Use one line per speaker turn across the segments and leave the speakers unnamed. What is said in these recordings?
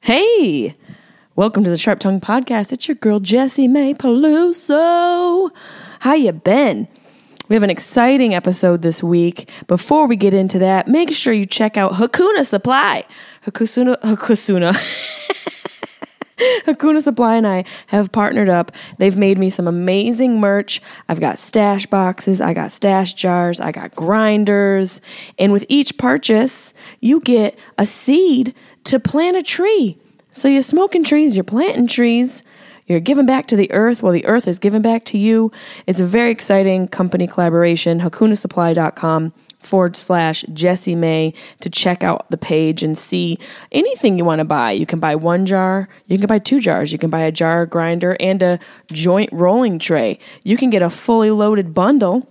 Hey, welcome to the Sharp Tongue Podcast. It's your girl Jessie May Peluso. How you been? We have an exciting episode this week. Before we get into that, make sure you check out Hakuna Supply. Hakusuna, Hakusuna. Hakuna Supply and I have partnered up. They've made me some amazing merch. I've got stash boxes, I got stash jars, I got grinders. And with each purchase, you get a seed to plant a tree. So you're smoking trees, you're planting trees. You're giving back to the earth while the earth is giving back to you. It's a very exciting company collaboration. Hakunasupply.com forward slash Jessie May to check out the page and see anything you want to buy. You can buy one jar, you can buy two jars, you can buy a jar grinder and a joint rolling tray. You can get a fully loaded bundle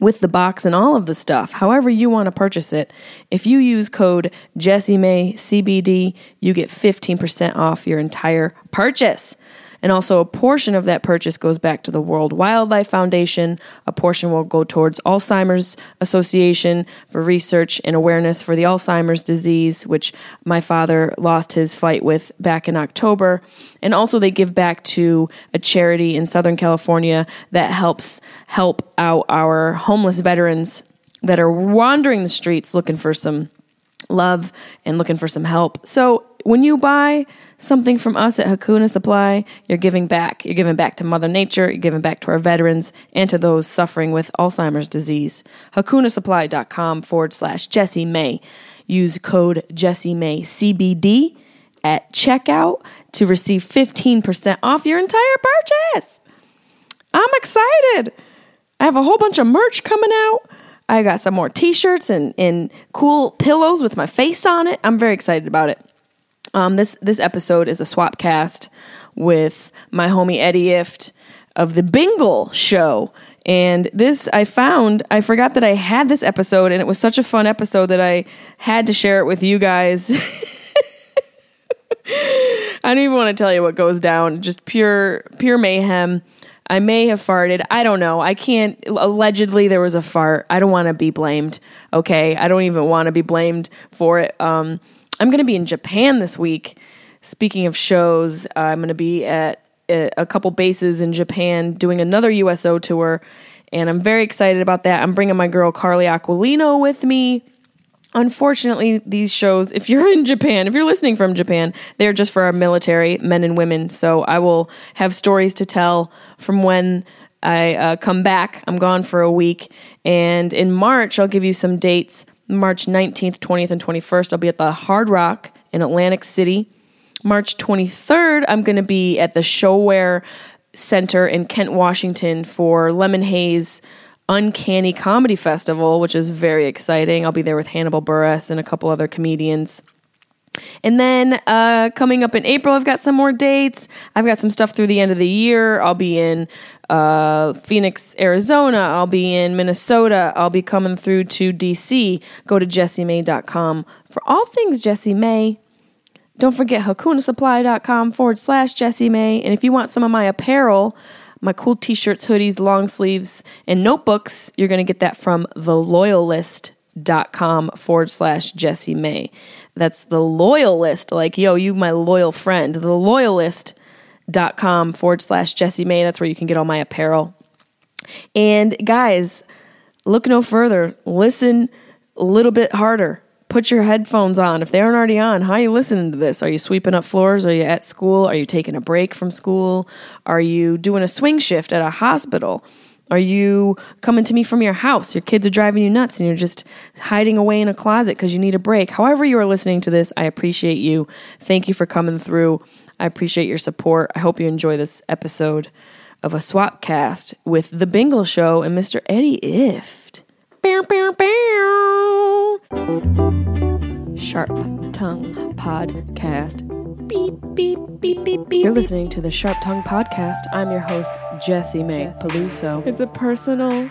with the box and all of the stuff, however you want to purchase it. If you use code Jessie May CBD, you get 15% off your entire purchase. And also, a portion of that purchase goes back to the World Wildlife Foundation. A portion will go towards Alzheimer's Association for research and awareness for the Alzheimer's disease, which my father lost his fight with back in October. And also, they give back to a charity in Southern California that helps help out our homeless veterans that are wandering the streets looking for some love and looking for some help. So when you buy something from us at Hakuna Supply, you're giving back. You're giving back to Mother Nature, you're giving back to our veterans and to those suffering with Alzheimer's disease. HakunaSupply.com forward slash Jesse May. Use code Jesse May CBD at checkout to receive 15% off your entire purchase. I'm excited. I have a whole bunch of merch coming out. I got some more t shirts and, and cool pillows with my face on it. I'm very excited about it. Um, this this episode is a swap cast with my homie Eddie Ift of the Bingle Show, and this I found I forgot that I had this episode, and it was such a fun episode that I had to share it with you guys. I don't even want to tell you what goes down. Just pure pure mayhem. I may have farted. I don't know. I can't. Allegedly, there was a fart. I don't want to be blamed. Okay, I don't even want to be blamed for it. Um, I'm going to be in Japan this week. Speaking of shows, uh, I'm going to be at a, a couple bases in Japan doing another USO tour, and I'm very excited about that. I'm bringing my girl Carly Aquilino with me. Unfortunately, these shows, if you're in Japan, if you're listening from Japan, they're just for our military men and women. So I will have stories to tell from when I uh, come back. I'm gone for a week. And in March, I'll give you some dates. March 19th, 20th, and 21st, I'll be at the Hard Rock in Atlantic City. March 23rd, I'm going to be at the Showware Center in Kent, Washington for Lemon Haze Uncanny Comedy Festival, which is very exciting. I'll be there with Hannibal Buress and a couple other comedians. And then uh, coming up in April, I've got some more dates. I've got some stuff through the end of the year. I'll be in uh, Phoenix, Arizona. I'll be in Minnesota. I'll be coming through to DC. Go to jessiemay.com for all things Jessie May. Don't forget hakunasupply.com forward slash Jessie May. And if you want some of my apparel, my cool t shirts, hoodies, long sleeves, and notebooks, you're going to get that from theloyalist.com forward slash Jessie May. That's the loyalist, like, yo, you my loyal friend. The loyalist.com forward slash Jessie May. That's where you can get all my apparel. And guys, look no further. Listen a little bit harder. Put your headphones on. If they aren't already on, how are you listening to this? Are you sweeping up floors? Are you at school? Are you taking a break from school? Are you doing a swing shift at a hospital? Are you coming to me from your house? Your kids are driving you nuts and you're just hiding away in a closet because you need a break. However, you are listening to this, I appreciate you. Thank you for coming through. I appreciate your support. I hope you enjoy this episode of a swap cast with The Bingle Show and Mr. Eddie Ift. Bow, bow, bow. Sharp Tongue Podcast
beep, beep, beep, beep, beep.
You're listening to the Sharp Tongue Podcast. I'm your host, Jessie Mae Peluso. It's a personal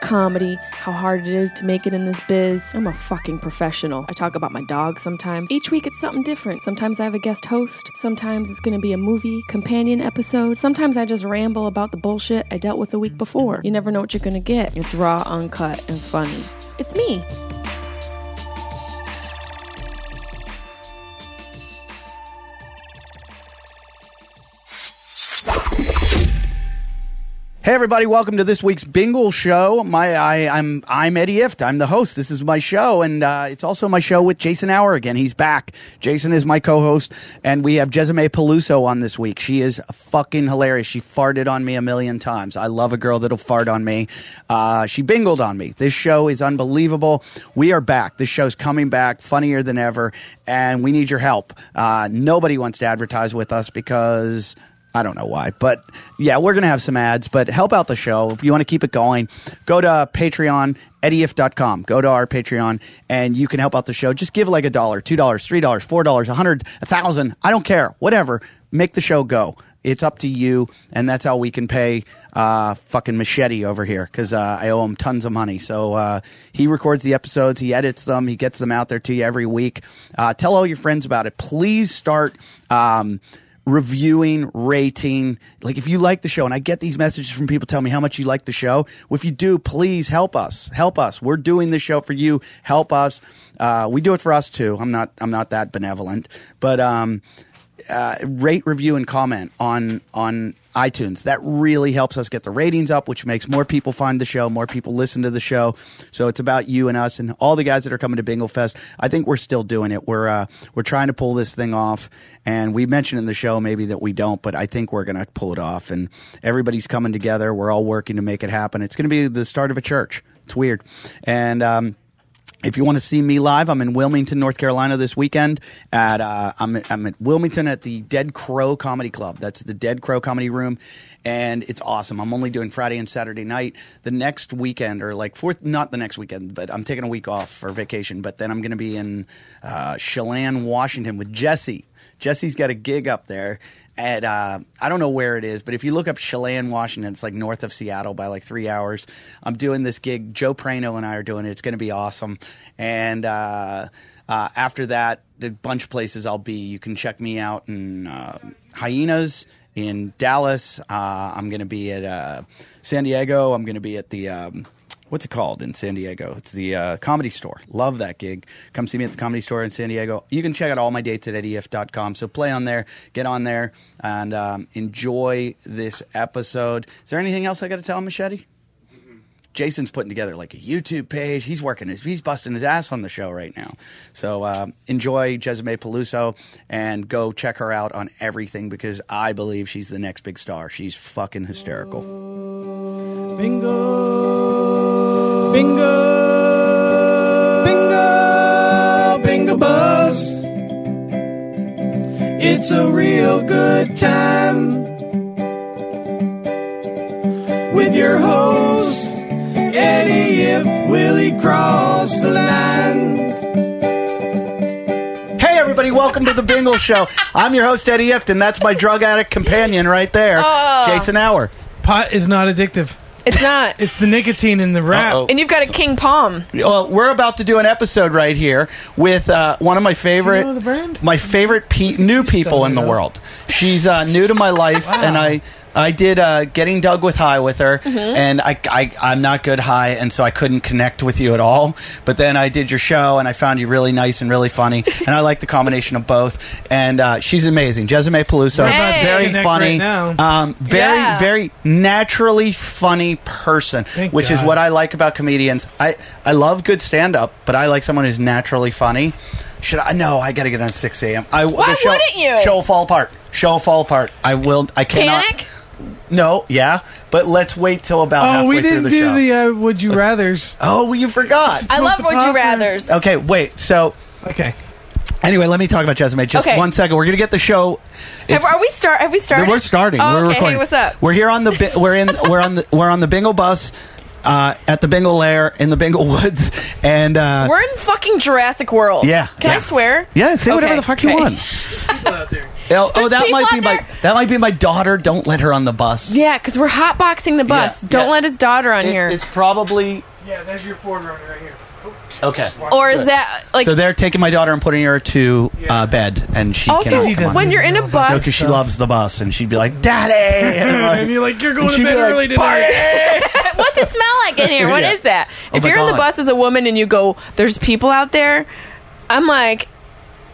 comedy, how hard it is to make it in this biz. I'm a fucking professional. I talk about my dog sometimes. Each week it's something different. Sometimes I have a guest host. Sometimes it's going to be a movie companion episode. Sometimes I just ramble about the bullshit I dealt with the week before. You never know what you're going to get. It's raw, uncut, and funny. It's me.
Hey everybody, welcome to this week's Bingle Show. My, I, I'm I'm Eddie Ift. I'm the host. This is my show, and uh, it's also my show with Jason Hour again. He's back. Jason is my co-host, and we have Jesime Peluso on this week. She is fucking hilarious. She farted on me a million times. I love a girl that'll fart on me. Uh, she bingled on me. This show is unbelievable. We are back. This show's coming back, funnier than ever, and we need your help. Uh, nobody wants to advertise with us because. I don't know why, but yeah, we're going to have some ads, but help out the show. If you want to keep it going, go to Patreon, eddief.com. Go to our Patreon and you can help out the show. Just give like a dollar, $2, $3, $4, a hundred, a thousand. I don't care. Whatever. Make the show go. It's up to you. And that's how we can pay uh, fucking Machete over here because uh, I owe him tons of money. So uh, he records the episodes, he edits them, he gets them out there to you every week. Uh, tell all your friends about it. Please start. Um, reviewing, rating. Like if you like the show, and I get these messages from people telling me how much you like the show. Well, if you do, please help us. Help us. We're doing this show for you. Help us. Uh, we do it for us too. I'm not. I'm not that benevolent, but um, uh, rate, review, and comment on on iTunes. That really helps us get the ratings up, which makes more people find the show, more people listen to the show. So it's about you and us and all the guys that are coming to Bingle Fest. I think we're still doing it. We're uh, we're trying to pull this thing off, and we mentioned in the show maybe that we don't, but I think we're going to pull it off. And everybody's coming together. We're all working to make it happen. It's going to be the start of a church. It's weird, and. Um, if you want to see me live, I'm in Wilmington, North Carolina this weekend. At uh, I'm I'm at Wilmington at the Dead Crow Comedy Club. That's the Dead Crow Comedy Room, and it's awesome. I'm only doing Friday and Saturday night. The next weekend, or like fourth, not the next weekend, but I'm taking a week off for vacation. But then I'm going to be in uh, Chelan, Washington, with Jesse. Jesse's got a gig up there at uh, I don't know where it is, but if you look up Chelan, Washington, it's like north of Seattle by like three hours. I'm doing this gig. Joe Prano and I are doing it. It's going to be awesome. And uh, uh, after that, a bunch of places I'll be. You can check me out in uh, Hyenas in Dallas. Uh, I'm going to be at uh, San Diego. I'm going to be at the. Um, what's it called in San Diego? It's the uh, Comedy Store. Love that gig. Come see me at the Comedy Store in San Diego. You can check out all my dates at eddief.com. So play on there, get on there, and um, enjoy this episode. Is there anything else I got to tell Machete? Jason's putting together like a YouTube page. He's working his, he's busting his ass on the show right now. So uh, enjoy Jesime Peluso and go check her out on everything because I believe she's the next big star. She's fucking hysterical.
Bingo. Bingo. Bingo. Bingo buzz. It's a real good time with your host, Eddie if Willie Cross the Line.
Hey, everybody, welcome to the Bingle Show. I'm your host, Eddie Ifton. That's my drug addict companion right there, Jason Hour.
Pot is not addictive.
It's not.
It's the nicotine in the wrap.
and you've got a king palm.
Well, Oh, we're about to do an episode right here with uh, one of my favorite,
know the brand?
my favorite pe- new people in the
know.
world. She's uh, new to my life, and I. I did uh, getting Doug with high with her, and I, I I'm not good high, and so I couldn't connect with you at all. But then I did your show, and I found you really nice and really funny, and I like the combination of both. And uh, she's amazing, Jesime Peluso,
We're about to
very
connect
funny,
right now.
um, very
Yeah.
very naturally funny person,
Thank
which is
God.
what I like about comedians. I, I love good stand up, but I like someone who's naturally funny. Should I? No, I got to get on six a.m. I, Why
wouldn't you?
Show will fall apart. Show will fall apart. I will. I cannot.
Panic?
No, yeah, but let's wait till about
Oh,
halfway
we
through
didn't
the
do
show.
the uh, would you rather's.
oh, well, you forgot.
I love
the
Would You
poppers.
Rather's.
Okay, wait. So
Okay.
anyway, let me talk about Jessamay just
Okay.
one second. We're gonna get the show.
Have,
It's-
are we start? Have we started?
We're starting.
Oh,
we're
okay.
recording.
Hey, what's up?
We're here on the bi- we're in we're on the we're on the Bingle bus uh, at the Bingle Lair in the Bingle Woods, and uh,
We're in fucking Jurassic World.
yeah.
Can
yeah.
I swear?
Yeah, say whatever
Okay,
the fuck you
okay.
want. Oh, oh,
There's
that
people
might be
out
my
there.
that might be my daughter. Don't let her on the bus.
Yeah, because we're hotboxing the bus.
Yeah,
Don't
yeah.
let his daughter on
It-
here.
It's probably
Yeah, there's your Ford runner right here.
okay.
or is that like
so they're taking my daughter and putting her to uh, bed, and she
also
cannot
Izzy
come on.
doesn't
when you're in a
know about
bus?
because she loves the bus, and she'd be like, "Daddy," and, I'm
And you're like, you're going
she'd
to
be
bed
like,
early today.
What's it smell like in here? What is
Yeah.
that?
Oh
if
my
you're in the
God.
bus as a woman and you go, "There's people out there," I'm like,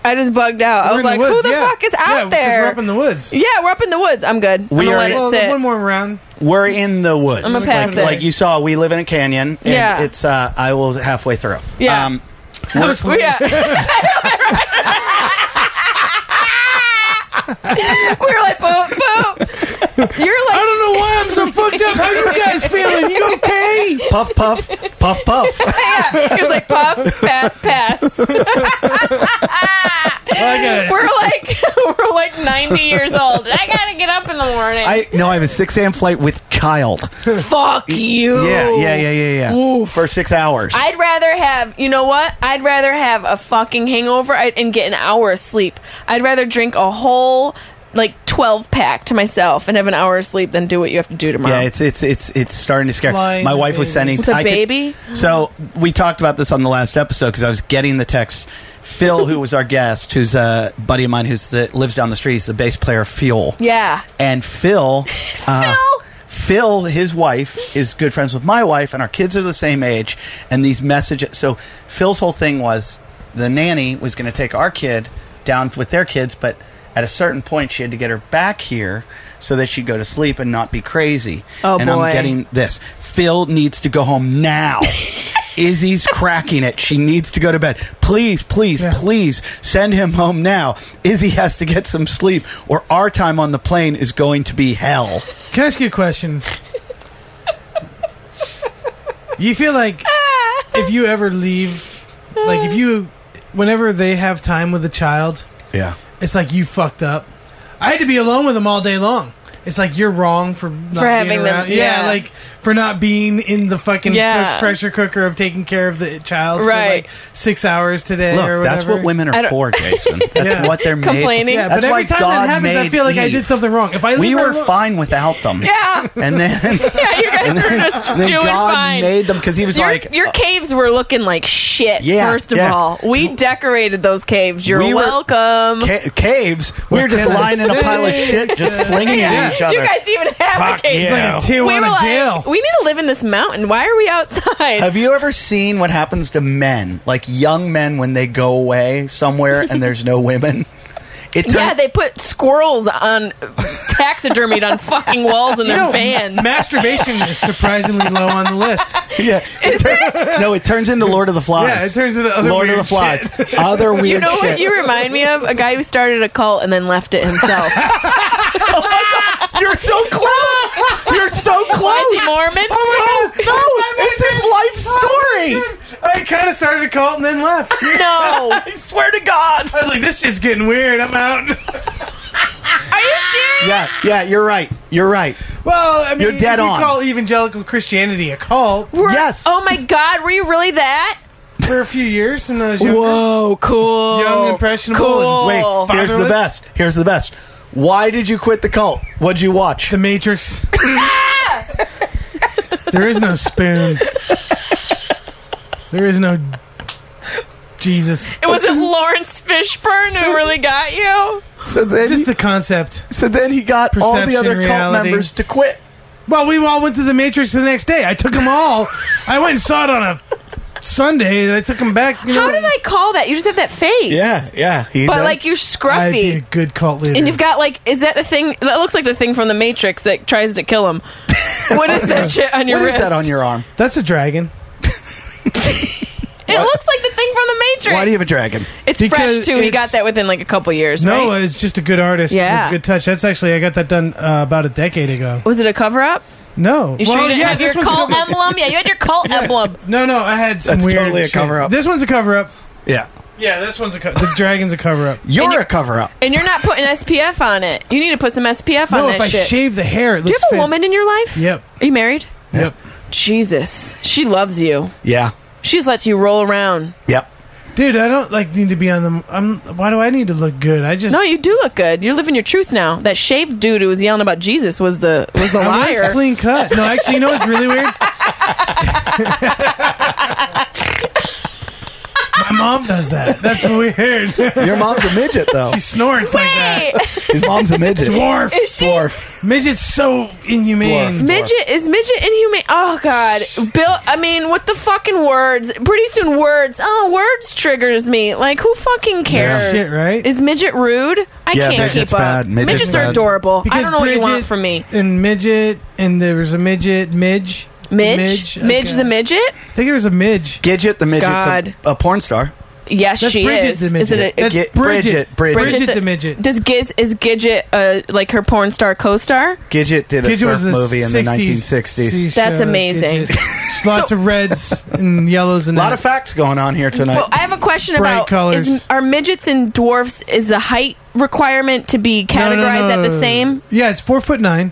I just bugged out. I
We're
was like,
in the woods,
"Who the
yeah.
fuck is
Yeah,
out
'cause
there?"
We're up in the woods.
yeah, we're up in the woods. I'm good.
We
I'm
are
gonna let
in-
it
Well,
sit.
one more round.
We're in the woods.
gonna pass
like,
it.
like you saw, we live in a canyon. And
Yeah.
It's uh, I was halfway through. Um,
Yeah.
we're-
Well, yeah. we were like, boop, boop. You're like,
I don't know why I'm so fucked up. How you guys feeling? You okay?
puff, puff, puff, puff.
yeah. He was like, puff, pass, pass.
I got it.
We're like, we're like 90 years old. I gotta get up in the morning.
I no, I have a six a.m. flight with child.
Fuck you.
Yeah, yeah, yeah, yeah, yeah. For six hours.
I'd rather have, you know what? I'd rather have a fucking hangover I- and get an hour of sleep. I'd rather drink a whole like 12 pack to myself and have an hour of sleep than do what you have to do tomorrow.
yeah, it's it's it's it's starting to scare.
Flying
My wife was sending
babies.
With a
I could-
baby?
so we talked about this on the last episode because I was getting the text. Phil, who was our guest, who's a buddy of mine who's the lives down the street, he's the bass player of Fuel.
yeah.
and Phil, uh,
Phil!
Phil, his wife is good friends with my wife, and our kids are the same age. And these messages. So Phil's whole thing was the nanny was going to take our kid down with their kids, but at a certain point, she had to get her back here so that she'd go to sleep and not be crazy.
Oh,
and
boy.
I'm getting this. Phil needs to go home now. Izzy's cracking it. She needs to go to bed. Please, please,
Yeah.
please send him home now. Izzy has to get some sleep, or our time on the plane is going to be hell.
Can I ask you a question? you feel like if you ever leave, like if you, whenever they have time with a child,
Yeah.
it's like you fucked up. I had to be alone with them all day long. It's like you're wrong for not
For having
being
them-
around. yeah.
yeah.
like for not being in the fucking
Yeah.
cook- pressure cooker of taking care of the child
Right.
for like six hours today. or
Look,
whatever.
that's what women
I
are
don't-
for, Jason. That's
Yeah.
what they're made. for.
Complaining.
Yeah,
That's
but
why
every time
God
that happens, I
made
feel like I
Eve.
did something wrong. If I
We
leave her
were
alone-
fine without them.
Yeah.
And then,
Yeah, you guys were just
then
doing
God
fine.
made them because he was
your,
like, uh,
your caves were looking like shit.
Yeah,
first of
yeah.
all, we decorated those caves. You're
We were-
welcome.
Ca- caves. We were
What
just
can I
lying in a pile of
say?
shit, just flinging
Yeah.
it at each other.
You guys even have
Fuck
a cave.
yeah.
Like a
We
We were
Tijuana
like,
jail.
we need to live in this mountain. Why are we outside?
Have you ever seen what happens to men, like young men, when they go away somewhere and there's no women? It turn-
yeah, they put squirrels on taxidermied on fucking walls in their van.
Masturbation is surprisingly low on the list.
yeah. It turn- no, it turns into Lord of the Flies.
Yeah, it turns into other
Lord
weird
of the Flies. Other weird
you know
shit.
what you remind me of? A guy who started a cult and then left it himself.
You're so close. You're so
Why is
close.
he Mormon?
Oh my god! No, it's his life story.
I kind of started a cult and then left. I
No.
I swear to God.
was like, this shit's getting weird. I'm out.
Are you serious?
Yeah, yeah, you're right. You're right.
well, I mean,
You're dead
if you
on.
call evangelical Christianity a cult
We're-
Yes.
Oh my God, were you really that?
for a few years when I was younger.
Whoa, cool.
Young, impressionable,
Cool.
and-
Wait,
Fatherless?
Here's the best. Here's the best. Why did you quit the cult? What'd you watch?
The Matrix. there is no spoon. There is no Jesus.
It was it Lawrence Fishburne who really got you?
So then,
Just the concept.
so then he got all the
Perception,
other cult
reality.
members to quit.
Well, we all went to the Matrix the next day. I took them all. I went and saw it on a Sunday. and I took them back. You know,
How did I call that? You just have that face.
yeah. He
But like you're
I'd be a
scruffy.
good cult leader.
And you've got like, is that the thing? That looks like the thing from the Matrix that tries to kill him. What is that shit on your
what is
wrist?
that on your arm?
That's a dragon.
It looks like the thing from the drinks.
Why do you have a dragon?
It's fresh
Because
too. We
it's-
got that within like a couple years.
No,
right?
it's just a good artist
Yeah.
with a good touch. That's actually I got that done uh, about a decade ago.
was it a cover up?
No,
You sure you didn't
yeah,
have
this
your
one's a
cult
cover-
emblem? Yeah, you had your cult emblem.
No, no, I had some
That's
weird.
totally a
shit.
cover-up.
This one's a cover up.
Yeah.
Yeah, this one's a co- the dragon's a cover up.
You're
you're-
a cover up.
And you're not putting SPF on it. You need to put some SPF
No,
on
if
that
I
shit.
shave the hair, it
Do you
looks.
have a
fan-
woman in your life?
Yep.
Are you married?
Yep.
Jesus, she loves you.
Yeah.
She just lets you roll around.
Yep.
Dude, I don't like need to be on the. I'm. Why do I need to look good? I just.
No, you do look good. You're living your truth now. That shaved dude who was yelling about Jesus was the was the
I was
liar.
clean cut. No, actually, you know what's really weird? My mom does that. That's weird. she
Your mom's a midget though.
snorts like that.
Hey,
His mom's a midget.
Dwarf.
Is she-
Dwarf.
Midget's so inhumane.
midget is midget inhumane. Oh God, Bill. I mean, with the fucking words. Pretty soon, words. Oh, words triggers me. Like, who fucking cares?
Shit, right?
Is midget rude? I
Yeah,
can't
midget's
keep up.
bad. Midget's
Midgets
bad.
are adorable. I don't know what you want
Bridget
from me.
And midget, and there was a midget, Midge.
Midge, Midge,
I guess.
the midget.
I think it was a Midge.
Gidget the midget's
God.
a, a porn star.
Yes,
That's
she
Bridget
is.
the midget.
Is it a,
That's
Gid- Bridget,
Bridget.
Bridget.
Bridget the
Bridget-
midget.
Does Giz is Gidget uh, like her porn star co-star?
Gidget did a
Gidget
surf
was a
movie in the
60s
1960s.
That's
show,
amazing.
Gidget. Lots of reds and yellows and
A lot
that.
of facts going on here tonight.
Well, I have a question
Bright
about:
colors.
Is, are midgets and dwarfs? Is the height requirement to be
No, no,
categorized
no, no,
at
no,
the
no.
same?
Yeah, it's four foot nine.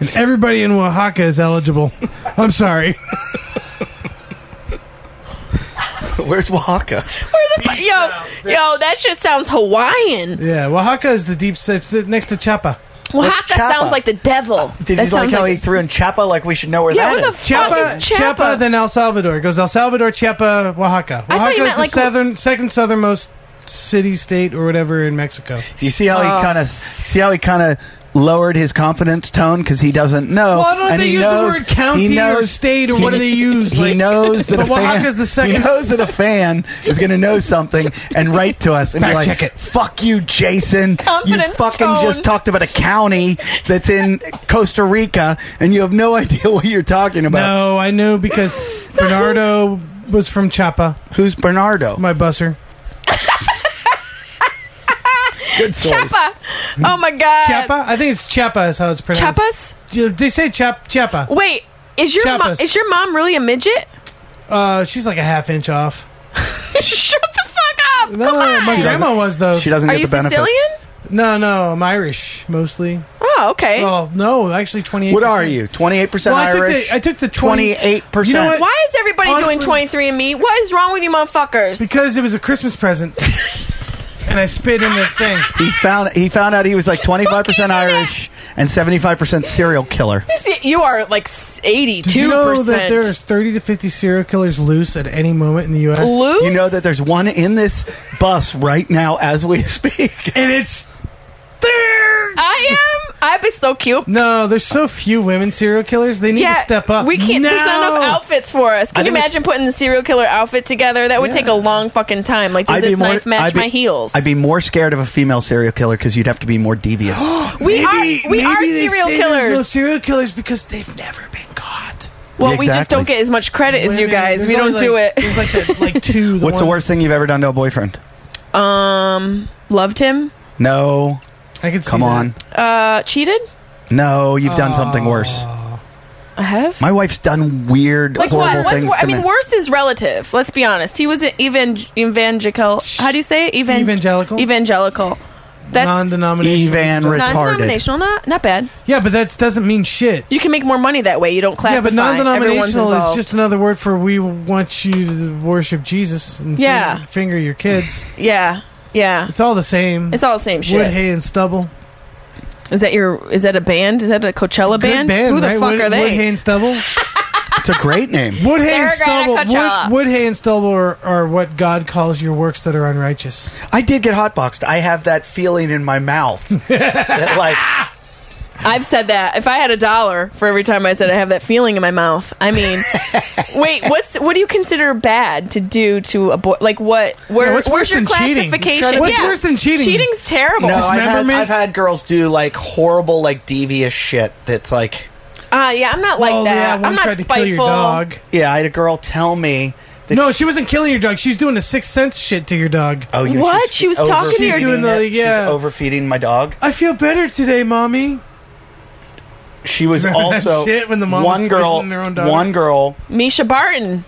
and everybody in Oaxaca is eligible. I'm sorry.
Where's Oaxaca?
Yo, yo, that shit sounds Hawaiian.
Yeah, Oaxaca is the deep. It's the, next to Chapa.
Oaxaca
Chapa? Uh,
sounds like the devil.
Did
That
you like
sounds
how he threw in Chapa? Like we should know where
Yeah,
that
what the
is.
fuck
Chiapa,
is Chapa?
Chiapa, then El Salvador. It goes El Salvador, Chiapa, Oaxaca.
I thought
Oaxaca
you
is
meant
the
like-
southern, second southernmost city, state, or whatever in Mexico.
Do you see how
Oh.
he kind of see how he kind of lowered his confidence tone because he doesn't know?
Well, I don't know if
and
they
he
use the
knows,
word county
he
or
knows,
state or
he-
what do they use,
He
like-
knows that
But
a fan
Oaxaca's the
He
second-
knows that a fan is going to know something and write to us and be
Fact
like,
check it.
"Fuck you, Jason. you
Confidence
fucking
tone.
just talked about a county that's in Costa Rica and you have no idea what you're talking about."
No, Oh, I knew because Bernardo was from Chapa,
Who's Bernardo?
my busser.
Good source.
Chapa. Oh my god.
Chapa? I think it's Chapa is how it's pronounced.
Chapas.
Chapa? They say Chap Chapa.
Wait, is your mom,
Chapas.
is your mom really a midget?
Uh, she's like a half inch off.
Shut the fuck up.
No,
Come on.
my grandma was though.
She doesn't
Are
get
you
the benefits.
Sicilian?
No, no, I'm Irish mostly.
Oh, okay.
Well, no, actually twenty eight.
What are you? 28%
Well, I took
Irish.
the I took the 20,
28%.
You know what?
Why is everybody doing
Honestly-
23 and me? What is wrong with you motherfuckers?
because it was a Christmas present, and I spit in the thing.
He found he found out he was like 25% Irish and 75% serial killer.
you are like 82%.
Did you know that there's thirty to fifty serial killers loose at any moment in the U.S.
Loose?
You know that there's one in this bus right now as we speak.
and it's there.
Uh, I am. I'd be so cute.
No, there's so few women serial killers. They need
yeah,
to step up.
We can't. There's not
No.
enough outfits for us.
I
Can you
think it's-
imagine putting the serial killer outfit together? That would take a long fucking time. Like, does this knife match
I'd be-
my heels?
I'd be more scared of a female serial killer because you'd have to be more devious.
we are. We
maybe
are
they
serial
say There's no
killers.
serial killers because they've never been caught.
well, we just
Exactly.
don't get as much credit as you
Women-
guys.
there's
We don't
only,
do
like-
it.
There's like that, like two. The
What's the
one-
worst thing you've ever done to a boyfriend?
Um, loved him.
No.
I can see
Come
that. Oh.
on.
Uh, cheated.
No, you've done something worse.
I have.
My wife's done weird,
like
horrible
what? What's
things
wor- I
to
mean,
me.
worse is relative. Let's be honest. He was an evang- evangelical. How do you say it? Evan-
Evangelical?
Evangelical. That's
Non-denominational.
Evan retarded.
non-denominational. Not not bad.
Yeah, but that doesn't mean shit.
You can make more money that way. You don't
Yeah,
classify.
but
Everyone's
non-denominational is
involved.
just another word for we want you to worship Jesus and
Yeah.
finger, finger your kids.
yeah, yeah.
It's all the same.
It's all the same
wood,
shit.
hay, and stubble.
Is that your? Is that a band? Is that a Coachella
Good
band? Who the
right?
fuck
wood,
are
Wood,
they?
hay, and stubble.
It's a great name.
Wood, hay, and
They're
stubble.
great at Coachella.
Wood, wood, hay, and stubble are, are what God calls your works that are unrighteous.
I did get hotboxed. I have that feeling in my mouth. that, like,
I've said that. If I had a dollar for every time I said I have that feeling in my mouth, I mean, wait, what's what do you consider bad to do to a boy? Like what? Where,
Yeah, what's
where's
worse
your
than cheating?
classification?
What's
Yeah.
worse than cheating?
Cheating's terrible.
No, I've had,
Dismemberment?
I've had girls do like horrible, like devious shit that's like
Uh, yeah, I'm not like
Well, Oh, yeah,
that.
one
I'm not
tried to
spiteful.
kill your dog.
Yeah, I had a girl tell me that.
No, she wasn't killing your dog. She was doing the sixth sense shit to your dog.
Oh, yeah,
What?
she's
She was
overfeeding
talking to your-
it.
Doing the-
She's
yeah.
overfeeding my dog.
I feel better today, mommy.
She was
Remember that
also
shit when the mom
one
was
girl.
poisoning her own daughter?
One girl.
Misha Barton.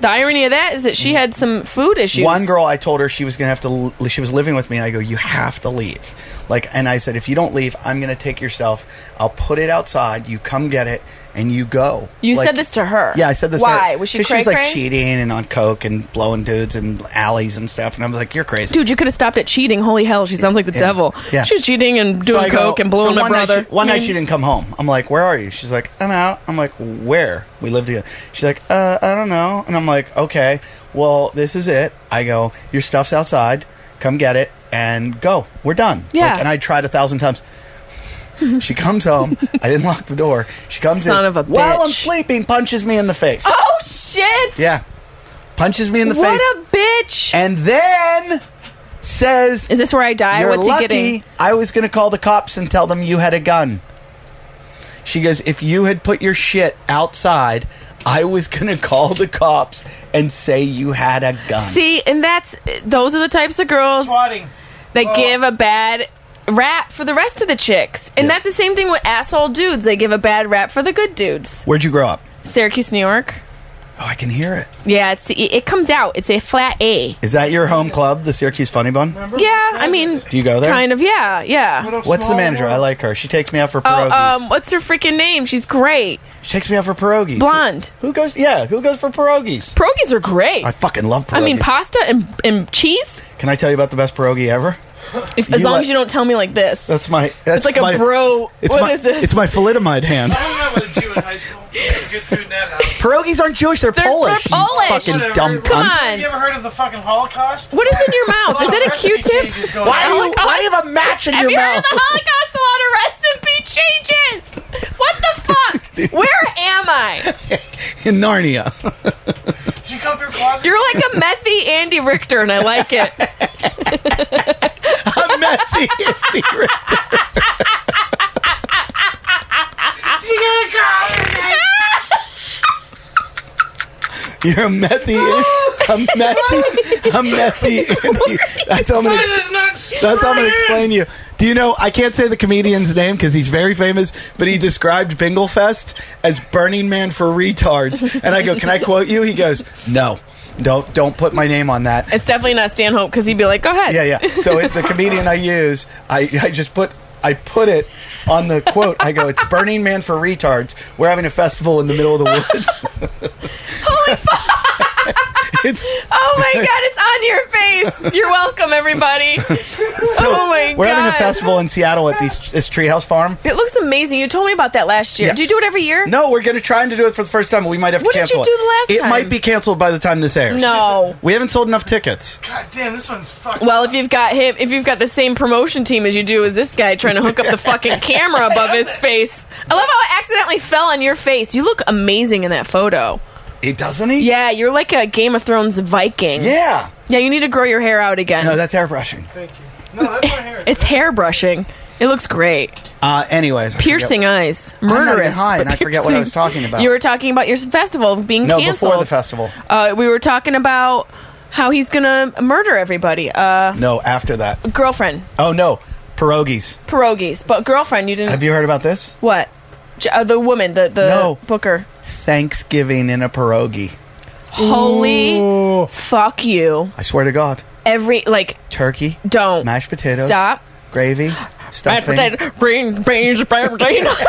The irony of that is that
Mm.
she had some food issues.
One girl. I told her she was gonna have to. l- She was living with me, and I go, "You have to leave." Like, and I said, "If you don't leave, I'm gonna take yourself. I'll put it outside. You come get it, and you go."
You
Like-
said this to her.
Yeah, I said this. to her.
Why was she
'Cause
cray
was like
cray?
cheating and on coke and blowing dudes and alleys and stuff. And I was like, "You're crazy."
Dude, you could have stopped at cheating. Holy hell, she sounds like the devil.
Yeah.
She was cheating and
So
doing
I go-
coke and blowing
so
my
one
brother. Mm-hmm.
Night she, one
I
night
mean,
she didn't come home. I'm like, "Where are you?" She's like, "I'm out." I'm like, "Where?" We live together. She's like, "Uh, I don't know." And I'm like, "Okay, well, this is it." I go, "Your stuff's outside. Come get it and go. We're done."
Yeah.
Like, and I tried a thousand times. she comes home. I didn't lock the door. She comes
Son
in
of a
while I'm
bitch.
sleeping, punches me in the face.
Oh shit!
Yeah, punches me in the
what
face,
a bitch!
and then says,
is this where I die?
you're
What's
lucky.
he getting?
I was going to call the cops and tell them you had a gun. She goes, if you had put your shit outside, I was going to call the cops and say you had a gun.
See, and that's those are the types of girls that give a bad rap for the rest of the chicks, and
Yeah.
that's the same thing with asshole dudes. They give a bad rap for the good dudes.
Where'd you grow up?
Syracuse, New York.
Oh, I can hear it.
Yeah, it's it, it comes out. It's a flat A.
Is that your home club, the Syracuse Funny Bone?
Yeah, I mean,
Do you go there?
kind of. Yeah, yeah.
What's the manager? I like her. She takes me out for pierogies.
Oh, um, what's her freaking name? She's great.
she takes me out for pierogies.
Blonde.
Who goes? Yeah, who goes for pierogies?
Pierogies are great.
I
I,
fucking love pierogies.
mean, pasta and, and cheese.
Can I tell you about the best pierogi ever?
If, as
You
long
like-
as you don't tell me like this.
That's my. That's
like a
my-
bro-
It's
what
my,
is this?
It's my thalidomide hand.
I was a Jew in high school. Good food in that house.
Pierogies aren't Jewish. They're,
They're-
Polish.
they're
you
Polish.
fucking
Whatever.
dumb
Come
cunt.
on.
You ever heard of the fucking Holocaust?
What is in your mouth? Is it a
Recipe changes
Q-tip?
going
Why do
on.
you? Why do you have a match in
Oh Have
your
you heard
mouth?
of the Holocaust? A lot of recipe changes. What the fuck? Where am I?
in Narnia.
Did you come through closet?
You're like a methy Andy Richter, and I like it.
I'm at the Andy Richter. You're a methy. A methy. A methy. Andy. That's how I'm gonna. That's how I'm gonna explain you. Do you know? I can't say the comedian's name because he's very famous, but he described Binglefest as Burning Man for retards. And I go, "Can I quote you?" He goes, "No, don't don't put my name on that."
It's definitely not Stanhope because he'd be like, "Go ahead."
Yeah, yeah. So it, the comedian I use, I, I just put I put it on the quote. I go, "It's Burning Man for retards. We're having a festival in the middle of the woods."
Oh my god, it's on your face. You're welcome, everybody. oh my
We're
god.
having a festival in Seattle at these, this treehouse farm.
It looks amazing. You told me about that last year.
Yeah.
Do you do it every year?
No, we're going to try and do it for the first time. We might have
What
to
did you
cancel
do the last
it.
time?
It might be canceled by the time this airs.
No.
we haven't sold enough tickets.
God damn, this one's fucking.
Well, if you've got him, if you've got the same promotion team as you do as this guy trying to hook up the fucking camera above his face. I love how it accidentally fell on your face. You look amazing in that photo.
It doesn't he?
Yeah, you're like a Game of Thrones Viking.
Yeah.
Yeah, you need to grow your hair out again.
No, that's airbrushing.
Thank you. No, that's my hair.
it's hair brushing. It looks great.
Uh, anyways, I forget-
Piercing eyes.
not even
Murderous.
high,
but
and I forget what I was
piercing.
talking about.
You were talking about your festival being
No,
canceled.
before the festival.
Uh, we were talking about how he's gonna murder everybody. Uh,
No, after that.
girlfriend,
Oh no, pierogies.
pierogies, but girlfriend, you didn't.
Have you heard about this?
What? J- Uh, the woman, the the
No.
booker.
Thanksgiving in a pierogi.
Holy fuck you!
I swear to God.
Every like,
Turkey,
don't
mashed potatoes,
Stop.
gravy,
Mashed
stuffing.
potato, beans, beans, mashed potatoes.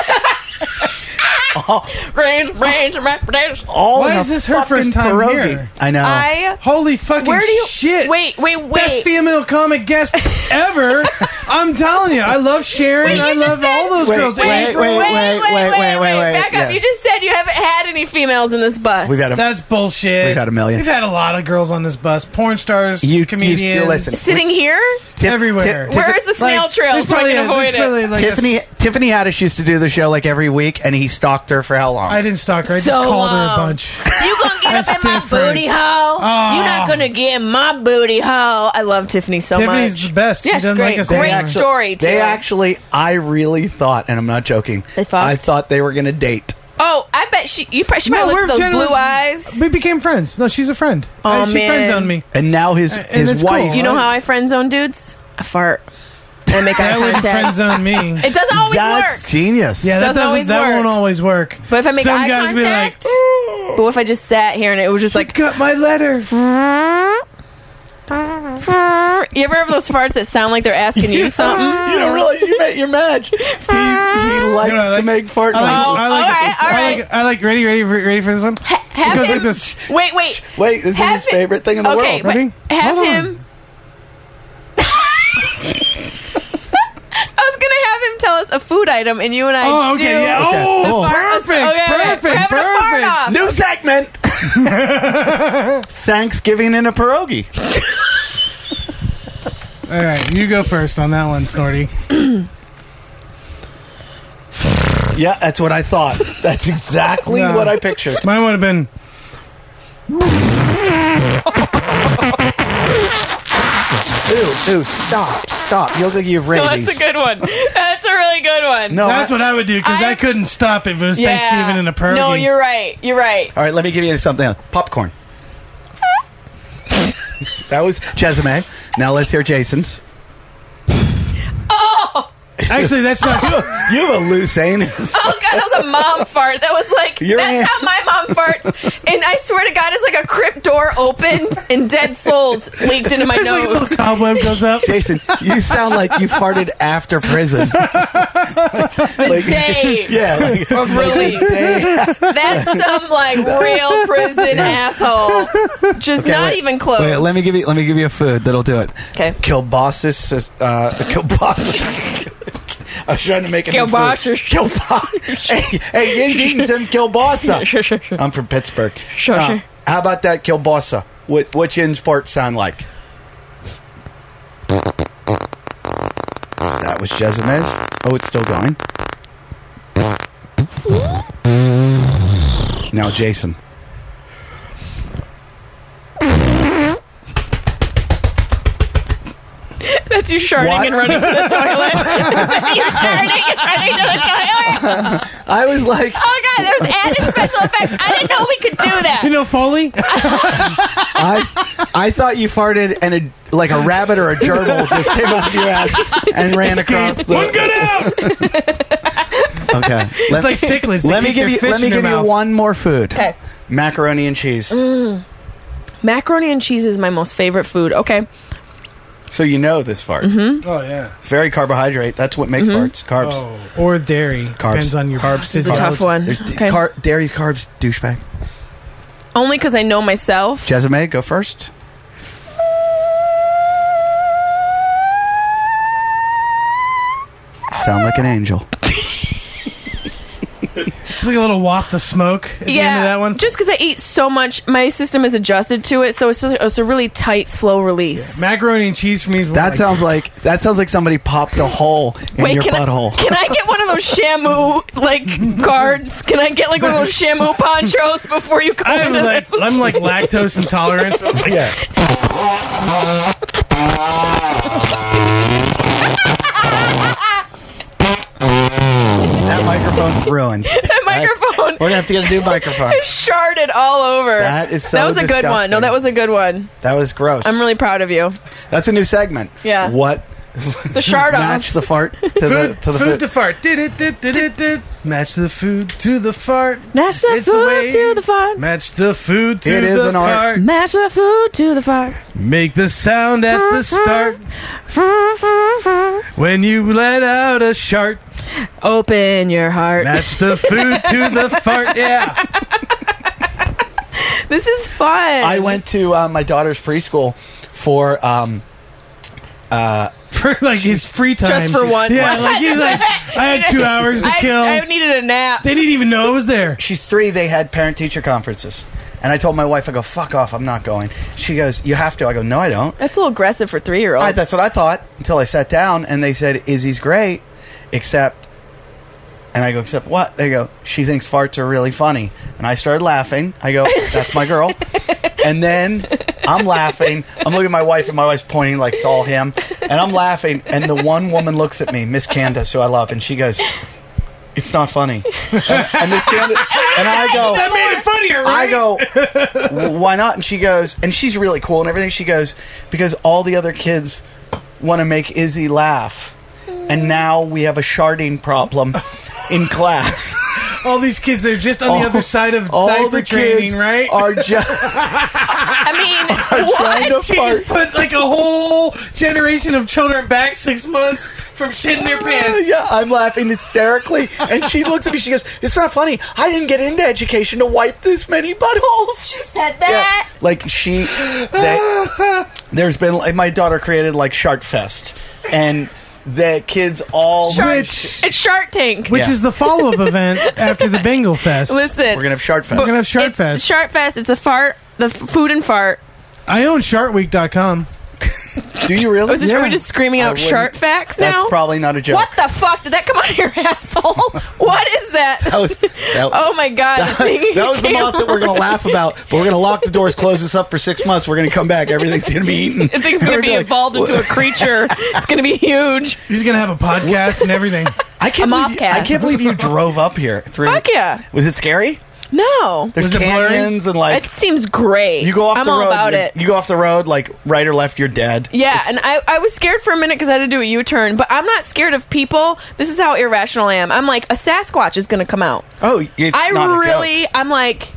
Beans, beans, mashed potatoes.
All
Why
in a
is this her
fucking
first time
pierogi.
here?
I know.
I.
Holy fucking
Where do you-
shit.
wait, wait, wait.
Best female comic guest ever. I'm telling you, I love Sharon.
you
I
just
love
said-
all those
Wait,
girls.
wait,
Wait, wait, wait, wait, wait,
wait, wait.
Back
Yeah.
up! You just said you haven't had any females in this bus.
We've had a
That's bullshit.
We've had a million.
We've had a lot of girls on this bus. Porn stars,
You- you- you
comedians,
listen.
sitting here.
Tiff-
everywhere.
Tiff-
Where
Tiff-
is the snail trail
there's
so I
probably
can
a-
avoid
there's
it?
probably like a
Tiffany
s-
Tiffany Haddish used to do the show like every week, and he stalked her for how long?
I didn't stalk her. I just
So
called her
long.
a bunch.
You gonna get
That's
up in my
different.
booty hole.
Oh.
You're not gonna get in my booty hole. I love Tiffany so
Tiffany's
much.
the best. She
Yeah, she's
doesn't
great.
like us
great
anymore.
story. Too.
They actually, I really thought, and I'm not joking.
They fucked?
I thought they were going to date.
Oh, I bet she. You probably, she
No,
probably
we're
looked at those
generally-
blue eyes.
We became friends. No, she's a friend.
Aw,
Uh, she
man.
friends on me.
And now his
and
his
it's cool,
wife.
You know
Right.
how I friend zone dudes? I fart and make
That
eye
wouldn't friend
contact.
zone me.
It doesn't always
That's
work.
genius.
Yeah, that
Doesn't
doesn't.
always
That
work.
won't always work.
But if I make
some
eye
guys
contact,
be like,
but what if I just sat here and it was just
like,
like
got my letter.
You ever have those farts that sound like they're asking you something?
You don't realize you met your match. He, he likes
I like-
to make fart
I like,
noises.
Oh,
I like,
alright,
I
alright.
like, I like. Ready, ready, for- ready for this one?
Have
it goes
him-
like this.
Wait, wait.
Wait, this
Have
is his favorite thing in the
okay,
world.
but
Ready?
have
Hold
him. I was gonna have him tell us a food item, and you and I
Oh, okay,
do.
yeah.
Okay.
Oh,
The
fart-
perfect,
okay, wait,
perfect,
we're having a fart
perfect.
off.
New segment. Thanksgiving in a pierogi.
All right, you go first on that one, Snorty.
Yeah, that's what I thought. That's exactly
No.
what I pictured.
Mine would have been.
Ew, ew, stop, stop. You look like you have
Oh,
rabies.
that's a good one. That's a really good one.
no,
That's
I-
what I would do because I,
I-
couldn't stop if it was
Yeah.
Thanksgiving and a pierogi.
No, you're right. You're right.
All right, let me give you something else. Popcorn. that was Jezime. Now let's hear Jason's.
Actually, that's not.
You have a loose anus.
Oh god, that was a mom fart. That was like
Your
that's
aunt-
how my mom farts. And I swear to God, it's like a crypt door opened and dead souls leaked into my nose.
The cobweb goes up.
Jason, you sound like you farted after prison.
the day
Yeah, like,
of release. That's some like real prison asshole. Just
Okay,
not
wait,
even close.
Wait, let me give you let me give you a food that'll do it.
'Kay.
Kielbasa, uh, kielbasa. I was trying to make it.
Kielbasa.
Kielbasa. hey, hey, Yin's eating some kielbasa.
sure, sure.
I'm from Pittsburgh. Uh,
Sure, sure.
How about that kielbasa? What what Yin's fart sound like? That was Jezimez. Oh, it's still going. Now, Jason.
That's you sharding
What?
and running to the toilet. That's you sharding and running to the toilet.
I was like,
Oh god, there's added special effects. I didn't know we could do that.
You know, Foley.
I, I thought you farted and a, like a rabbit or a gerbil just came out of your ass and ran across the.
One good out.
Okay. Let,
It's like cichlids. They
let me
keep
give
their
you
fish
let me
in their
give you
mouth.
one more food.
Okay. Mm-hmm.
Macaroni and cheese.
Macaroni and cheese is my most favorite food. Okay.
So you know this fart.
Mm-hmm.
Oh yeah.
It's very carbohydrate. That's what makes farts. Carbs.
Oh, or dairy.
Carbs.
Depends on your
Carbs.
It's a
physiology.
tough one.
There's d-
Okay.
car- dairy, carbs, douchebag.
Only because I know myself.
Jezime, go first. Sound like an angel.
It's like a little waft of smoke at the end of that one.
Just because I eat so much, my system is adjusted to it, so it's just it's a really tight, slow release.
Macaroni and cheese for me is
That
like,
sounds like that sounds like somebody popped a hole in your
can
butthole.
I, can I get one of those Shamu like guards? Can I get like one of those Shamu ponchos before you go
I'm
into
like
this?
I'm like lactose intolerant. so I'm like,
Yeah. that microphone's ruined.
That microphone
We're gonna have to get a new microphone.
sharded all over.
That is so
That was a good one. No,
disgusting.
that was a good one.
That was gross.
I'm really proud of you.
That's a new segment.
Yeah.
What
The shard
match
off.
the fart to the
food
to the
food
food?
to fart. Did it? Did did it? Did match the food to the fart.
Match the
It's the
food
way-
to the fart.
Match the food to
It
the
is an art.
fart.
Match the food to the fart.
Make the sound at the start when you let out a shart.
Open your heart.
Match the food to the fart. Yeah.
This is fun.
I went to uh, my daughter's preschool for um,
For like his free time.
for one.
Yeah, like he's like, I had two hours to
I,
kill.
I needed a nap.
they didn't even know I was there.
she's three. They had parent teacher conferences, and I told my wife, I go, "Fuck off, I'm not going." She goes, "You have to." I go, "No, I don't."
That's a little aggressive for three year
I,
olds.
that's what I thought until I sat down and they said Izzy's great, except And I go, except what? They go, she thinks farts are really funny. And I started laughing. I go, that's my girl. and then I'm laughing. I'm looking at my wife, and my wife's pointing like it's all him. And I'm laughing. And the one woman looks at me, Miss Candace, who I love, and she goes, it's not funny. and, and Miss Candace, and I go,
That made it funnier,
I
right?
go, "W- why not? And she goes, and she's really cool and everything. She goes, because all the other kids want to make Izzy laugh. And now we have a sharding problem in class.
all these kids, they're just on the other side of
all
diaper
the
training,
kids
right?
Are just
I mean,
trying to
what?
fart.
Put like a whole generation of children back six months from shitting their pants.
yeah, I'm laughing hysterically. And she looks at me, she goes, It's not funny. I didn't get into education to wipe this many buttholes.
She said that.
Like she, they, there's been like, my daughter created like Shark Fest, and the kids all
Shark-
Which-
It's Shark Tank.
Which
Yeah.
is the follow up event after the Bengal Fest.
Listen,
we're gonna have Shark Fest.
We're gonna have Shark
it's
Fest.
Shark Fest. It's a fart. The f- food and fart.
I own sharkweek.com.
Do you really?
Was Oh, this, Are we
Yeah.
just screaming
I
out
wouldn't-
shark facts now?
That's probably not a joke.
What the fuck? Did that come out of your asshole? what is that?
That was, that,
oh my god. That,
that was the month that we're gonna laugh about. But we're gonna lock the doors, close this up for six months. We're gonna come back. Everything's gonna be eaten.
The thing's gonna
We're
be
like,
evolved into a creature. it's gonna be huge.
He's going to have a podcast and everything.
I can't.
a
believe you, I
mobcast.
can't believe you drove up here. It's really-
Fuck yeah.
Was it scary?
No,
There's
Was it blurry?
canyons and
it
like
seems great.
you go off
I'm
the
all
road.
about
you're-
it.
You go off the road like right or left, you're dead.
Yeah, and I, I was scared for a minute because I had to do a U turn, but I'm not scared of people. This is how irrational I am. I'm like, a Sasquatch is going to come out.
Oh, it's
I
not a joke.
really, I'm like,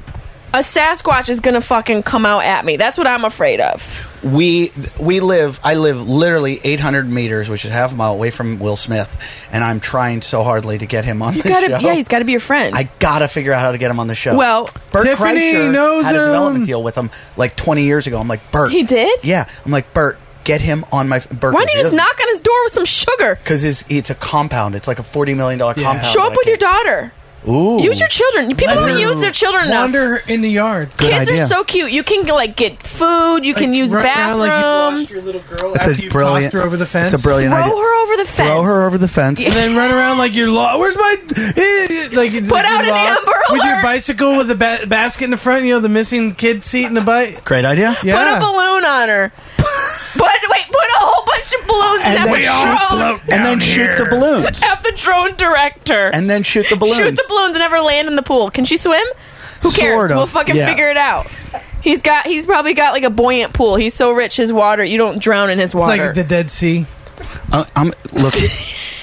a Sasquatch is going to fucking come out at me. That's what I'm afraid of.
we we live i live literally 800 meters which is half a mile away from will smith and i'm trying so hardly to get him on the
You gotta,
show
yeah, he's got to be your friend.
i gotta figure out how to get him on the show
Well-
bert
Tiffany
kreischer
knows
had a development
him.
deal with him like 20 years ago i'm like bert
He did?
yeah i'm like bert get him on my bert
Why don't you just knock on his door with some sugar?
because it's, it's a compound it's like a 40 million dollar compound
Show up
I
with your
can't-
daughter.
Ooh.
Use your children. People don't use their children enough.
Wander in the yard.
Good
Kids
idea.
are so cute. You can like get food. You can
Like,
use
right
bathrooms.
now, like, you lost your little girl
that's
after
a
you
brilliant
tossed her over the fence.
it's a brilliant
Throw
idea
her over the fence.
throw her over the fence
and then run around like you're lost. Where's my eh, like? Put
out an Amber
with your
Alert.
bicycle with the ba- basket in the front. You know the missing kid seat in the bike.
great idea
Yeah,
Put a balloon on her. but wait, put a whole bunch of balloons and,
and
have
then,
a
shoot,
drone.
and then shoot the balloons
Have the drone director.
and then shoot the balloons
Shoot the balloons and have her land in the pool. Can she swim? Who cares?
Sort of,
We'll fucking
yeah.
figure it out. He's got. He's probably got like a buoyant pool. He's so rich, his water. You don't drown in his
it's
water.
like the Dead Sea.
I- Uh, I'm look.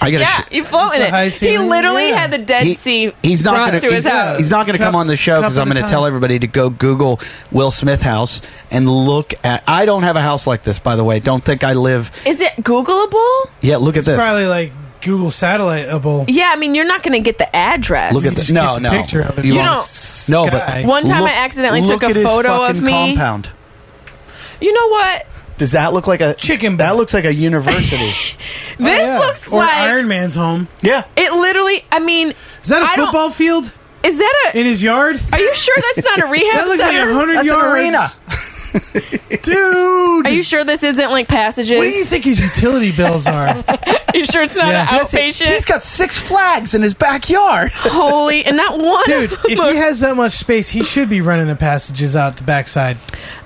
I gotta.
yeah,
sh-
you float in
a high
it. He
ceiling,
literally
yeah.
had the Dead
he-
Sea.
he's not
brought
gonna.
to his
he's,
house.
he's not gonna come
Cup-
on the show
cup
because I'm
at a
gonna
time.
tell everybody to go Google Will Smith house and look at. I don't have a house like this, by the way. Don't think I live.
Is it Googleable?
Yeah, look at this.
Probably like Google Satelliteable.
Yeah, I mean you're not gonna get the address.
Look at this.
just
No,
get the
no.
picture of it
You
from
won't-
the
No,
sky.
but
One time
look-
I accidentally
look
took a
at his
photo of
fucking
me.
Compound. Oh,
You know what?
Does that look like a
Chicken
That
butt.
looks like a university.
This looks
or
like
Iron Man's home.
yeah.
It literally, I mean,
Is that a
I don't-
football field
Is that a?
in his yard?
Are you sure that's not a rehab
That looks like
center?
a hundred
That's an
yards.
arena.
dude.
Are you sure this isn't like passages?
what do you think his utility bills are?
You sure it's not
Yeah.
an
That's
outpatient?
He's got six flags in his backyard.
Holy, and not one.
Dude,
of
if
them-
he has that much space, he should be running the passages out the backside.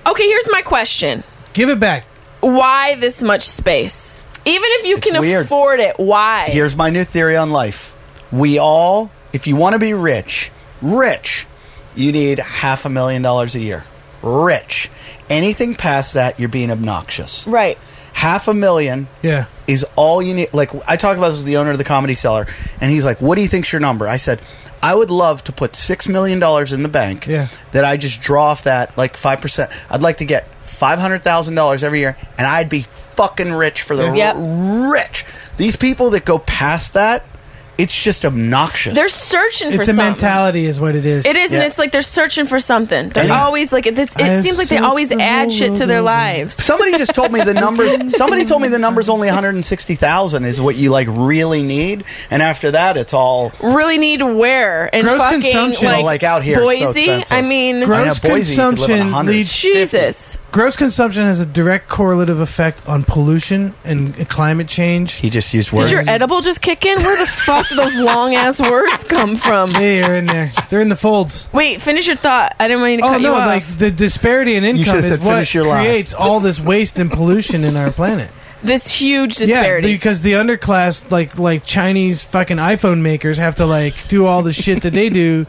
okay, here's my question:
Give it back.
Why this much space? Even if you can
weird.
afford it, why?
Here's my new theory on life. We all, if you want to be rich, rich, you need half a million dollars a year. Rich. Anything past that, you're being obnoxious.
right.
Half a million
Yeah.
is all you need. Like, I talked about this with the owner of the comedy cellar, and he's like, What do you think's your number? I said, I would love to put $6 million in the bank
Yeah.
that I just draw off that, like 5%. I'd like to get $500,000 every year, and I'd be fucking rich for the r-
Yep.
rich. These people that go past that, it's just obnoxious.
They're searching for
It's a
something.
mentality, is what it is.
It is, and
Yeah.
it's like they're searching for something. They're
Yeah.
always like it's,
I
It
have
seems like they
searched
always
the
add
whole
shit to their
world.
lives.
Somebody just told me the numbers. Somebody told me the numbers only 160,000 is what you like really need, and after that, it's all
Really need where and
Gross
fucking
consumption.
like,
Well, like out here, it's so
Boise.
expensive.
I mean,
I know
Gross
Boise, you could live on
consumption
100.
leads
Jesus.
gross consumption has a direct correlative effect on pollution and climate change.
He just used
Did
words.
your edible just kick in? Where the fuck did those long ass words come from?
They are in there. They're in the folds.
Wait, finish your thought. I didn't mean to
Oh
cut
no!
you off.
Like the disparity in income
should've
is
said,
what
"Finish your line."
creates all this waste and pollution in our planet.
this huge
Yeah,
disparity.
because the underclass, like like Chinese fucking iPhone makers, have to like do all the shit that they do,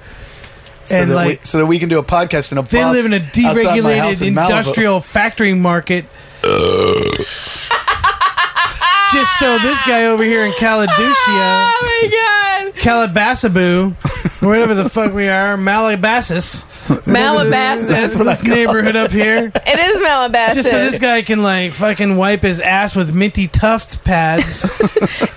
so,
and
that
like
we, so that we can do a podcast in a
they
bus
live in a
outside my house
deregulated
in Malibu.
industrial factory market. Just so this guy over here in Caladocia,
oh my god,
Calabasaboo, or whatever the fuck we are, Malabasas,
Malabasas.
that's this neighborhood up here.
it is Malabasas.
Just so this guy can like fucking wipe his ass with minty tuft pads.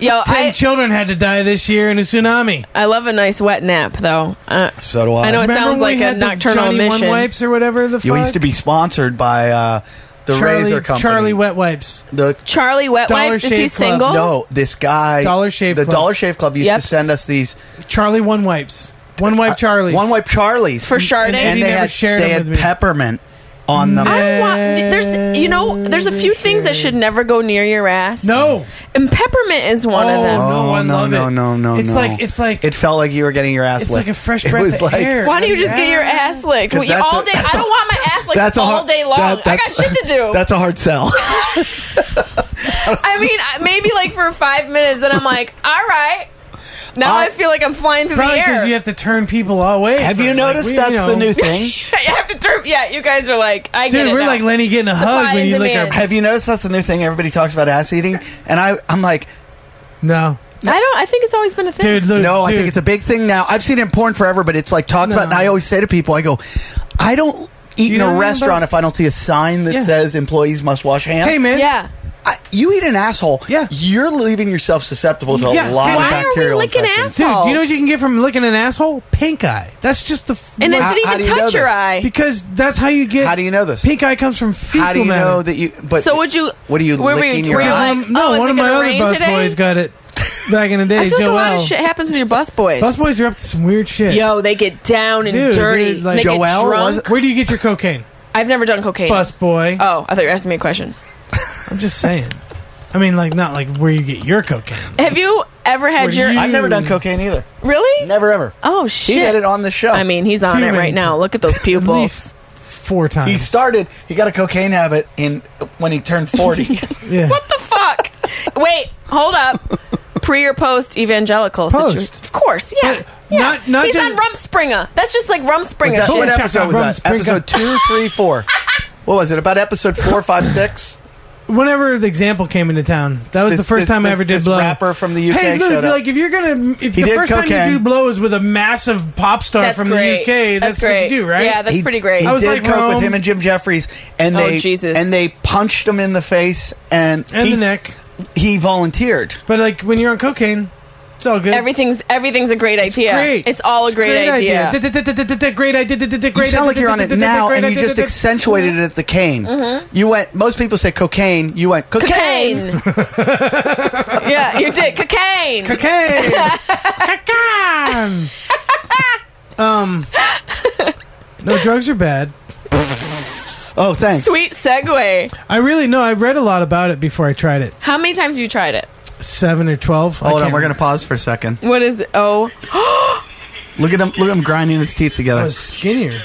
Yo,
Ten
I,
children had to die this year in a tsunami.
I love a nice wet nap though. Uh,
So do I.
I know it sounds
when
like
we
a
had the
nocturnal
Johnny
emission.
One wipes or whatever the fuck.
You used to be sponsored by uh, the
Charlie,
razor company.
Charlie Wet Wipes.
The
Charlie Wet
Dollar
Wipes. Is
Shave
he
Club.
single?
no, this guy.
Dollar Shave
The
Club.
Dollar Shave Club used
Yep.
to send us these
Charlie One Wipes. One Wipe Charlie.
Uh, one wipe Charlies
For sharding?
and,
He
they
never
had
shared
they
them
had
with me.
peppermint on them.
I want, there's you know there's a few things that should never go near your ass.
No.
and peppermint is one
oh
of them.
no, I
no,
love
no,
it.
no, no,
It's
no.
like it's like
It felt like you were getting your ass
it's
licked.
like a fresh
It
breath
was
of
like,
air.
Why don't you just get your ass licked?
'Cause
You-
that's
all
a-
day.
that's
I don't
a-
want my ass licked
That's a
all
hard-
day long.
that-
I got
that's-
shit to do.
That's a hard sell.
I mean, I- maybe like for five minutes, and I'm like, all right. Now
I-
I, feel like I'm flying through the
Probably
air.
because you have to turn people away.
Have
from
you
it.
noticed
Like, we-
that's
you know,
the new thing?
I have to turn. Yeah, you guys are like, I get
Dude,
it.
we're
now.
like Lenny getting a hug
Supply
when
and
you look
demand.
at
Have you noticed that's the new thing? Everybody talks about ass eating, and I, I'm like,
No,
I don't. I think it's always been a thing.
dude, look,
no, I
dude.
think it's a big thing now. I've seen it in porn forever, but it's like talked
No.
about. And I always say to people, I go, I don't eat
you
in
know
a
anything
restaurant
about-
if I don't see a sign that
Yeah.
says employees must wash hands.
Hey man,
yeah.
I, you eat an asshole.
Yeah.
you're leaving yourself susceptible to a
Yeah.
Why
lot of
are we
bacterial
licking
infections.
dude, do you know
Oh.
what you can get from licking an asshole? Pink eye. That's just the f-
And it
How-
didn't
how
even
do you know
touch your
this?
eye.
because that's how you get.
How do you know this?
Pink eye comes from fecal
How do you
matter.
know that you? But
So would you?
What are you
were we-
licking
were
your
you
eye?
like,
Um, no,
oh,
one
is it
of my
gonna
other
rain
bus
today?
boys got it back in the day.
I feel like a lot
Joel.
of shit happens with your bus boys.
Bus boys are up to some weird shit.
Yo, they get down and
Dude,
dirty.
dude, like-
they get
Joelle was-
drunk.
Where do you get your cocaine?
I've never done cocaine.
Bus boy.
Oh, I thought you were asking me a question.
I'm just saying. I mean, like not like where you get your cocaine.
Have you ever had
Where
your
you-
I've never done cocaine either.
really?
Never ever.
Oh
He
shit!
did it on the show.
I mean, he's on
Oh, Too
it
many
right now.
times.
Look at those
At
pupils.
least four times.
he started. He got a cocaine habit in when he turned forty.
yeah.
What the fuck? Wait, hold up. Pre or post evangelical
Post.
situation? Of course, yeah.
But
yeah.
not- not
he's
just-
on Rumspringa. That's just like Rumspringa.
Is that-
shit.
what
Check
episode
out Rum
was that?
Sprinkle.
Episode two, three, four. What was it? About episode four, five, six.
Whenever the example came into town, that was
This-
the first
this-
time I
this-
ever did
this
blow.
rapper from the UK
Hey, look,
showed up.
like if you're gonna, if
He
the
did
first time
cocaine.
you do blow is with a massive pop star
That's
from
great.
the UK, that's,
great.
what you do, right?
Yeah, that's
He-
pretty great.
He
I was
did
like um,
coke
Rome.
with him and Jim Jeffries, and
Oh,
they
Jesus.
and they punched him in the face and
and
he,
the neck.
He volunteered.
But like when you're on cocaine, it's all good.
everything's everything's a great idea.
Great.
It's all a great, idea.
idea. Great idea.
You
Great
sound like you're on it now, and you just
accept.
accentuated it at the cane. You went. Most people say cocaine. You went cocaine.
Mm-hmm. Cocaine. yeah, you did cocaine.
Cocaine. Cocaine. Um. No, drugs are bad.
Oh, thanks.
Sweet segue.
I really know. I read a lot about it before I tried it.
How many times have you tried it?
Seven or twelve. I
Hold on,
can't
we're gonna
remember.
pause for a second.
What is it? Oh,
Look at him. Look at him grinding his teeth
I
together.
was skinnier.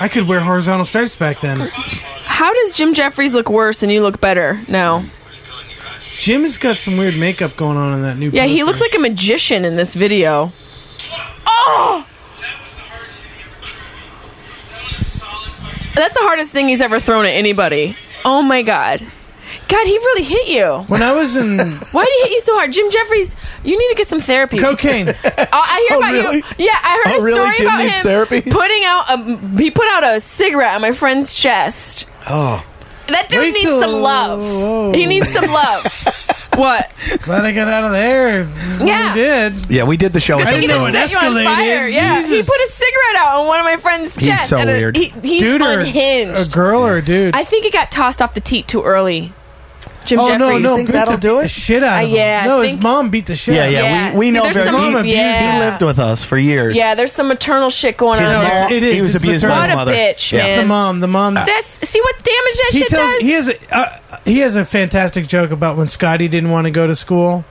I could wear horizontal stripes back then.
how does Jim Jeffries look worse and you look better now?
Jim's got some weird makeup going on in that new.
Yeah, he
poster.
looks like a magician in this video. Oh, that's the hardest thing he's ever thrown at anybody. Oh my god, God, he really hit you.
When I was in
Why did he hit you so hard, Jim Jeffries? You need to get some therapy.
cocaine,
Oh, I hear
Oh,
about
really?
you. Yeah, I heard
Oh,
a
really?
story
Jim
about
needs
him
therapy?
putting out a he put out a cigarette on my friend's chest.
Oh,
That dude
Wait
needs
till-
some love.
whoa.
He needs some love. what?
glad I got out of there.
Yeah.
I did.
yeah. We did the show.
I
with
didn't
him.
know it
Set you on
escalated.
fire. Yeah, he
Jesus.
put a cigarette out on one of my friend's
He's
chest.
so
and it-
weird.
he, he's
dude or
unhinged.
a girl or a dude.
I think he got tossed off the teat too early. Jim
Oh no,
Jeffries.
no,
think
beat
that'll
the
do it?
Shit out of
Uh, yeah,
him.
I
No,
think-
his mom beat the shit.
Yeah,
out
yeah.
of him.
Yeah.
We, we
See,
know
there's
very
some-
he, abused-
yeah.
he lived with us for years.
Yeah, there's some maternal shit going
His
on.
it's-
mom,
it is,
He was
it's
abused by his
maternal.
mother.
What a bitch,
Yeah.
man.
It's the mom. The mom.
That's see what damage that
he
shit
tells
does.
he has a, uh, he has a fantastic joke about when Scotty didn't want to go to school,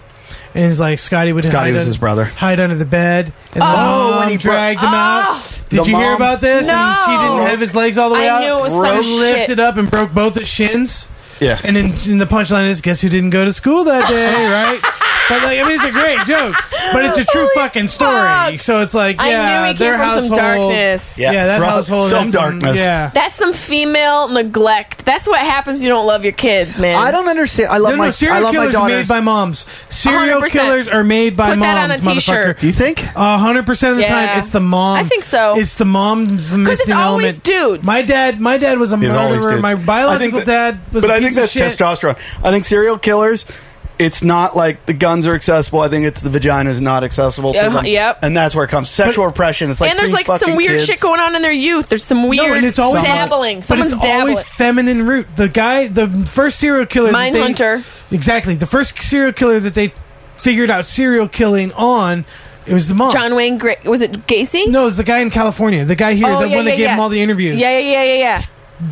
and he's like Scotty would
Scotty
hide
was
un-
his brother.
hide under the bed, and the
Oh,
mom
when he bro-
dragged him
Oh.
out. Did
The
you hear
mom-
about this? And she
No.
didn't have his legs all the way
I
out.
knew it was
Bro
some
lifted
shit.
up and broke both his shins.
Yeah.
And then and the punchline is, guess who didn't go to school that day, right? But like, I mean, it's a great joke, but it's a true
Holy
fucking story.
fuck.
So it's like,
I
yeah,
knew he
their
came from some
household,
darkness.
Yeah,
Yeah,
that
from
household,
some
had
darkness.
Yeah,
That's some female neglect. That's what happens. You don't love your kids, man.
I don't understand. I love
No, no,
my I
serial
love my
killers are made
daughters.
by moms. Serial
100%.
killers are made by
Put that on
moms,
a t-shirt.
motherfucker.
Do you think?
A hundred percent of the
Yeah.
time, it's the mom.
I think so.
It's the mom's missing
it's always
element.
dudes.
My dad, my dad was a
He's always
murderer.
dudes.
My biological
I think that-
dad was
But
a
I
piece
think that's
of shit.
testosterone. I think serial killers. It's not like the guns are accessible. I think it's the vagina is not accessible to
Yeah,
them.
yep.
And that's where it comes. Sexual oppression. It's like
and there's
three
like some
fucking
weird
kids.
shit going on in their youth. There's some weird
No, and it's always
dabbling.
But
Someone's
it's
dabbling.
always feminine root. The guy, the first serial killer, that they-
Mindhunter.
Exactly, the first serial killer that they figured out serial killing on, it was the mom.
John Wayne Gra- was it Gacy?
No, it was the guy in California. The guy here,
Oh,
the
yeah,
one
yeah,
that gave
yeah.
him all the interviews.
Yeah, yeah, yeah, yeah, yeah.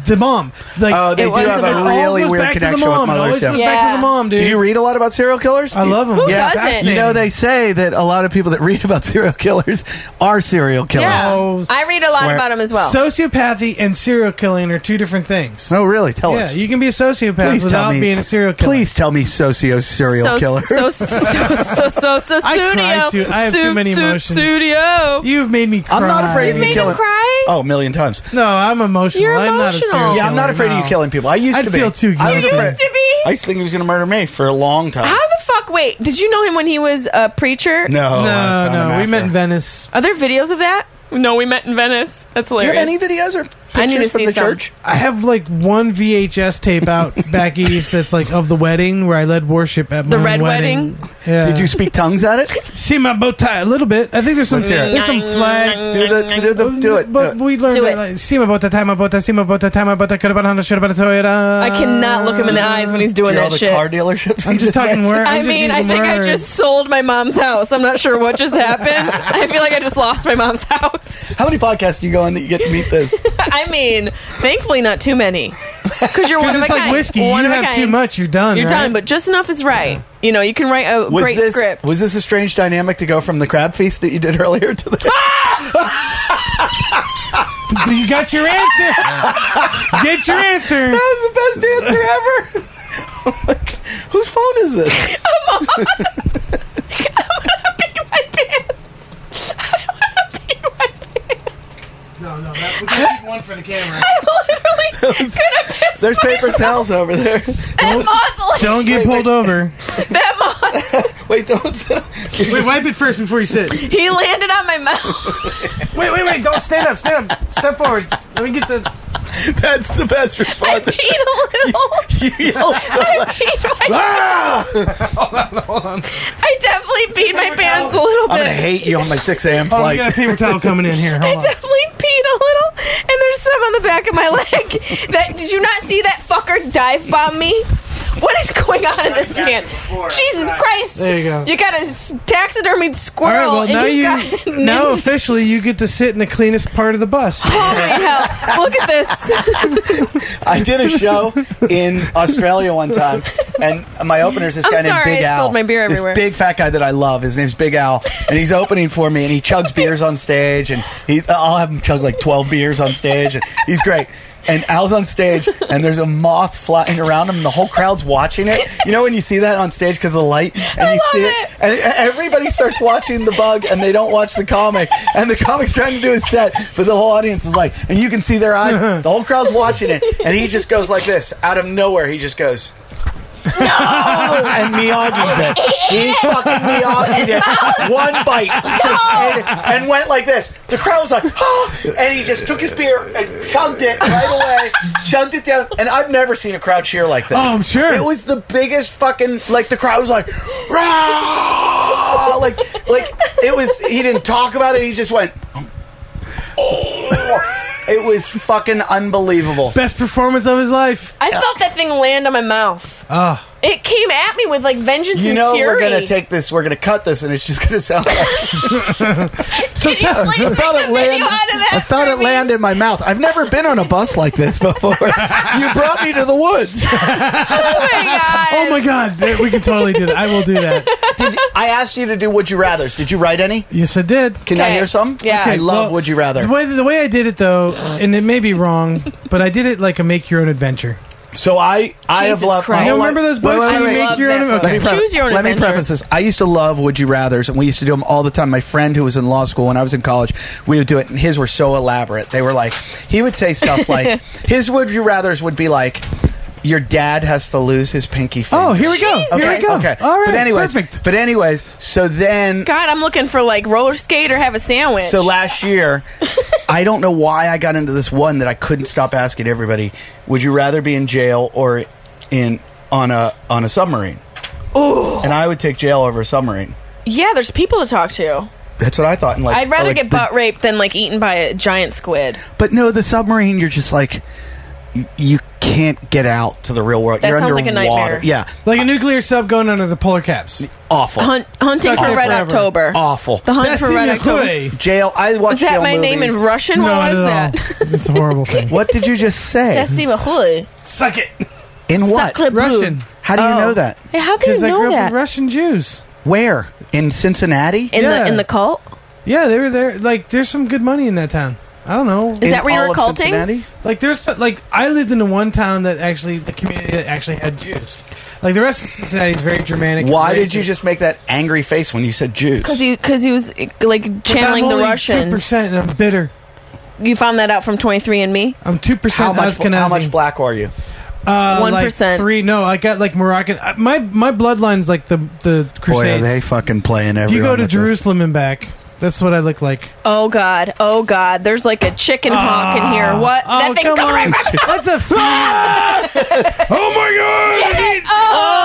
the mom. Like,
Oh, they
It
do
was
have
a
a
mom.
really
goes
weird
back to the
connection
mom.
with
It
mother.
always goes
stuff.
back
Yeah.
to the mom, dude.
Do you read a lot about serial killers?
I love them.
Who Yeah. doesn't?
You know, they say that a lot of people that read about serial killers are serial killers.
Yeah.
Oh.
I read a lot
Swear.
about him as well.
Sociopathy and serial killing are two different things.
Oh, really? Tell
Yeah,
us.
you can be a sociopath
Please tell
without
me.
being a serial killer.
Please tell me socio serial
so,
killer.
So, so, so, so, so, so
I
studio.
cry too. I have too many emotions.
Studio. You
You've made me cry.
I'm not afraid of you
made
killing.
him cry?
Oh, a million times.
No, I'm emotional.
You're
I'm not a serial
emotional.
killer.
Yeah, I'm not afraid of
no.
you killing people. I used
I'd
to be.
feel too
I was
guilty. You
afraid.
used to be?
I used to think he was going to murder me for a long time.
How the fuck? Wait, did you know him when he was a preacher?
No, I
No,
found him
no, we
after.
met in Venice.
Are there videos of that? No, we met in Venice. That's
Do you
hilarious.
have any videos or pictures
I need to
from
see
the
some.
church?
I have like one VHS tape out back east that's like of the wedding where I led worship at
The
my own
red
wedding. Yeah.
Did you speak tongues at it?
see my bow tie a little bit? I think there's some
Let's hear it.
there's some flag
Do the do the do it.
But
do it.
we learned
Do
that,
it.
like, see about the time about the see about the time about the could have been should have been
I cannot look him in the eyes when he's
Do
doing
all
that
the
shit.
car dealerships.
I'm just talking words.
I mean, I think I just sold my mom's house. I'm not sure what just happened. I feel like I just lost my mom's house.
How many podcasts do you go on that you get to meet this?
I mean, thankfully, not too many. Because you're one
because
of
it's
a
like
kind.
whiskey.
One
you
of a
have
kind.
too much. You're done.
You're
right?
done, but just enough is right. You know, you can write a great
this,
script.
Was this a strange dynamic to go from the crab feast that you did earlier to the?
you got your answer. Get your answer.
That's the best answer ever. Whose phone is this?
No, no, that, we can keep one for the camera.
There's paper towels over there.
Don't get pulled over.
Wait, don't. sit up.
Wait, wipe it first before you sit. Wait,
he landed on my mouth.
wait, wait! Don't stand up. Stand up. Step forward. Let me get the.
That's the best
I
response.
peed a little.
you yell "Ah!" so
I peed my, I definitely peed my pants a little
I'm gonna
bit.
hate you on my 6 a.m.
Oh, we got
flight.
a paper towel coming in here.
I
Hold on.
definitely peed a little, and there's some on the back of my leg. That did you not see that fucker dive bomb me? What is going on in this man? Jesus Christ!
There you go.
You got a s- taxidermied
All right.
squirrel,
Well,
and
now
you, got
you now officially you get to sit in the cleanest part of the bus.
Holy hell! Look at this.
I did a show in Australia one time, and my opener is this
I'm
guy named
sorry,
Big
I
Al.
spilled my beer everywhere.
This big fat guy that I love. His name's Big Al, and he's opening for me, and he chugs beers on stage, and he I'll have him chug like 12 beers on stage, and he's great. And Al's on stage, and there's a moth flying around him, and the whole crowd's watching it. You know when you see that on stage because of the light, and you see
love
it,
it.
and e, everybody starts watching the bug, and they don't watch the comic, and the comic's trying to do his set, but the whole audience is like, and you can see their eyes. The whole crowd's watching it, and he just goes like this out of nowhere. He just goes. and Miyagi's it. He fucking Miyagi'd it. One bite. Just ate it and went like this. The crowd was like, oh, and he just took his beer and chugged it right away, chugged it down. And I've never seen a crowd cheer like that.
Oh, I'm sure.
It was the biggest fucking, like, the crowd was like, "Rah!" like, like, it was, he didn't talk about it. He just went, oh. It was fucking unbelievable.
Best performance of his life.
I felt that thing land on my mouth.
Oh,
It came at me with like vengeance
You
and
know
fury.
we're gonna take this. We're gonna cut this, and it's just gonna sound. like...
so
Can you
tell-
please
I felt
take
it
the
land.
video out of that
I felt
for
it
me?
land in my mouth. I've never been on a bus like this before. you brought me to the woods.
Oh my god!
oh my god, th- we can totally do that. I will do that.
I asked you to do Would You Rather's. Did you write any?
Yes, I did.
Can I
Okay.
hear some?
Yeah.
I
Okay,
love
well,
Would You Rather.
The way, the way I did it though, and it may be wrong, but I did it like a make your own adventure.
So I, I have
Jesus
loved.
Christ.
my
You
whole
don't remember
life-
those
Wait,
books?
wait,
where
wait,
you
wait.
I
make your
love
own.
that
Okay.
book. Choose your own
Let me
adventure.
preface this. I used to love Would You Rather's, and we used to do them all the time. My friend who was in law school when I was in college, we would do it, and his were so elaborate. They were like, he would say stuff like, his Would You Rather's would be like, your dad has to lose his pinky finger.
Oh, here we go. Here we
Okay,
go.
Okay.
All right.
But anyways,
perfect.
But anyways, so then,
god! I'm looking for like roller skate or have a sandwich.
so last year, I don't know why I got into this one that I couldn't stop asking everybody. Would you rather be in jail or in on a on a submarine? Ooh. And I would take jail over a submarine.
yeah, there's people to talk to.
That's what I thought. And like,
I'd rather
Oh, like
get
the-
butt raped than like eaten by a giant squid.
But no, the submarine, you're just like, y- you can't get out to the real world.
That
you're
sounds like a
underwater.
nightmare.
Yeah,
like a nuclear sub going under the polar caps.
awful,
Hunt, hunting
Stuck
for
there
Red
forever.
October.
awful.
The hunt for
Sassy
Red October.
Nikoi.
jail. I watched
Was that
jail
my name in
movies.
Russian?
No,
what
not
was
at
that?
all. It's a horrible thing.
What did you just say?
Sassy Nikoi.
Suck it.
in what?
Sacre bleu.
Russian.
How do you know that?
Oh. Hey, how do you
Because I
know
grew up
that?
with Russian Jews.
Where? In Cincinnati?
in
Yeah.
the in the cult?
Yeah, they were there. Like, there's some good money in that town. I don't know.
Is that where you
all
were
of
culting?
Cincinnati?
Like there's like I lived in the one town that actually the community that actually had Jews. Like the rest of Cincinnati is very Germanic.
Why
and
did you
racist.
just make that angry face when you said Jews?
Because he because he was eh, like
But
channeling
I'm
the
only
Russians.
2% and I'm bitter.
You found that out from 23andMe.
I'm two
how
percent
much?
Ashkenazi.
How much black are you?
Uh, like
1%.
three. No, I got like Moroccan. uh, My my bloodline's like the the
Boy, are
Crusades.
they fucking playing
if
everyone.
you go to
with this.
Jerusalem and back, that's what I look like.
Oh god, oh god. There's like a chicken hawk in here. What?
Oh,
that thing's
come
coming right
on.
back.
That's a. F- oh my god!
Oh!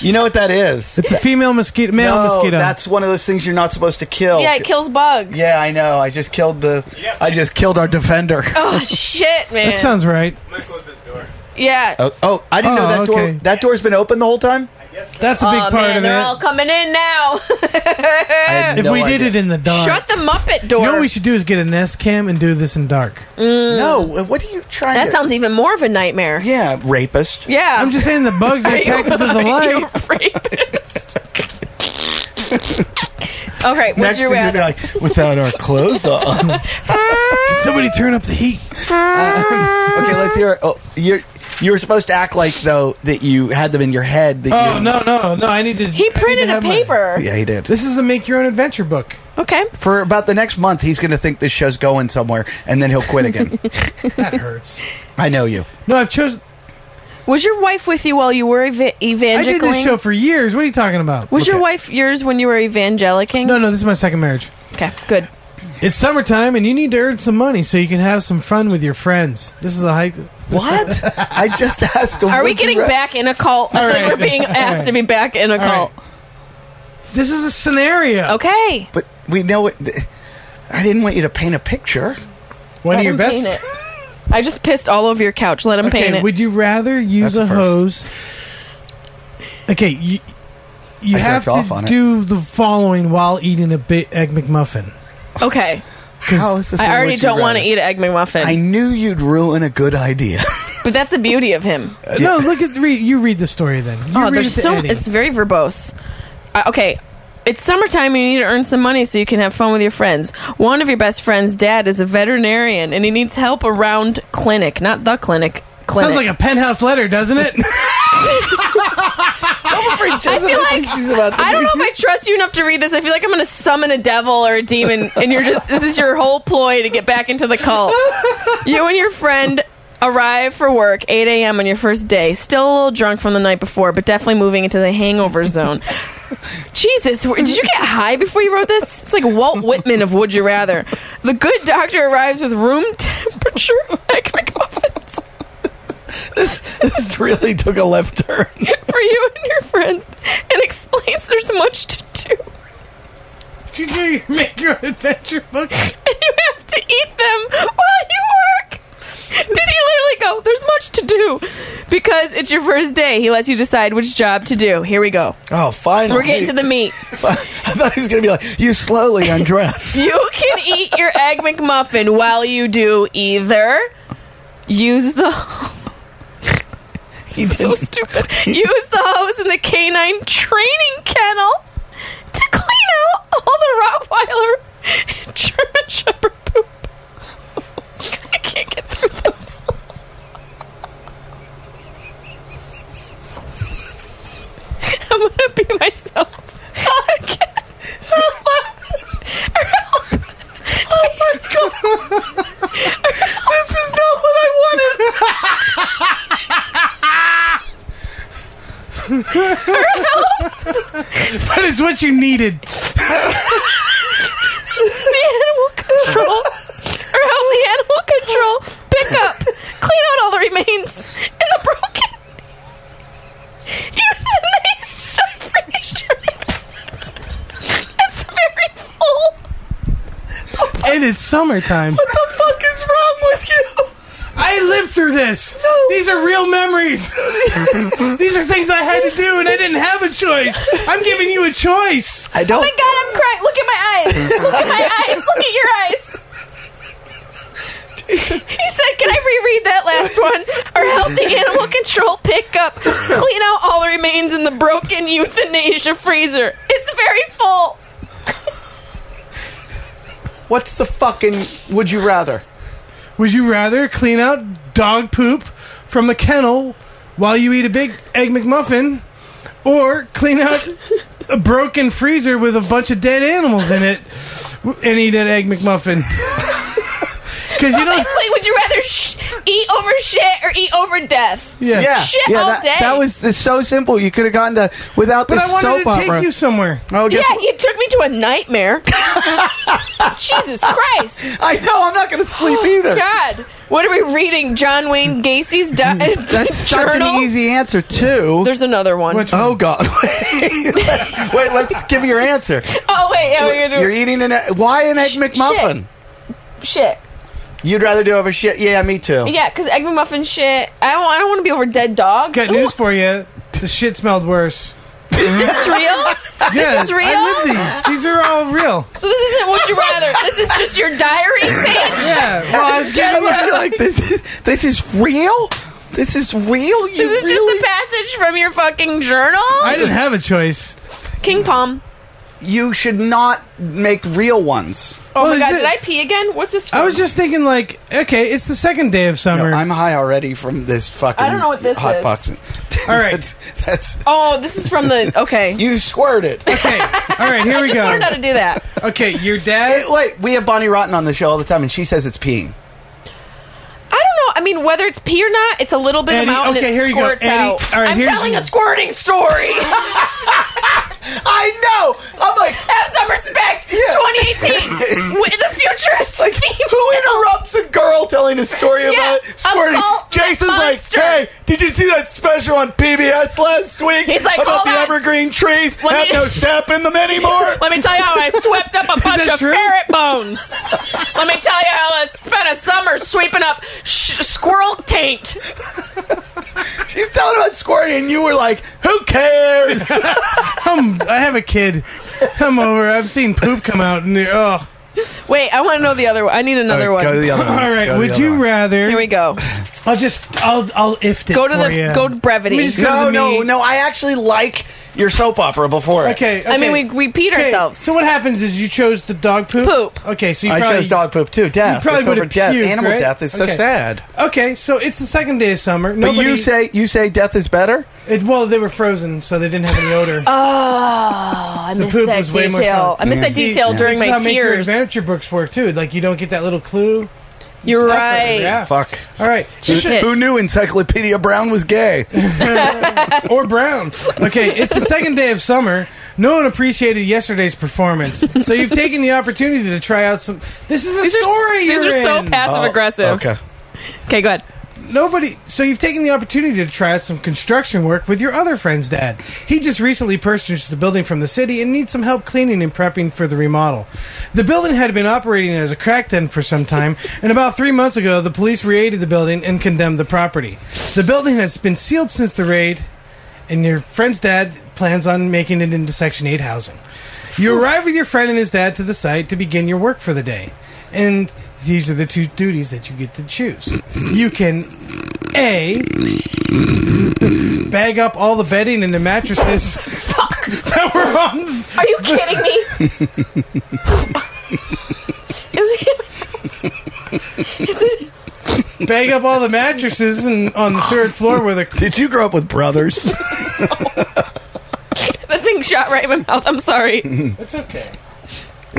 you know what that is?
It's a female mosquito, male
no,
mosquito.
that's one of those things you're not supposed to kill.
Yeah, it kills bugs.
Yeah, I know. I just killed the. I just killed our defender.
Oh
Oh,
shit, man.
that sounds right.
yeah.
oh, I didn't know
Oh,
that
okay.
door. That door's been open the whole time.
That's a big
oh
part
man,
of
they're
it.
all coming in now.
I had
if
no
we
idea.
did it in the dark,
Shut the Muppet door. Mm.
you know what we should do is get a nest cam and do this in dark.
no. What are you trying?
that
to,
sounds even more of a nightmare.
Yeah, rapist.
Yeah.
I'm just saying the bugs are
Are you-
attracted to the
are you
light.
afraid? okay, what's
Next
your
thing you'd
rather?
be like, without our clothes on.
Somebody turn up the heat.
Okay, let's hear. Oh, you're you were supposed to act like though that you had them in your head. That
Oh
you,
no no no! I need to. I
he
need to
printed a
have my-
paper.
Yeah, he did.
This is a make your own adventure book.
Okay.
For about the next month, he's going to think this show's going somewhere, and then he'll quit again.
That hurts.
I know you.
No, I've chosen.
Was your wife with you while you were eva-
I
evangeling?
did this show for years. What are you talking about?
Was your
Okay.
wife yours when you were evangelicating?
No, no, this is my second marriage.
Okay, good.
It's summertime, and you need to earn some money so you can have some fun with your friends. This is a hike.
What? I just asked him.
Are we
would you
getting
ra-
back in a cult? I think
right.
we're being asked
right.
to be back in a
All
cult.
This is a scenario.
Oh. Okay.
But we know it. th- I didn't want you to paint a picture.
One of your
him
best.
paint it. I just pissed all over your couch. Let him paint
Okay,
it.
would you rather use
That's a
a hose? Okay, you, you
I
have
jerked off on
to
it.
do the following while eating a big egg McMuffin.
okay.
'Cause
How is this?
I
a
already
would you
don't want to
rather?
eat an egg McMuffin.
I knew you'd ruin a good idea.
but that's the beauty of him.
Uh, No, look at read, you read the story then. You
oh,
read
there's
it to
so
Eddie.
it's very verbose. Uh, okay. It's summertime. You need to earn some money so you can have fun with your friends. One of your best friends' dad is a veterinarian, and he needs help around clinic, not the clinic. Clinic.
sounds like a penthouse letter, doesn't it?
I
feel like-
she's about to
I don't
do-
know if I trust you enough to read this. I feel like I'm going to summon a devil or a demon, and you're just this is your whole ploy to get back into the cult. You and your friend arrive for work 8 a.m. on your first day, still a little drunk from the night before, but definitely moving into the hangover zone. Jesus, wh- did you get high before you wrote this? It's like Walt Whitman of Would You Rather. The good doctor arrives with room temperature egg McMuffins.
This really took a left turn.
for you and your friend and explains there's much to do.
you do your make your own adventure book.
And you have to eat them while you work. Did he literally go, there's much much to do because it's your first day. He lets you decide which job to do. Here we go.
Oh, finally.
We're getting to the meat.
I thought he was going to be like, you slowly undress.
You can eat your egg McMuffin while you do either use the
he
so
didn't.
stupid use the hose in the canine training kennel to clean out all the Rottweiler and German Shepherd poop. I can't get through this. I'm gonna be myself. I can't.
But it's what you needed.
the animal control or help the animal control pick up, clean out all the remains and the broken euthanized furniture. It's very full.
And it's summertime. What the fuck is wrong with you? I lived through this. These are real memories. These are things I had to do, and I didn't have a choice. I'm giving you a choice.
I don't.
Oh My God, I'm crying. Look at my eyes. Look at my eyes. Look at your eyes. He said, "Can I reread that last one?" Or help the animal control pick up, clean out all the remains in the broken euthanasia freezer. It's very full.
What's the fucking would you rather?
Would you rather clean out dog poop from the kennel while you eat a big egg McMuffin, or clean out a broken freezer with a bunch of dead animals in it and eat an egg McMuffin? Because you don't.
Basically, would you rather sh- eat over shit or eat over death?
Yeah,
Shit
yeah.
all
that,
day.
that was it's so simple. You could have gone to without
But
this
I wanted
soap
to take
opera.
you somewhere.
oh, guess
Yeah, you took me to a nightmare. Jesus Christ. Oh,
I know. I'm not going to sleep either.
God. What are we reading? John Wayne Gacy's di-
Mm, That's such
journal?
an easy answer too.
There's another one.
Which-
oh God! wait, wait, let's give your answer.
oh, wait. Yeah, we're going
You're
to
eating an egg, why an egg McMuffin?
do shit.
You'd rather do over shit? Yeah, me too.
Yeah, because Egg McMuffin shit. I don't, I don't want to be over dead dog.
Got news for you. The shit smelled worse.
It's real.
Yeah,
This is real?
I live these. These are all real.
So this isn't what you rather. This is just your diary page.
Yeah.
Oh,
Well, I was
Just
You're
a-
like this is this is real. This is real. You
this is
really
just a passage from your fucking journal.
I didn't have a choice.
King Palm.
you should not make real ones.
Oh
Well,
my
is
god,
it-
did I pee again? What's this for?
I was just thinking, like, okay, it's the second day of
No,
summer.
I'm high already from this fucking.
I don't know what this
hot
is.
boxing.
All right.
that's, that's
Oh, this is from the okay.
you squirted.
okay, all right, here we
I learned how
go.
to do that.
Okay, your dad.
Wait, we have Bonnie Rotten on the show all the time, and she says it's peeing.
I don't know. I mean, whether it's pee or not, it's a little bit
Eddie,
amount and
okay,
it
here you go.
squirts
Eddie,
out.
all right,
I'm
here's
telling
your-
a squirting story.
I know. I'm like,
Have some respect. 2018. With the future is
like
female.
who interrupts a girl telling a story
Yeah,
about squirting?
a cult
Jason's like,
monster.
hey, did you see that special on PBS last week?
He's like,
about
"Hold
the
on."
evergreen trees
Let
have
me-
no sap in them anymore.
Let me tell you how I swept up a bunch
that
of
true?
ferret bones. Let me tell you how I spent a summer sweeping up sh- squirrel taint.
She's telling about squirting, and you were like, who cares?
I'm, I have a kid. Come over. I've seen poop come out. And oh,
Wait, I want to know the other one. I need another one.
Go to the other one.
all
Oh, Go
right.
to
Would
the other
you
one.
rather?
Here we go.
I'll just. I'll. I'll ift it
Go to
for
the
you.
go to brevity.
Let me just go
No,
to the
no,
meat.
no. I actually like your soap opera before. it.
Okay,
I mean,
okay.
we repeat
Okay,
ourselves.
So what happens is you chose the dog poop.
Poop.
Okay, so you
I
probably,
chose dog poop too. Death.
probably
It's over
would've
death.
puked,
Animal
right?
death is so
Okay.
sad.
Okay, so it's the second day of summer.
But
Nobody,
you say you say death is better.
it, well they were frozen, so they didn't have any odor.
Oh, I missed
poop
that
was way more
detail. I
fun.
missed that
See,
detail during
this is
my
how Make your
tears.
adventure books work too. Like you don't get that little clue.
You're
Suffer,
right.
Yeah.
Fuck.
All right.
Shit.
Who knew Encyclopedia Brown was gay?
or brown. Okay, it's the second day of summer. No one appreciated yesterday's performance, so you've taken the opportunity to try out some. This is a
These are,
story.
these
you're
are so
in.
passive aggressive.
Okay.
Okay, go ahead.
nobody. So you've taken the opportunity to try out some construction work with your other friend's dad. He just recently purchased the building from the city and needs some help cleaning and prepping for the remodel. The building had been operating as a crack den for some time, and about three months ago, the police raided the building and condemned the property. The building has been sealed since the raid, and your friend's dad plans on making it into Section 8 housing. You arrive with your friend and his dad to the site to begin your work for the day. And these are the two duties that you get to choose. You can A bag up all the bedding and the mattresses that were on
Are you kidding me? is it? Is it?
bag up all the mattresses and on the third floor where the
Did you grow up with brothers?
The thing shot right in my mouth. I'm sorry.
It's okay.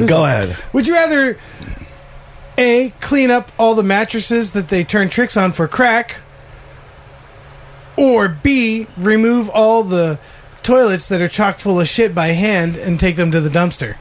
Go ahead.
Would you rather A clean up all the mattresses that they turn tricks on for crack or B remove all the toilets that are chock full of shit by hand and take them to the dumpster?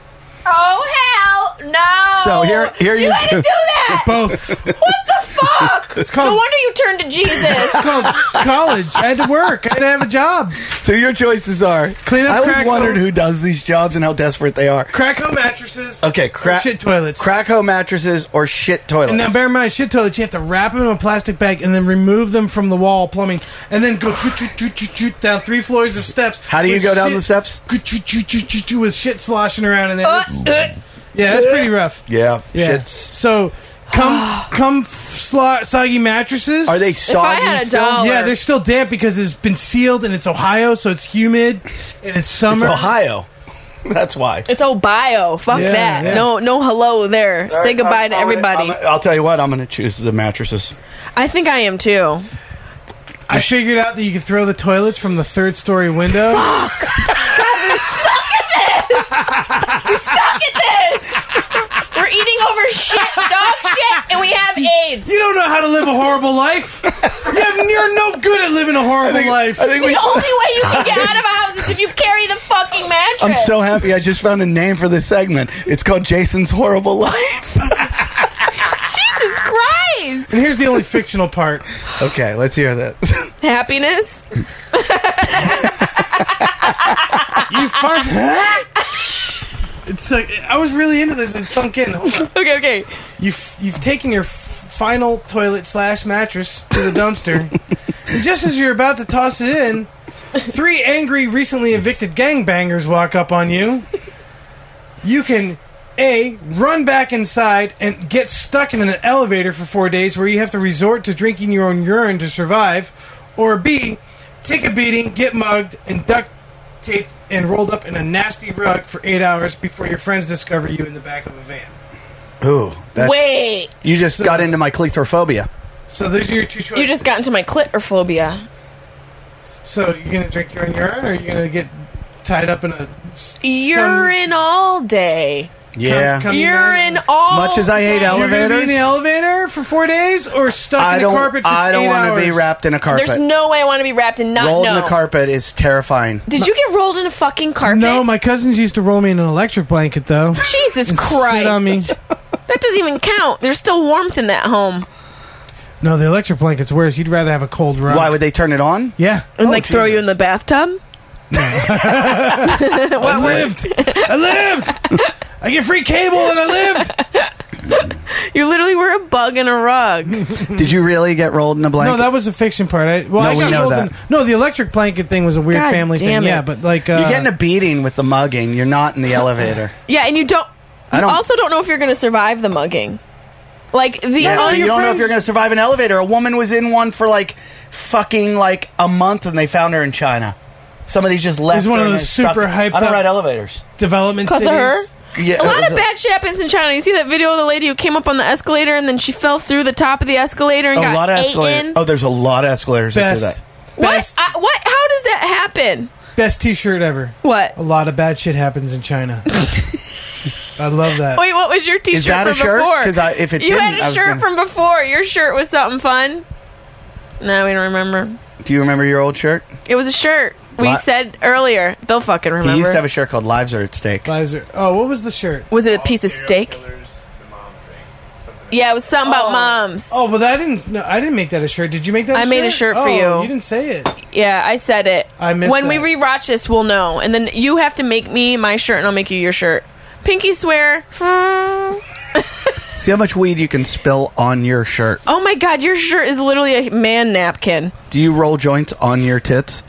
Oh hell no!
So here- here you
had to
go.
do that.
Both.
What the fuck?
It's called-
no wonder you turned to Jesus.
called college. I had to work. I had to have a job.
So your choices are
Clean up
I always
crack
wondered
hole.
who does these jobs and how desperate they are.
Crack home mattresses.
Okay, cra-
Shit toilets.
Crack hole mattresses or shit toilets.
And now bear in mind, shit toilets, you have to wrap them in a plastic bag and then remove them from the wall plumbing and then go choo- choo- choo- choo- choo down three floors of steps.
How do you
with
go down
shit-
the steps?
choo- choo- choo- choo- choo- choo With shit sloshing around in there.
Uh,
That's-
uh,
yeah, that's pretty rough.
yeah,
Yeah.
shits.
So come, come f- slo- soggy mattresses.
Are they
if I
soggy
had a
still?
dollar,
Yeah, they're still damp because it's been sealed and it's Ohio, so it's humid and it's
It's
summer.
Ohio. That's why.
it's Ohio. Fuck
Yeah,
that.
yeah.
No, no, hello there. Say goodbye to
I'm- I'm-
everybody.
I'm- I'll tell you what. I'm going to choose the mattresses.
I think I am too.
I figured out that you could throw the toilets from the third story window.
Look at this. We're eating over shit, dog shit, and we have AIDS.
You don't know how to live a horrible life. you have, you're no good at living a horrible life.
I think we.
The only way you can get out of a house is if you carry the fucking mattress.
I'm so happy. I just found a name for this segment. It's called Jason's Horrible Life.
Jesus Christ!
and here's the only fictional part.
Okay, let's hear that.
Happiness.
You fuck. it's like I was really into this. It sunk in. Hold on.
Okay, okay.
You've you've taken your f- final toilet slash mattress to the dumpster, and just as you're about to toss it in, three angry recently evicted gangbangers walk up on you. You can a run back inside and get stuck in an elevator for four days, where you have to resort to drinking your own urine to survive, or b take a beating, get mugged, and duct taped and rolled up in a nasty rug for eight hours before your friends discover you in the back of a van.
Ooh, that's,
Wait.
you just got into my clethrophobia.
So those are your two choices.
You just got into my clitterphobia.
So you're gonna drink your own urine, or you're gonna get tied up in a s-
Urine all day.
Yeah,
cum- cum
Urine
bag?
all
much as I hate
day.
You're gonna be in the
elevators.
elevator for four days, or stuck
I
in the
don't.
carpet for
I don't
eight
want to be
hours?
wrapped in a carpet.
There's no way I want to be wrapped in not
Rolled
know.
in the carpet is terrifying.
Did you get rolled in a fucking carpet?
No, my cousins used to roll me in an electric blanket though.
Jesus Christ.
Sit on me.
That doesn't even count. There's still warmth in that home.
No, the electric blanket's worse. You'd rather have a cold rug.
Why would they turn it on?
Yeah,
And
Oh,
like throw you in the
Jesus.
bathtub?
I lived. I lived. I get free cable, and I lived.
You literally were a bug in a rug.
Did you really get rolled in a blanket?
No, that was a fiction part. I, well,
No,
I
we
got
know
rolled
that.
in- no, the electric blanket thing was a weird
God
family thing.
damn it.
Yeah, but like uh,
You're getting a beating with the mugging. You're not in the elevator.
yeah, and you don't
I don't.
also don't know if you're going to survive the mugging. Like the
yeah,
all
you
your
don't know if
friends-
you're going to survive an elevator. A woman was in one for like fucking like a month, and they found her in China. Somebody just left.
It's one
her
of
and
those
they stuck
super
her-
hyped
I don't
up-
ride elevators.
development
'Cause of
cities.
her?
Yeah,
a lot of bad shit happens in China. You see that video of the lady who came up on the escalator and then she fell through the top of the escalator and
A
got
lot of
ate
escalators.
in.
Oh, there's a lot of escalators that do
Best,
that.
what?
best,
I, what? How does that happen?
best T-shirt ever.
What?
A lot of bad shit happens in China. I love that.
Wait, what was your T-shirt
Is that
from
a shirt?
before?
'Cause I- if it
you had
didn't,
a
I was
shirt
gonna-
from before. Your shirt was something fun. No, we don't remember.
Do you remember your old shirt?
It was a shirt. We
Lot-
said earlier. They'll fucking remember.
He used to have a shirt called "Lives Are at Stake."
Lives are- oh, what was the shirt?
was it a piece of steak?
Killers, the mom thing, something
Yeah, it was something about moms.
Oh, but I didn't. No, I didn't make that a shirt. Did you make that?
I
a
made a shirt for
Oh,
you.
You didn't say it.
Yeah, I said it.
I missed
when
that.
we rewatch this, we'll know, and then you have to make me my shirt, and I'll make you your shirt. Pinky swear.
See how much weed you can spill on your shirt.
Oh my god, your shirt is literally a man napkin.
Do you roll joints on your tits?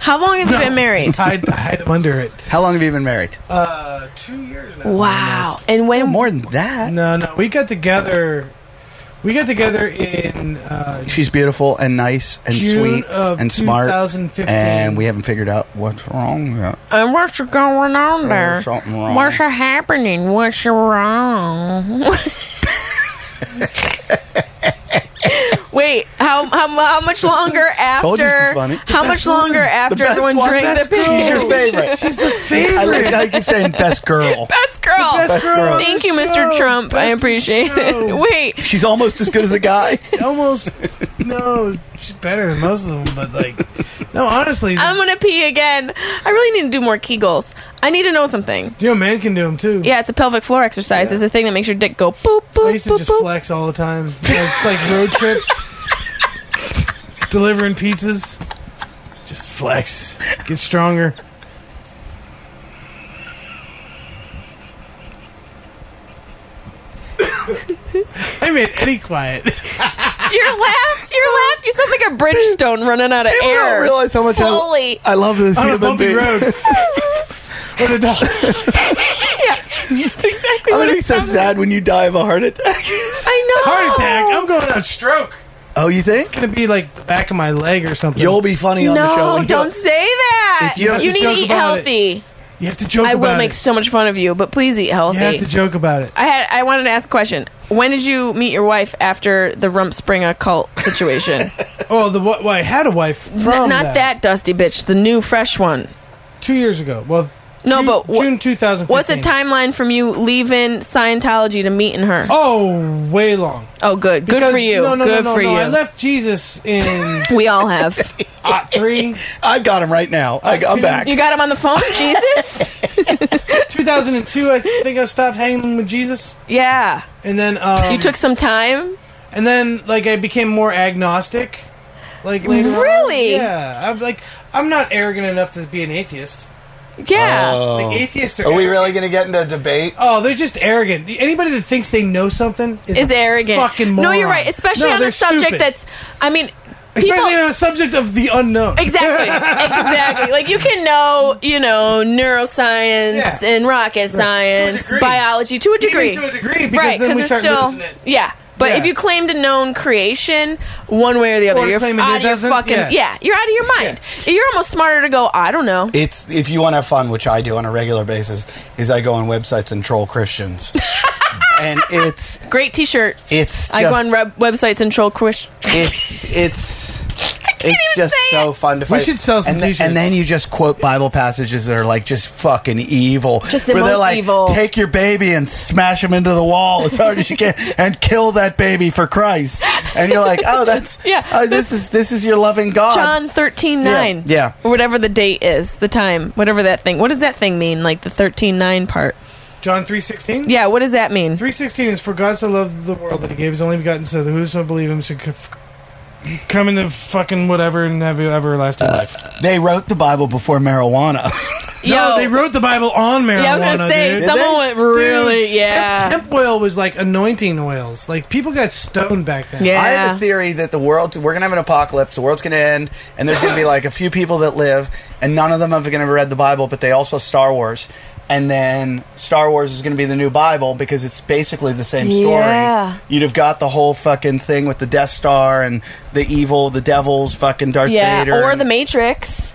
How long have you been married?
Hide, hide them under it.
How long have you been married?
Uh, two years now.
Wow.
almost.
And when
More than that.
No, no, we got together. We got together in uh,
She's beautiful and nice and
June
sweet
of
and smart.
2015.
And we haven't figured out what's wrong yet.
and what's going on there?
There's something wrong.
What's happening? What's wrong? Wait, how, how mu- how much longer after?
Told you she's funny. The
How much longer after
best
everyone
one,
drank the
best girl.
picture?
She's your favorite.
She's the
I,
favorite.
like, I keep saying best girl.
Best girl.
Best girl. on
Thank
the
you, Mr.
show.
Trump. I
Best
appreciate it.
show.
Wait,
She's almost as good as a guy.
Almost. No, she's better than most of them. But like, no, honestly,
I'm gonna pee again. I really need to do more Kegels. I need to know something.
you know, man can do them too.
Yeah, it's a pelvic floor exercise. It's a thing that makes your dick go boop boop
I used to
boop
just
boop.
flex all the time, like, like road trips, delivering pizzas. Just flex, get stronger. I made Eddie quiet.
Your laugh, your laugh. You sound like a bridgestone running out of
People
air.
don't realize how much I-
slowly.
I love this
On a
human
bumpy
being.
road. With a dog.
That's exactly
I'm
what
gonna
it
be so
sounds
sad when you die of a heart attack.
I know.
Heart attack. I'm going on stroke.
oh, you think?
Gonna be like the back of my leg or something.
You'll be funny on the show.
No,
when you-
don't say that.
If you have
you
to
need to
joke
eat
about it,
healthy.
you have to joke
I
about
will make
it.
so much fun of you, but please eat healthy.
You have to joke about it.
I had I wanted to ask a question. When did you meet your wife after the Rump Springer cult situation?
Oh, the what? Well, I had a wife from
N- not that dusty bitch, the new fresh one.
two years ago. Well,
No,
June,
but wha-
June 2015.
What's the timeline from you leaving Scientology to meeting her? Oh,
Oh, way long.
good. Good
Because-
for you.
No, no,
good
no, no,
for
no.
you.
I left Jesus in
we all have.
uh, three
I've got him right now. I, I'm back.
You got him on the phone, Jesus?
2002. I think I stopped hanging with Jesus,
yeah.
and then um,
You took some time?
and then like I became more agnostic. Like later on.
Really?
Oh, Yeah. I'm like I'm not arrogant enough to be an atheist.
Yeah.
Like atheists
Oh.
are.
Are we
arrogant.
really gonna get into a debate?
Oh, they're just arrogant. Anybody that thinks they know something is,
is
a
arrogant.
Fucking moron.
No, you're right. Especially
No,
on
they're
a subject
stupid.
that's I mean
especially
people-
on a subject of the unknown.
Exactly. exactly. Like you can know, you know, neuroscience
Yeah.
and rocket science,
degree.
biology to a degree.
to a degree, because
right?
then we
there's
start
still
losing it.
yeah. But
Yeah.
if you claim to known creation, one way or the other,
Or
you're
claim it
out of your
doesn't,
fucking yeah.
yeah.
You're out of your mind. You're almost smarter to go. I don't know.
It's if you want to have fun, which I do on a regular basis, is I go on websites and troll Christians, and it's
Great T-shirt.
it's just,
I go on web- websites and troll Chris.
it's it's it's just
say
so fun to find.
should sell some
and, then-
t-shirts.
and then you just quote Bible passages that are like just fucking evil.
Just the
where they're
most
like,
evil.
take your baby and smash him into the wall as hard as you can, and kill that baby for Christ. And you're like, oh, that's
Yeah,
Oh, this is this is your loving God.
John thirteen nine.
Yeah, yeah.
Or whatever the date is, the time, whatever that thing. What does that thing mean? Like the thirteen nine part.
John three sixteen.
Yeah. What does that mean?
Three sixteen is for God so loved the world that He gave His only begotten Son, that whoso believe Him should c- come into fucking whatever and have
Uh,
everlasting life.
They wrote the Bible before marijuana.
No,
Yo.
they wrote the Bible on marijuana.
oh. Yeah, I was gonna say
dude.
someone
They-
went really
Dude,
yeah.
Hemp, hemp oil was like anointing oils. Like people got stoned back then.
Yeah.
I have a theory that the world we're gonna have an apocalypse, the world's gonna end, and there's gonna be like a few people that live, and none of them have gonna read the Bible, but they also Star Wars, and then Star Wars is gonna be the new Bible because it's basically the same story.
Yeah.
You'd have got the whole fucking thing with the Death Star and the evil, the devils, fucking Darth
yeah,
Vader,
or
and-
the Matrix.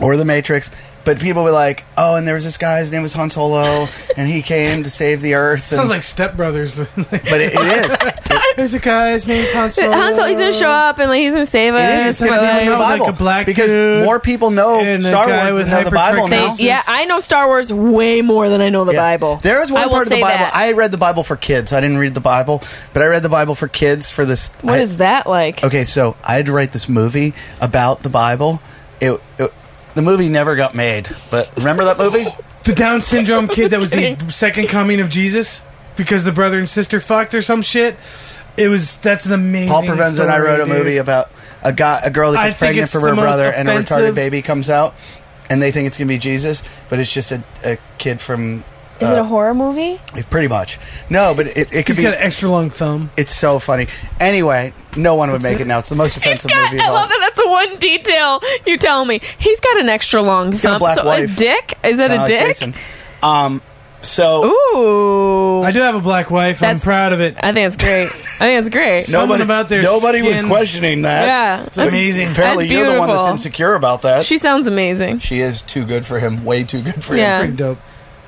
or the Matrix. But people were like, "Oh, and there was this guy. His name was Han Solo, and he came to save the Earth."
Sounds
and-
like Step Brothers. Like,
but it, it is.
There's a guy. His name's Han Solo.
Han Solo, he's gonna show up and like he's gonna save
It
us.
is. It's
but,
gonna be
like,
the new
like
Bible
a black
because
dude
more people know
and a
Star
guy
Wars
with
than know the Bible
they-
now.
hypertrichosis.
yeah, I know Star Wars way more than I know the Bible.
There was
I
one
will
part of the
say
Bible
that.
I read the Bible for kids. I didn't read the Bible, but I read the Bible for kids for this.
What
I-
is that like?
Okay, so I had to write this movie about the Bible. It, it- the movie never got made, but remember that movie?
The Down syndrome kid that was the second coming of Jesus. because the brother and sister fucked or some shit. It was that's an amazing.
Paul Provenza and I
story,
wrote a
dude.
movie about a guy, a girl that
I
gets
think
pregnant
it's
from
the
her
most
brother, and a retarded
offensive-
baby comes out, and they think it's gonna be Jesus, but it's just a, a kid from.
Is it a horror movie?
Pretty much. No, but it, it could
He's
be.
got an extra long thumb.
it's so funny. Anyway, no one would make it now. It's the most offensive movie.
I
of all.
love that. That's the one detail you tell me. He's got an extra long
got a
thumb.
black
so
wife.
a dick? Is that
Kinda
a
like
dick?
Uh, Jason. Um, so
Ooh,
I do have a black wife. I'm
That's- uh,
proud of it.
I think it's great. I think it's great.
No, something about their
nobody was
skin.
questioning that.
Yeah. It's
amazing.
Apparently,
That's
you're the one that's
beautiful.
insecure about that.
She sounds amazing.
she is too good for him. Way too good for him.
Yeah,
Pretty
you
dope.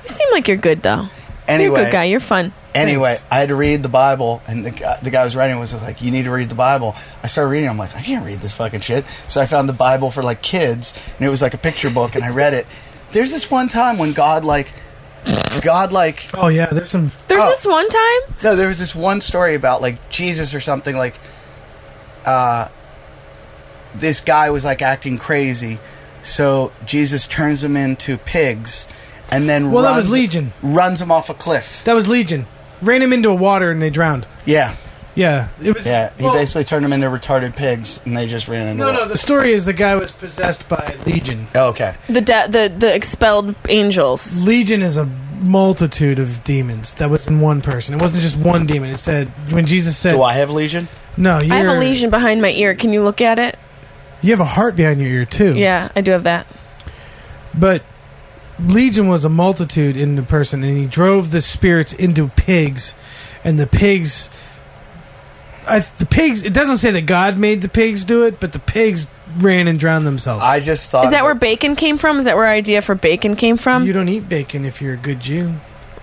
seem like you're good though.
Anyway,
you're a good guy. You're fun.
Anyway, I had to read the Bible, and the guy, the guy who was writing was just like, "You need to read the Bible." I started reading. I'm like, I can't read this fucking shit. So I found the Bible for like kids, and it was like a picture book, and I read it. There's this one time when God like, God like,
Oh yeah, there's some.
There's
Oh.
this one time.
no, there was this one story about like Jesus or something like, uh, this guy was like acting crazy, so Jesus turns him into pigs, and then
Well, that
runs-
was Legion.
runs him off a cliff.
That was Legion. Ran him into a water and they drowned.
Yeah.
Yeah, it was.
Yeah, he
well,
basically turned them into retarded pigs, and they just ran into.
No,
it.
no. The story is the guy was possessed by Legion.
Oh, okay.
The de- the the expelled angels.
Legion is a multitude of demons that was in one person. It wasn't just one demon. It said when Jesus said,
Do I have Legion?
"No, you
I have a lesion behind my ear. Can you look at it?
You have a heart behind your ear too."
Yeah, I do have that.
But Legion was a multitude in the person, and he drove the spirits into pigs, and the pigs. I, the pigs. It doesn't say that God made the pigs do it, but the pigs ran and drowned themselves.
I just thought.
Is that
of
where
it.
bacon came from? Is that where our idea for bacon came
Uh, you
from?
don't eat bacon if you're a good Jew.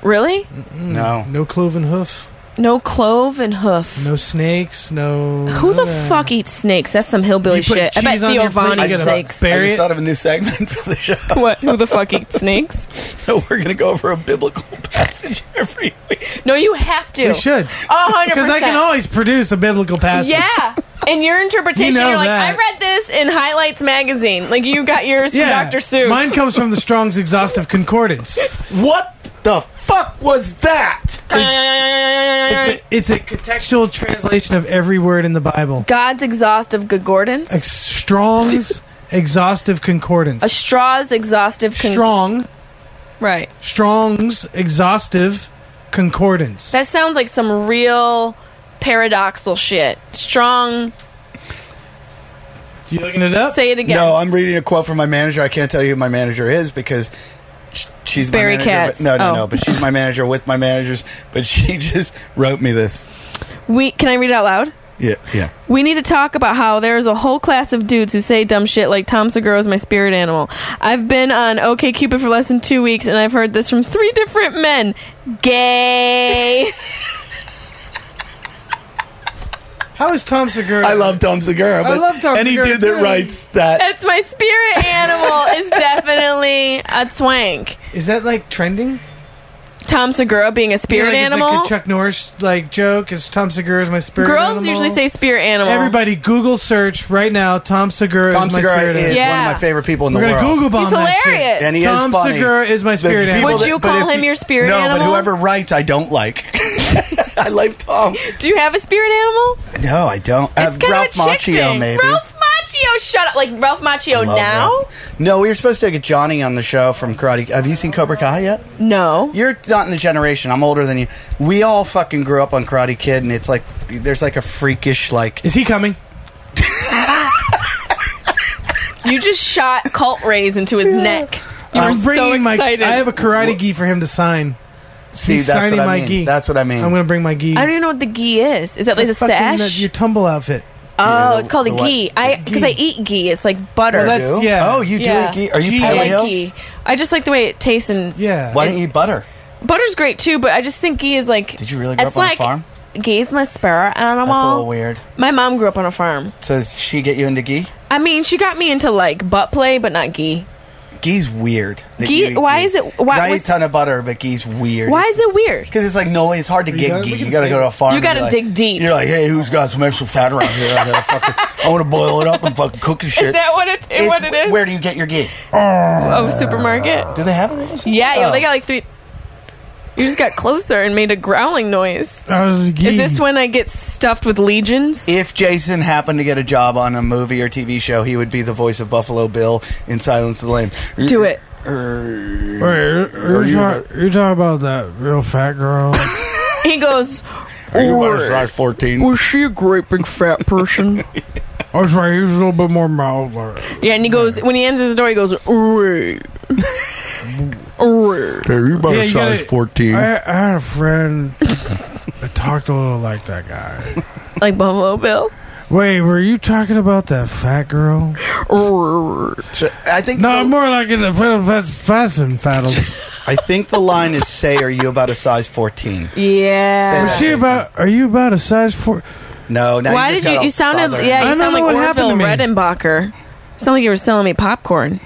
Really?
No.
No cloven hoof.
No clove and hoof.
No snakes. No.
Who the
none of that.
fuck eats snakes? That's some hillbilly
You put
shit. I bet
cheese on
Theo
your plate,
Von
you
eats
get a
snakes.
I
Bury
just
it.
thought of a new segment for the show.
What? Who the fuck eats snakes?
So we're gonna go over a biblical passage every week.
No, you have to.
We should.
hundred
Because
percent.
I can always produce a biblical passage.
Yeah. And your interpretation,
You
you
know
are like, I
that.
read this in Highlights magazine. Like you got yours
Yeah.
from Dr. Seuss.
Mine comes from the Strong's Exhaustive Concordance.
What the fuck was that?
It's a contextual translation of every word in the Bible.
God's exhaustive good Gordon's.
Ex- Strong's Exhaustive Concordance.
a straw's exhaustive con-
Strong,
Right.
Strong's Exhaustive Concordance.
That sounds like some real paradoxal shit. Strong
you looking it up?
say it again.
No, I'm reading a quote from my manager. I can't tell you who my manager is because sh- she's
Barry
my manager.
Katz.
But no, no,
Oh.
no. But she's my manager with my managers. But she just wrote me this.
We can I read it out loud?
Yeah, yeah.
We need to talk about how there's a whole class of dudes who say dumb shit like Tom Segura is my spirit animal. I've been on OK Cupid for less than two weeks and I've heard this from three different men. Gay.
How is Tom Segura?
I love Tom Segura. But
love Tom
any
Segura,
dude that
too.
writes that
That's my spirit animal is definitely a swank.
Is that like trending?
Tom Segura being a
Yeah,
spirit
like,
animal.
It's like a Chuck Norris like joke. Is Tom Segura's my spirit?
Girls
animal?
usually say spirit animal.
Everybody Google search right now. Tom Segura
Tom
is my
Segura
spirit.
is
animal.
one
Yeah.
of my favorite people in
We're
the
gonna
world.
Google bomb
He's
that shit.
hilarious.
And he
Tom
is funny.
Segura is my
The
spirit
people
animal.
Would you
but
call
if
him your spirit
no, but
animal?
whoever writes, I don't like. I like Tom.
Do you have a spirit animal?
No, I don't.
It's kind
Ralph
of a chick
Macchio,
thing.
maybe.
Ralph Macchio, shut up! Like Ralph Macchio
Love
Oh, now?
Ralph. No, we were supposed to get Johnny on the show from Karate. Have you seen Cobra Kai yet?
No.
You're not in the generation. I'm older than you. We all fucking grew up on Karate Kid, and it's like there's like a freakish like.
Is he coming?
You just shot cult rays into his neck. You were
I'm bringing
so
my.
excited.
I have a karate gi for him to sign.
See,
He's
that's
signing
what I
my
mean.
gi.
That's what I mean.
I'm gonna bring my gi.
I don't even know what the gi is. Is that like a
fucking
sash?
nut- your tumble outfit.
oh,
the-
it's called
the
a
what?
gi. I because I eat gi. It's like butter.
Well, that's-
Do?
yeah.
Oh, you do
Yeah.
like gi? Are you
Gee.
I
paleo?
like gi. I just like the way it tastes and
Yeah.
Why don't you eat butter?
butter's great too. But I just think gi is like.
Did you really grow
it's
up on a
like,
farm?
Gi is my spirit animal.
That's a little weird.
My mom grew up on a farm.
So does she get you into gi?
I mean, she got me into like butt play, but not gi.
Gee's weird. that
Ghee-
you eat
why is it- why-
'Cause I eat a
what's-
ton of butter, but gee's weird.
Why is it weird?
Because it's like no, it's hard to
gotta-
get
we
ghee.
can
You got to
see
go
it.
to a farm.
You
and be
gotta
like-
dig deep.
You're like, hey, who's got some extra fat around here? I, gotta fucking, I want to boil it up and fucking cook the shit.
Is that what it,
It's-
what it is?
Where do you get your ghee?
of supermarket?
Do they have it?
Yeah, yeah,
Oh.
they got like three. You just got closer and made a growling noise.
I was like,
Is this when I get stuffed with legions?
Oh. If Jason happened to get a job on a movie or TV show, he would be the voice of Buffalo Bill in Silence of the Lambs.
Do it.
Wait, you're, you're, talk- you're talking about that real fat girl?
He goes,
Are you about a size 14?
Was she a great big fat person?
Oh, sorry, he's a little bit more milder.
yeah, and he goes, when he answers the door, he goes, Wait. Wait.
Are you about
Yeah, you gotta-
14?
I, I had a friend that talked a little like that guy.
Like Buffalo Bill.
Wait, were you talking about that fat girl?
So, I think
No,
the,
I'm more like in the Final Fat Fast and Fattles.
I think the line is say are you about a size 14?
Yeah.
Was she about? Are you about a size four?
No, now
Why
you just
did you?
got
You
all
sounded
southern.
yeah.
I
You
don't
sound
know
like
what happened
Orville
to me.
Redenbacher. Sound like you were selling me popcorn.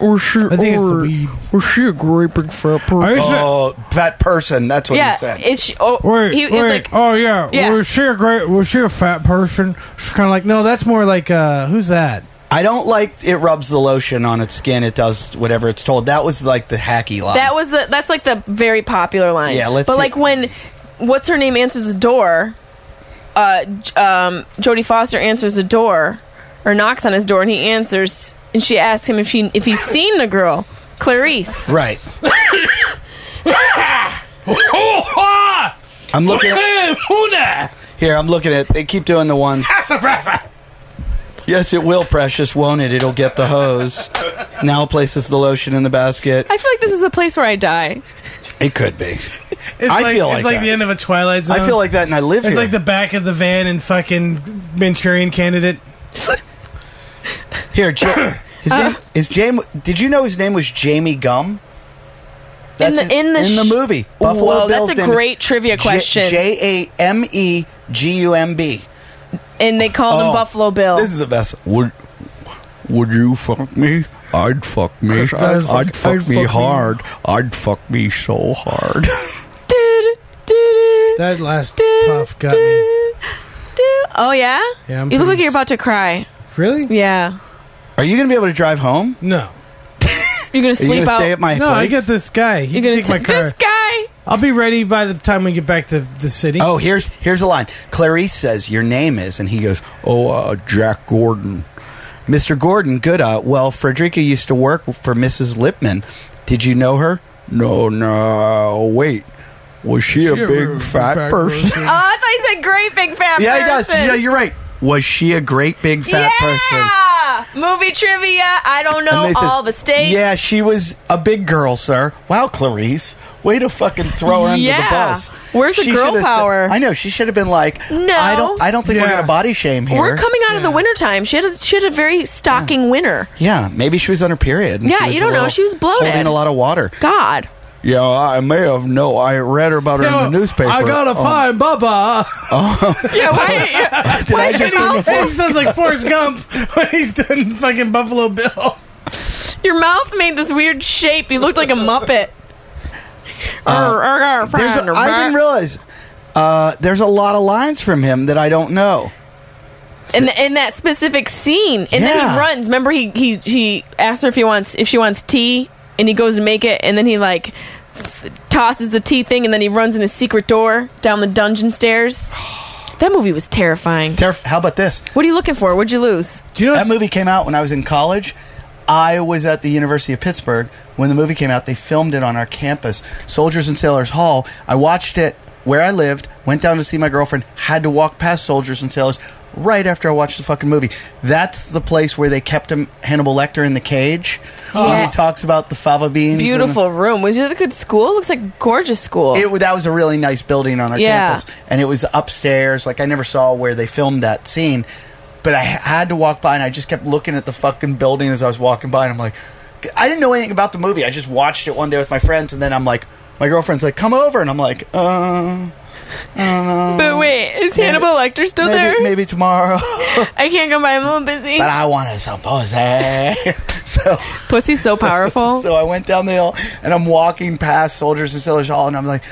Or she,
I think it's the weed.
or she a great big fat
Are you sa-
Oh, fat person. That's what
Yeah,
he said.
it's she. Oh,
Wait,
he, it's
wait.
like
oh yeah.
Yeah.
Was she a great? Was she a fat person? She's kind of like no. That's more like uh, who's that?
I don't like it rubs the lotion on its skin. It does whatever it's told. That was like the hacky line.
that was the, that's like the very popular line.
Yeah, let's
But
see-
like when what's her name answers the door, uh, J- um, Jodie Foster answers the door or knocks on his door, and he answers, and she asks him if she if he's seen the girl. Clarice.
right. I'm looking at, here. I'm looking at. They keep doing the ones. Yes, it will, precious, won't it? It'll get the hose. Now places the lotion in the basket.
I feel like this is a place where I die.
It could be.
It's
I
like,
feel
it's
like
like
that.
the end of a Twilight Zone.
I feel like that, and I live
it's
here.
like the back of the van and fucking Manchurian Candidate.
here, Ja- his name is Jamie. Did you know his name was Jamie Gum?
the-
his-
in the sh-
movie Buffalo
Whoa,
Bill's
that's a
name is
great trivia question.
J A M E G U M B.
and they called him
Oh.
Buffalo Bill.
This is the best.
Would would you fuck me? I'd fuck me. I'd,
I'd fuck-
fuck
I'd
me
fuck me.
hard. I'd fuck me so hard.
That last puff got me.
Oh yeah?
Yeah, I'm
you look like
pretty
you're about to cry.
Really?
Yeah.
Are you going to be able to drive home?
No.
You're gonna
Are you
sleep
going to
out.
stay at my
No,
place?
I got this guy. He
you're gonna
can take my
take
car.
this guy. Oh,
I'll be ready by the time we get back to the city.
Oh, here's here's a line. Clarice says your name is, and he goes, "Oh, uh, Jack Gordon, Mr. Gordon. Good. Uh, well, Frederica used to work for Mrs. Lipman. Did you know her?
No, no. Wait, was she, a big fat, person?
Oh, I thought he said great big fat
Yeah, he does.
person.
Yeah, you're right. Was she a great big fat person?
Yeah! Movie trivia. I don't
And
know
they says,
all the states.
Yeah, she was a big girl, sir. Wow, Clarice, way to fucking throw her under
Yeah.
the bus.
Where's the girl
should have said-
power?
I know she should have been like,
No.
I don't. I don't think we're
Yeah.
gonna body shame here.
We're coming out of the wintertime. She had a, she had a very stocking winter.
Yeah, maybe she was on her period. and
Yeah,
she was
you
a
don't know.
little-
She was bloated.
holding a lot of water.
God.
Yeah, I may have. No, I read about her in the newspaper.
I gotta
Oh,
find Bubba.
Yeah, why?
Did I just
your, mouth,
he sounds like Forrest Gump when he's doing fucking Buffalo Bill.
your mouth made this weird shape. You looked like a muppet. I
Uh, There's a, I didn't realize. Uh, there's a lot of lines from him that I don't know.
in, in that specific scene. And then
Yeah.
he runs. Remember, he, he he asks her if he wants if she wants tea, and he goes to make it, and then he like f- tosses the tea thing, and then he runs in a secret door down the dungeon stairs. That movie was terrifying.
Terif- How about this?
What are you looking for? What'd you lose?
Do you know
That
what's-
movie came out when I was in college. I was at the University of Pittsburgh when the movie came out. They filmed it on our campus, Soldiers and Sailors Hall. I watched it where I lived, went down to see my girlfriend, had to walk past Soldiers and Sailors right after I watched the fucking movie. That's the place where they kept him Hannibal Lecter in the cage. When
Yeah.
he talks about the fava beans. and the-
Beautiful room. Was it a good school? Looks like gorgeous school.
it wa- that was a really nice building on our
Yeah.
campus, and it was upstairs. Like I never saw where they filmed that scene, but I h- had to walk by, and I just kept looking at the fucking building as I was walking by, and I'm like, I didn't know anything about the movie. I just watched it one day with my friends, and then I'm like, my girlfriend's like, come over, and I'm like, uh,
but wait, is Hannibal Lecter still there?
maybe, maybe tomorrow,
I can't come by. I'm a little busy.
but I want to suppose eh? so.
Pussy's so powerful.
So I went down the hill and I'm walking past Soldiers and Sailors Hall and I'm like,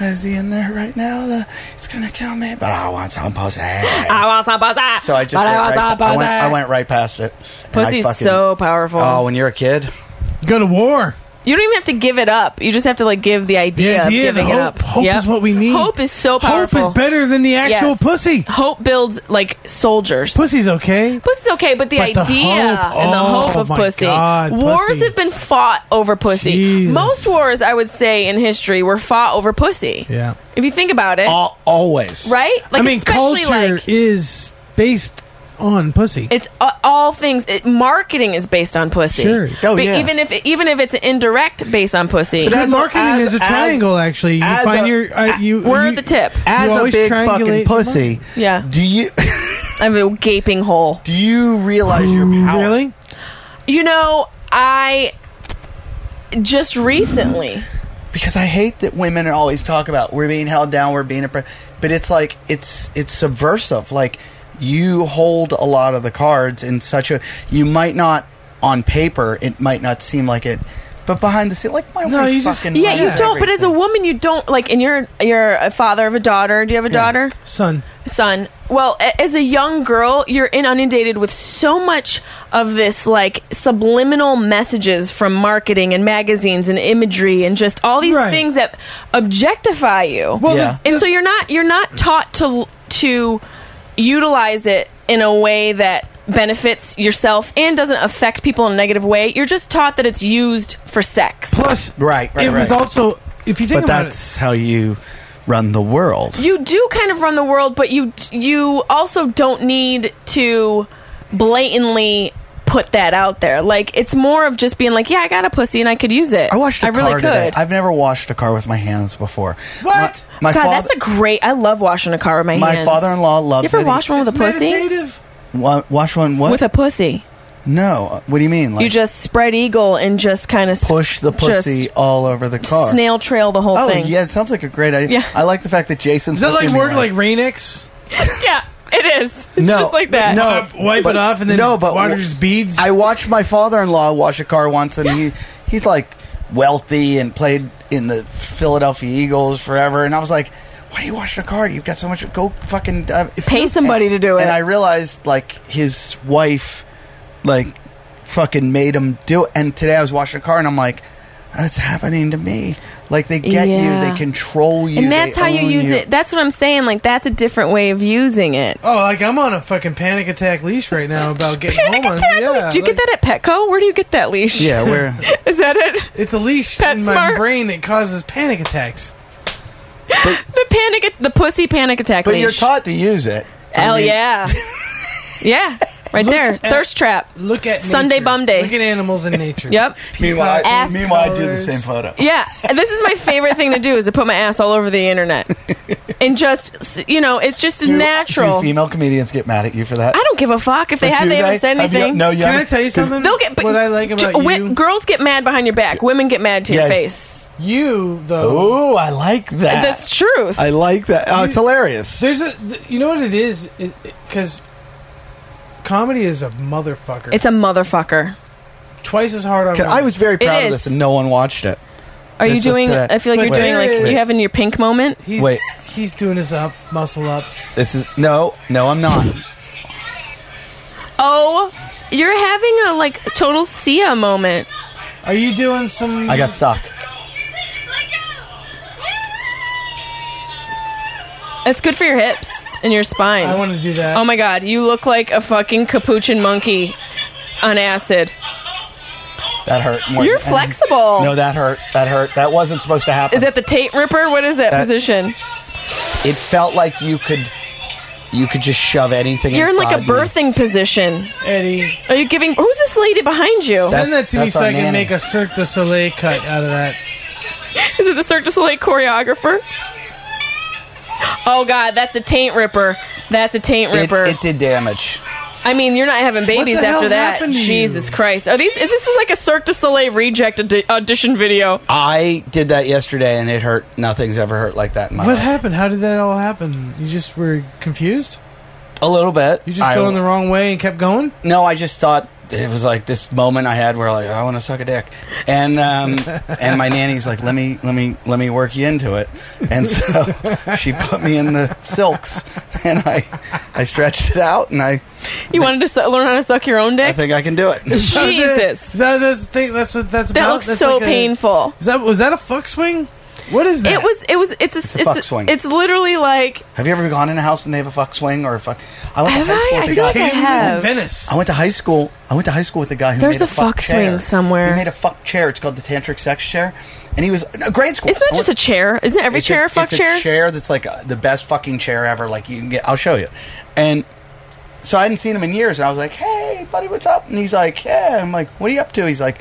is he in there right now? The, he's gonna kill me, but I want some pussy.
I want some pussy.
so I just
But
went
I want
right,
some
I, went,
pussy.
I went right past it. And I
Pussy's
fucking-
so powerful.
Oh, when you're a kid,
Go to war.
You don't even have to give it up. You just have to like give the idea,
The idea,
of
the
giving it
hope.
up.
Hope
Yep.
is what we need.
Hope is so powerful.
Hope is better than the actual
Yes.
pussy.
Hope builds like soldiers.
Pussy's okay.
Pussy's okay, but the
But the
idea
hope-
and the hope
oh
of
my
pussy.
God,
wars
pussy.
have been fought over pussy.
Jesus.
Most wars, I would say, in history were fought over pussy.
Yeah.
If you think about it,
Al- always.
right? Like
I mean,
especially
culture
like
is based on pussy.
it's a- all things. It, marketing is based on pussy.
Sure.
Oh,
but
yeah.
even if even if it's indirect based on pussy,
But
Good
as a-
marketing
as-
is a
as-
triangle. actually, you
as
find
a-
your uh, you.
we're
you-
at the tip.
As
You
a
always
big
triangulate
fucking
your
pussy,
Yeah,
do you
I have a gaping hole.
do you realize your power?
Really?
You know, I just recently.
because I hate that women always talk about we're being held down, we're being oppressed, but it's like it's it's subversive. Like you hold a lot of the cards in such a you might not on paper it might not seem like it, but behind the scene, like my
No,
wife
you just-
fucking
Yeah,
runs
you don't. But as a
everything.
woman, you don't like. And you're you're a father of a daughter. Do you have a
Yeah.
daughter?
Son,
son. Well, a- as a young girl, you're in inundated with so much of this like subliminal messages from marketing and magazines and imagery and just all these
Right.
things that objectify you.
Well,
Yeah.
the-
and so you're not you're not taught to to utilize it in a way that benefits yourself and doesn't affect people in a negative way. You're just taught that it's used for sex.
plus
Right, right,
It was
right.
also if you think
but
about
that's how you run the world.
you do kind of run the world, but you you also don't need to blatantly put that out there. Like it's more of just being like, yeah, I got a pussy and I could use it.
I washed
I
a
really
car
could.
today. I've never washed a car with my hands before.
What?
My, my
God,
father,
that's a great. I love washing a car with my,
my
hands.
father-in-law
You
loves
ever
it.
wash one with a
it,
pussy?
meditative.
Wa- wash one what?
With a pussy,
no, what do you mean? Like
you just spread eagle and just kind of
push the pussy all over the car.
snail trail the whole
Oh
thing.
yeah, it sounds like a great idea.
Yeah.
I like the fact that Jason's.
Is that like
looking at me
work like Rainix?
yeah, it is. It's
No,
just like that.
no.
Wipe- wipe
but-
it off and then
no, but
water
wh-
just beads.
I watched my father-in-law wash a car once, and he he's like wealthy and played in the Philadelphia Eagles forever, and I was like. Why are you washing a car? You've got so much. Go fucking uh,
Pay somebody to do it.
And I realized, like, his wife, like, fucking made him do it. And today I was washing a car, and I'm like, "That's happening to me." Like, they get you,
Yeah.
they control you,
and that's
they
how you
own
use it. That's what I'm saying. Like that's a different way of using it.
Oh, like I'm on a fucking panic attack leash right now about getting
panic
home. on-
attack
yeah,
leash. Did you
like-
get that at Petco? Where do you get that leash?
Yeah, where
Is that it?
It's a leash in my
PetSmart?
brain that causes panic attacks.
The panic, at- the pussy panic attack
But
leash.
you're taught to use it. I
Hell
mean,
yeah, yeah, right there. Thirst trap.
Look at
Sunday
nature.
bum day.
Look at animals in nature.
Yep.
Meanwhile, I,
Ass
meanwhile I do the
colors.
same photo.
Yeah, this is my favorite thing to do is to put my ass all over the internet and just you know it's just
Do-
natural.
Do female comedians get mad at you for that?
I don't give a fuck if they
Or
have.
do
They, haven't said
Have you-
anything.
no, you
Can I
haven't?
tell you something?
They'll get. But
what I like about
j- wi-
you.
girls get mad behind your back. Women get mad to your
Yes.
face.
you though.
Oh, I like that.
That's truth.
I like that. Oh, it's hilarious.
There's a. th- You know what it is? Because comedy is a motherfucker.
it's a motherfucker.
twice as hard on.
Can- I
women.
was very proud of
is.
this, and no one watched it.
Are
This
you
was
doing?
today.
I feel like
But
you're doing
there
like
is-
you having your pink moment.
He's,
Wait.
He's doing his up muscle ups.
This is no, no, I'm not.
Oh, you're having a like total Sia moment.
Are you doing some?
I got stuck.
It's good for your hips and your spine.
I want to do that.
oh my god, you look like a fucking capuchin monkey on acid.
That hurt. More
You're
than-
flexible.
No, that hurt. That hurt. That wasn't supposed to happen.
Is that the tape ripper? What is that,
That-
position?
it felt like you could, you could just shove anything.
You're in like a
inside me.
birthing position.
Eddie.
Are you giving? Who's this lady behind you?
That-
Send that to me
that's
so
our
I can
nanny.
make a Cirque du Soleil cut out of that.
Is it the Cirque du Soleil choreographer? Oh god, that's a taint ripper. That's a taint
It,
ripper.
it did damage.
I mean, you're not having babies
What the
after
hell
that.
happened to you?
Jesus Christ. Are these is this like a Cirque du Soleil reject audi- audition video?
I did that yesterday, and it hurt. Nothing's ever hurt like that in my
What
life.
happened? How did that all happen? You just were confused?
A little bit.
You just
I-
going the wrong way and kept going?
No, I just thought it was like this moment I had where like I want to suck a dick, and um, and my nanny's like, let me let me let me work you into it, and so she put me in the silks, and I I stretched it out, and I
You wanted to su- learn how to suck your own
I
dick?
think I can do it.
Is that-
Jesus.
Is that that's the thing? That's what that's
That
about?
looks
That's
so
like a-
painful.
Is that was that a fuck swing? What is that?
It was. It was. It's a. It's,
fuck swing.
it's literally like.
Have you ever gone in a house and they have a fuck swing or a fuck? I went to
Have
high
I?
school.
I
With a
feel
guy.
like I have.
Venice.
I went to high school. I went to high school with a guy who
There's
made a,
a fuck swing
chair.
somewhere.
He made a fuck chair. It's called the tantric sex chair, and he was no, grade school.
Isn't that just a chair? Isn't every chair a fuck
it's
chair?
A chair that's like uh, the best fucking chair ever. Like you can get. I'll show you. And so I hadn't seen him in years, and I was like, "Hey, buddy, what's up?" And he's like, "Yeah." I'm like, "What are you up to?" He's like,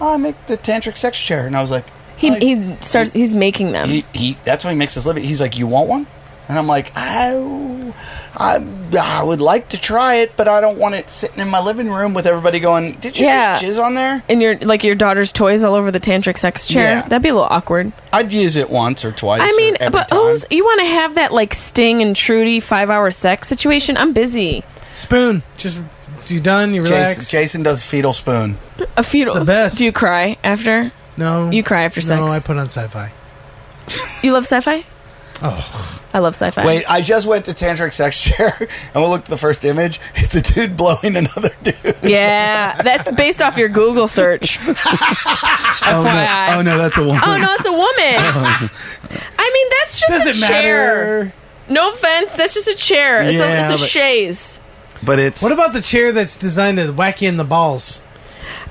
oh, "I make the tantric sex chair," and I was like,
He
"Oh, he's-
he starts. He's making them.
he, he that's how he makes his living. He's like, "You want one?" And I'm like, "I, I, I would like to try it, but I don't want it sitting in my living room with everybody going, "Did you
Yeah.
just jizz on there?"
and your like your daughter's toys all over the tantric sex chair.
Yeah.
That'd be a little awkward.
I'd use it once or twice.
I
or
mean,
every
but
time.
who's you want to have that like Sting and Trudy five hour sex situation? I'm busy.
Spoon. Just you done. You relax.
Jason, Jason does fetal spoon.
A fetal.
the best.
Do you cry after?
No.
You cry after sex.
No, I put on sci-fi.
You love sci-fi?
Oh,
I love sci-fi.
Wait, I just went to tantric sex chair, and we'll look at the first image. It's a dude blowing another dude.
Yeah, that's based off your Google search.
Oh
FYI.
no! Oh no! That's a woman.
Oh no, it's a woman.
Oh.
I mean, that's just
does
a
it
chair.
matter?
No offense, that's just a chair. It's
Yeah,
a, it's a
but-
chaise.
But it's
What about the chair that's designed to whack you in the balls?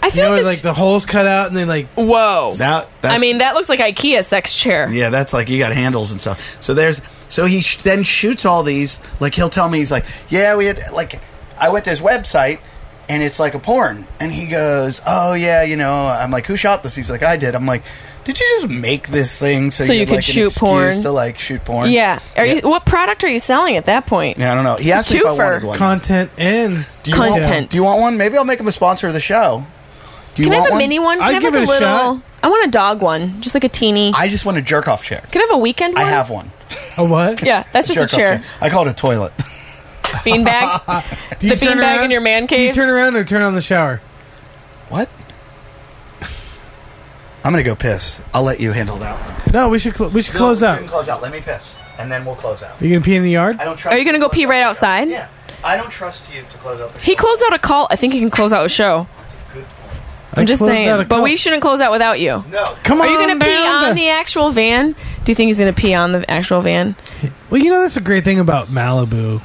I
You
feel
know,
like,
like
this.
the holes cut out and they like.
whoa.
that? That's,
I mean, that looks like IKEA sex chair.
Yeah, that's like you got handles and stuff. So there's so he sh- then shoots all these. Like he'll tell me he's like, yeah, we had like I went to his website and it's like a porn, and he goes, oh yeah, you know, I'm like, who shot this? He's like, I did. I'm like, did you just make this thing so,
So you
had,
could
like, an
shoot
excuse
porn?
to like shoot porn?
Yeah. Are
Yeah.
you? What product are you selling at that point?
Yeah, I don't know. He asked
a
me if I
twofer.
wanted one.
Content and
Do you want-
Content.
do you want one? Maybe I'll make him a sponsor of the show. Do you
Can I
want
have a
one?
mini one? Can
I'd
I have
give
like
it
a
a
little?
shot.
I want a dog one, just like a teeny.
I just want a jerk off chair.
Can I have a weekend
I
one?
have one.
a what?
Yeah, that's just
Jerk-off
a chair.
I call it a toilet.
Beanbag.
Do you
The
turn
beanbag
around-
in your man
Do you
cave?
turn around or turn on the shower?
What? I'm gonna go piss. I'll let you handle that one.
No, we should cl- we should close
no, we
up.
can close out. Let me piss, and then we'll close out.
Are you gonna pee in the yard?
I don't trust.
Are you gonna
to
go
close
pee
out
right
the show.
outside?
Yeah, I don't trust you to close out the.
he
show.
closed out a call. I think he can close out a show.
That's a good point.
I'm just
closed out a
saying. But
call.
we shouldn't close out without you.
No,
Come on.
Are you gonna pee
down
on
to-
the actual van? Do you think he's gonna pee on the actual van?
Well, you know that's a great thing about Malibu.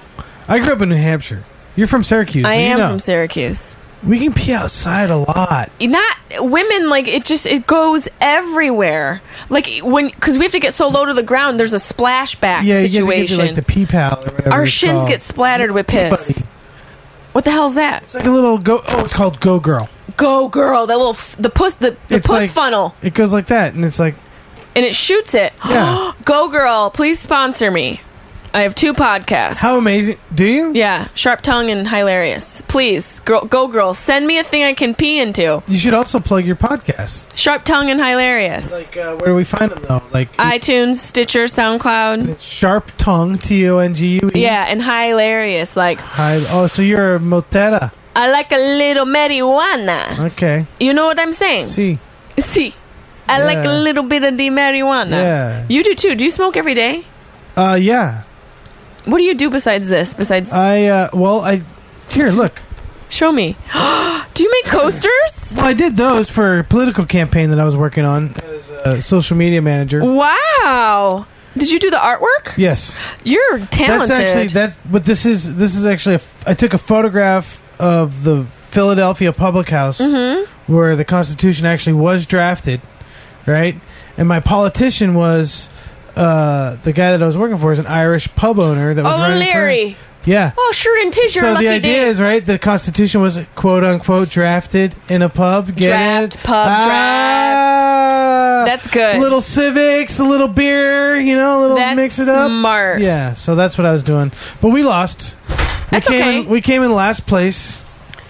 I grew up in New Hampshire. You're from Syracuse.
I
so you
am
know.
from Syracuse.
We can pee outside a lot.
Not women like it. Just it goes everywhere. Like when because we have to get so low to the ground. There's a splashback
Yeah, you have to get
situation.
to, like the pee pal. Or whatever
Our
it's
shins
called.
get splattered with piss.
Buddy.
What the hell's that?
It's like a little go. Oh, it's called Go Girl.
Go girl, that little f- the puss the, the
It's
puss
like-
funnel,
It goes like that, and it's like
and it shoots it.
Yeah.
Go girl, please sponsor me. I have two podcasts.
how amazing. Do you?
Yeah, sharp tongue and hilarious. Please, girl, go girl, send me a thing I can pee into.
You should also plug your podcast.
Sharp tongue and hilarious.
Like, uh, where do we find them though? Like,
iTunes, Stitcher, SoundCloud.
it's Sharp Tongue T O N G U E.
Yeah, and hilarious. Like
Hi. Oh, so you're a Motetta.
I like a little marijuana.
Okay.
You know what I'm saying?
See.
See, I like a
Yeah.
little bit of the marijuana.
Yeah.
You do too. Do you smoke every day?
Uh, yeah.
What do you do besides this? Besides,
I uh, well, I here look.
show me. do you make coasters?
Well, I did those for a political campaign that I was working on as a social media manager.
wow. Did you do the artwork?
Yes,
You're talented.
that's actually that's. But this is this is actually. A, f- I took a photograph of the Philadelphia Public House
Mm-hmm.
where the Constitution actually was drafted, right? And my politician was uh, the guy that I was working for is an Irish pub owner that was
oh,
running for-
Larry.
Yeah.
Oh, sure, and tis your
so
lucky
the idea
day.
is right. The Constitution was quote unquote drafted in a pub. Get
Draft,
it? Ah.
pub, draft. That's good.
uh, Little civics, a little beer, you know, a little
That's
mix it up.
smart.
Yeah. So that's what I was doing, but we lost.
That's
we came
okay.
In, we came in last place,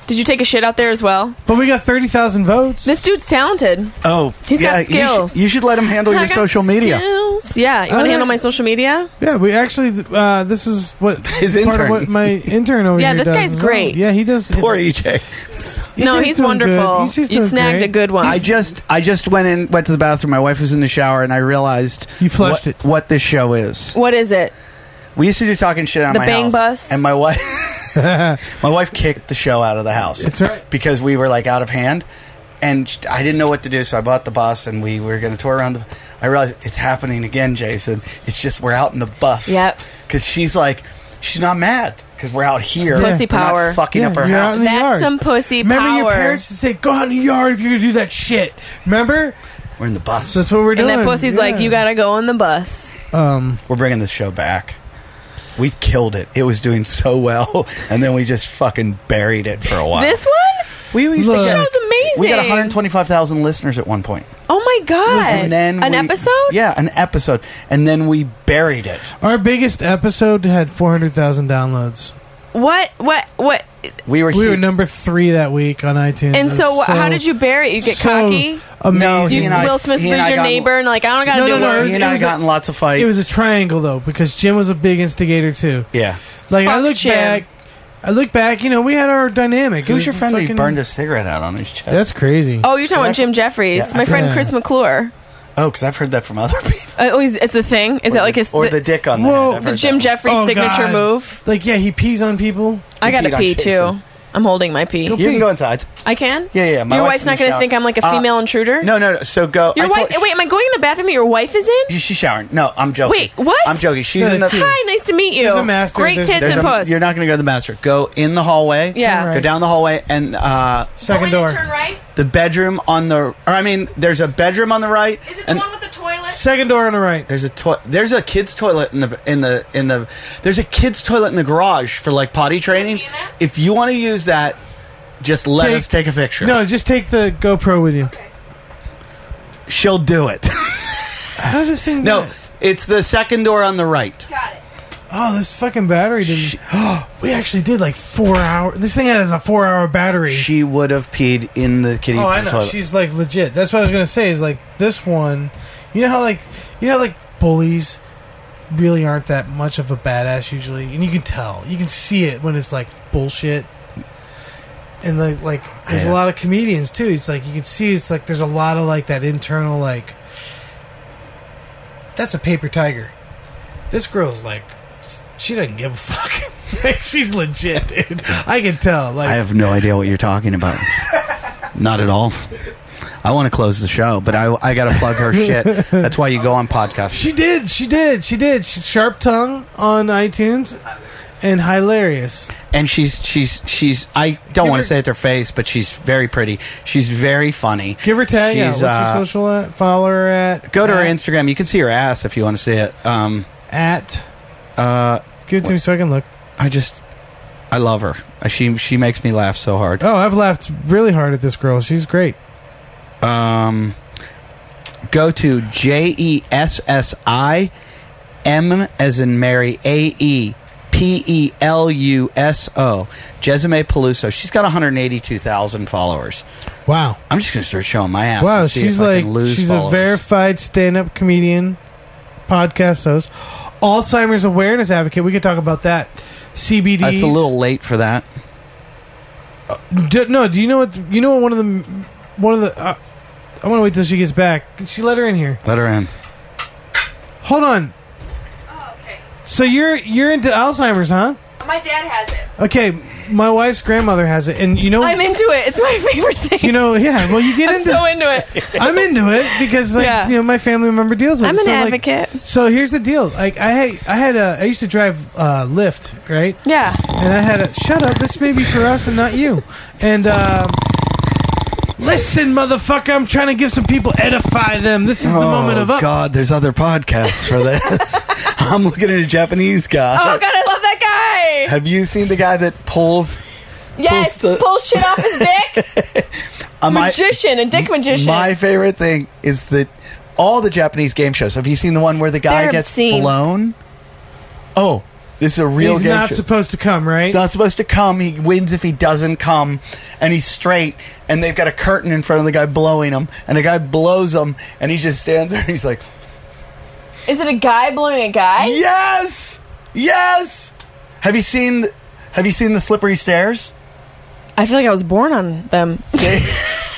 Did you take a shit out there as well?
but we got thirty thousand votes.
This dude's talented.
Oh,
He's got
you should-
skills.
You should, let him handle
I
your
got
social media.
skills. handles? Yeah, you want
All
to handle
right.
my social media?
Yeah, we actually. Uh, this is what
His
part of
intern.
what my intern over
Yeah,
here
this
does
guy's
as well.
great.
Yeah, he does.
Poor EJ.
he
no,
does
he's
doing
wonderful.
good. He's just
you
doing
snagged
great.
a good one.
I just I just went in went to the bathroom. My wife was in the shower, and I realized
You flushed
what,
it.
What this show is.
what is it?
We used to do talking shit on
The
my
Bang
house,
Bus?
and my wife my wife kicked the show out of the house.
That's right.
because we were like out of hand, and sh- I didn't know what to do, so I bought the bus, and we were going to tour around. the I realized it's happening again, Jason. It's just we're out in the bus.
Yep.
Because she's like, she's not mad because we're out here.
pussy
We're not
power.
fucking
Yeah,
up our
you're out
house.
in the
That's
yard.
some pussy
Remember
power.
your parents to say, "Go out in the yard if you're gonna do that shit." Remember?
we're in the bus.
That's what we're
and
doing.
that pussy's
Yeah.
like, you gotta go on the bus.
Um,
We're bringing this show back. We killed it. It was doing so well, and then we just fucking buried it for a while.
This one?
we used
Look.
to
This
get-
show's amazing.
We got 125,000 listeners at one point,
Oh my god!
and then
an
we-
episode?
Yeah, an episode, and then we buried it.
our biggest episode had four hundred thousand downloads.
What? What? What?
We were.
We
hu-
were number three that week on iTunes.
And
It
so,
was
wh- how did you bury it? You get
so
cocky?
Amazing.
No, he
You
and I-
Will Smith was
he and I
your
got-
neighbor, and like, I don't gotta
No,
do
no, no,
work.
it was-
he and I
was
got
a-
in lots of fights.
it was a triangle though, because Jim was a big instigator too.
yeah.
Like I
Fuck
look
Jim.
back, I look back. You know, we had our dynamic. It
Who's your
was
friend that you
fucking-
burned a cigarette out on his chest?
That's crazy.
Oh, you're talking about Jim Jeffries,
Yeah,
my friend
yeah.
Chris McClure.
oh, because I've heard that from other people.
Uh, oh, he's, it's a thing. Is that like his
or the, dick on the
Whoa.
head? I've
the
heard
Jim
that one.
Jeffries
Oh,
signature
God.
move?
Like yeah, he pees on people.
I gotta
peed on
pee too.
Jason.
I'm holding my pee.
You can go inside.
I can.
Yeah, yeah, my
your
wife's
wife's
in
not
the
gonna
shower.
think I'm like a
Uh,
female intruder.
No, no, no. So go.
Your
I
wife.
told-
wait, am I going in the bathroom that your wife is in?
She- She's showering. No, I'm joking.
Wait, what?
I'm joking. She's in the.
Hi, nice to meet you.
There's a master,
Great
there's-
tits
There's
and
a-
puss.
You're not going to go to the master. Go in the hallway.
Yeah.
Go
right.
down the hallway and uh,
Second
Oh, I need
door.
to Turn right.
the bedroom on the. Or I mean, there's a bedroom on the right.
Is it the
and
one with the toilet?
Second door on the right.
there's a to- There's a kids toilet in the in the in the. There's a kids toilet in the garage for like potty training.
Can I be in that?
If you want to use that, just let us take a picture.
No, just take the GoPro with you.
she'll do it.
How does this thing?
no,
work?
it's the second door on the right.
Got it.
Oh, this fucking battery didn't. we actually did like four hour. This thing has a four hour battery.
She would have peed in the kitty
oh, I know.
toilet.
She's like legit. That's what I was gonna say. Is like this one. You know how like you know how, like bullies really aren't that much of a badass usually, and you can tell. You can see it when it's like bullshit. And like, like there's
Yeah.
a lot of comedians too. It's like you can see it's like there's a lot of like that internal like. That's a paper tiger. This girl's like, s- she doesn't give a fuck. like she's legit, dude. I can tell. Like
I have no idea what you're talking about. Not at all. I want to close the show, but I, I got to plug her shit. That's why you go on podcasts.
She did. She did. She did. She's sharp tongue on iTunes and hilarious.
And she's she's she's I don't want to say it to her face, but she's very pretty. She's very funny.
Give her tag. out.
She's,
What's
uh,
your social at? Follow her at.
Go to her
at-
Instagram. You can see her ass if you want to see it. Um,
At.
uh,
Give it to me so I can look.
I just I love her. Uh, She she makes me laugh so hard.
Oh, I've laughed really hard at this girl. She's great.
Um, go to J E S S I M as in Mary A E P E L U S O Jesime Peluso. She's got 182,000 followers.
Wow.
I'm just gonna start showing my ass.
Wow.
and see
She's
if I
like.
can lose
She's
followers.
a verified stand-up comedian, podcast host, Alzheimer's awareness advocate. We could talk about that. CBD.
That's a little late for that.
Do, no, do you know what? You know what? One of the, one of the. Uh, I want to wait till she gets back. She let her in here.
Let her in.
Hold on. So you're you're into Alzheimer's, huh?
My dad has it.
Okay, my wife's grandmother has it, and you know,
I'm into it. It's my favorite thing.
Oh. you know, yeah. Well, you get
I'm
into.
so into it.
I'm into it because, like,
Yeah.
you know, my family member deals with.
I'm an
it. so, like-
advocate.
so here's the deal. Like, I had, I had, uh, I used to drive uh, Lyft, right?
Yeah.
And I had a shut up. This may be for us and not you. And um, listen, motherfucker, I'm trying to give some people edify them. This is the moment of
oh
up.
God, there's other podcasts for this. I'm looking at a Japanese guy.
Oh god, I love that guy.
Have you seen the guy that pulls?
Yes,
the-
pull shit off his dick.
Am I-
magician, a dick magician.
My favorite thing is that all the Japanese game shows. Have you seen the one where the guy
They're
gets
obscene.
blown? Oh, this is a real
He's
game
not
show.
supposed to come, right?
He's not supposed to come. He wins if he doesn't come, and he's straight. And they've got a curtain in front of the guy blowing him, and the guy blows him, and he just stands there. and He's like,
Is it a guy blowing a guy?
Yes, yes. Have you seen? Have you seen the slippery stairs?
I feel like I was born on them.
They,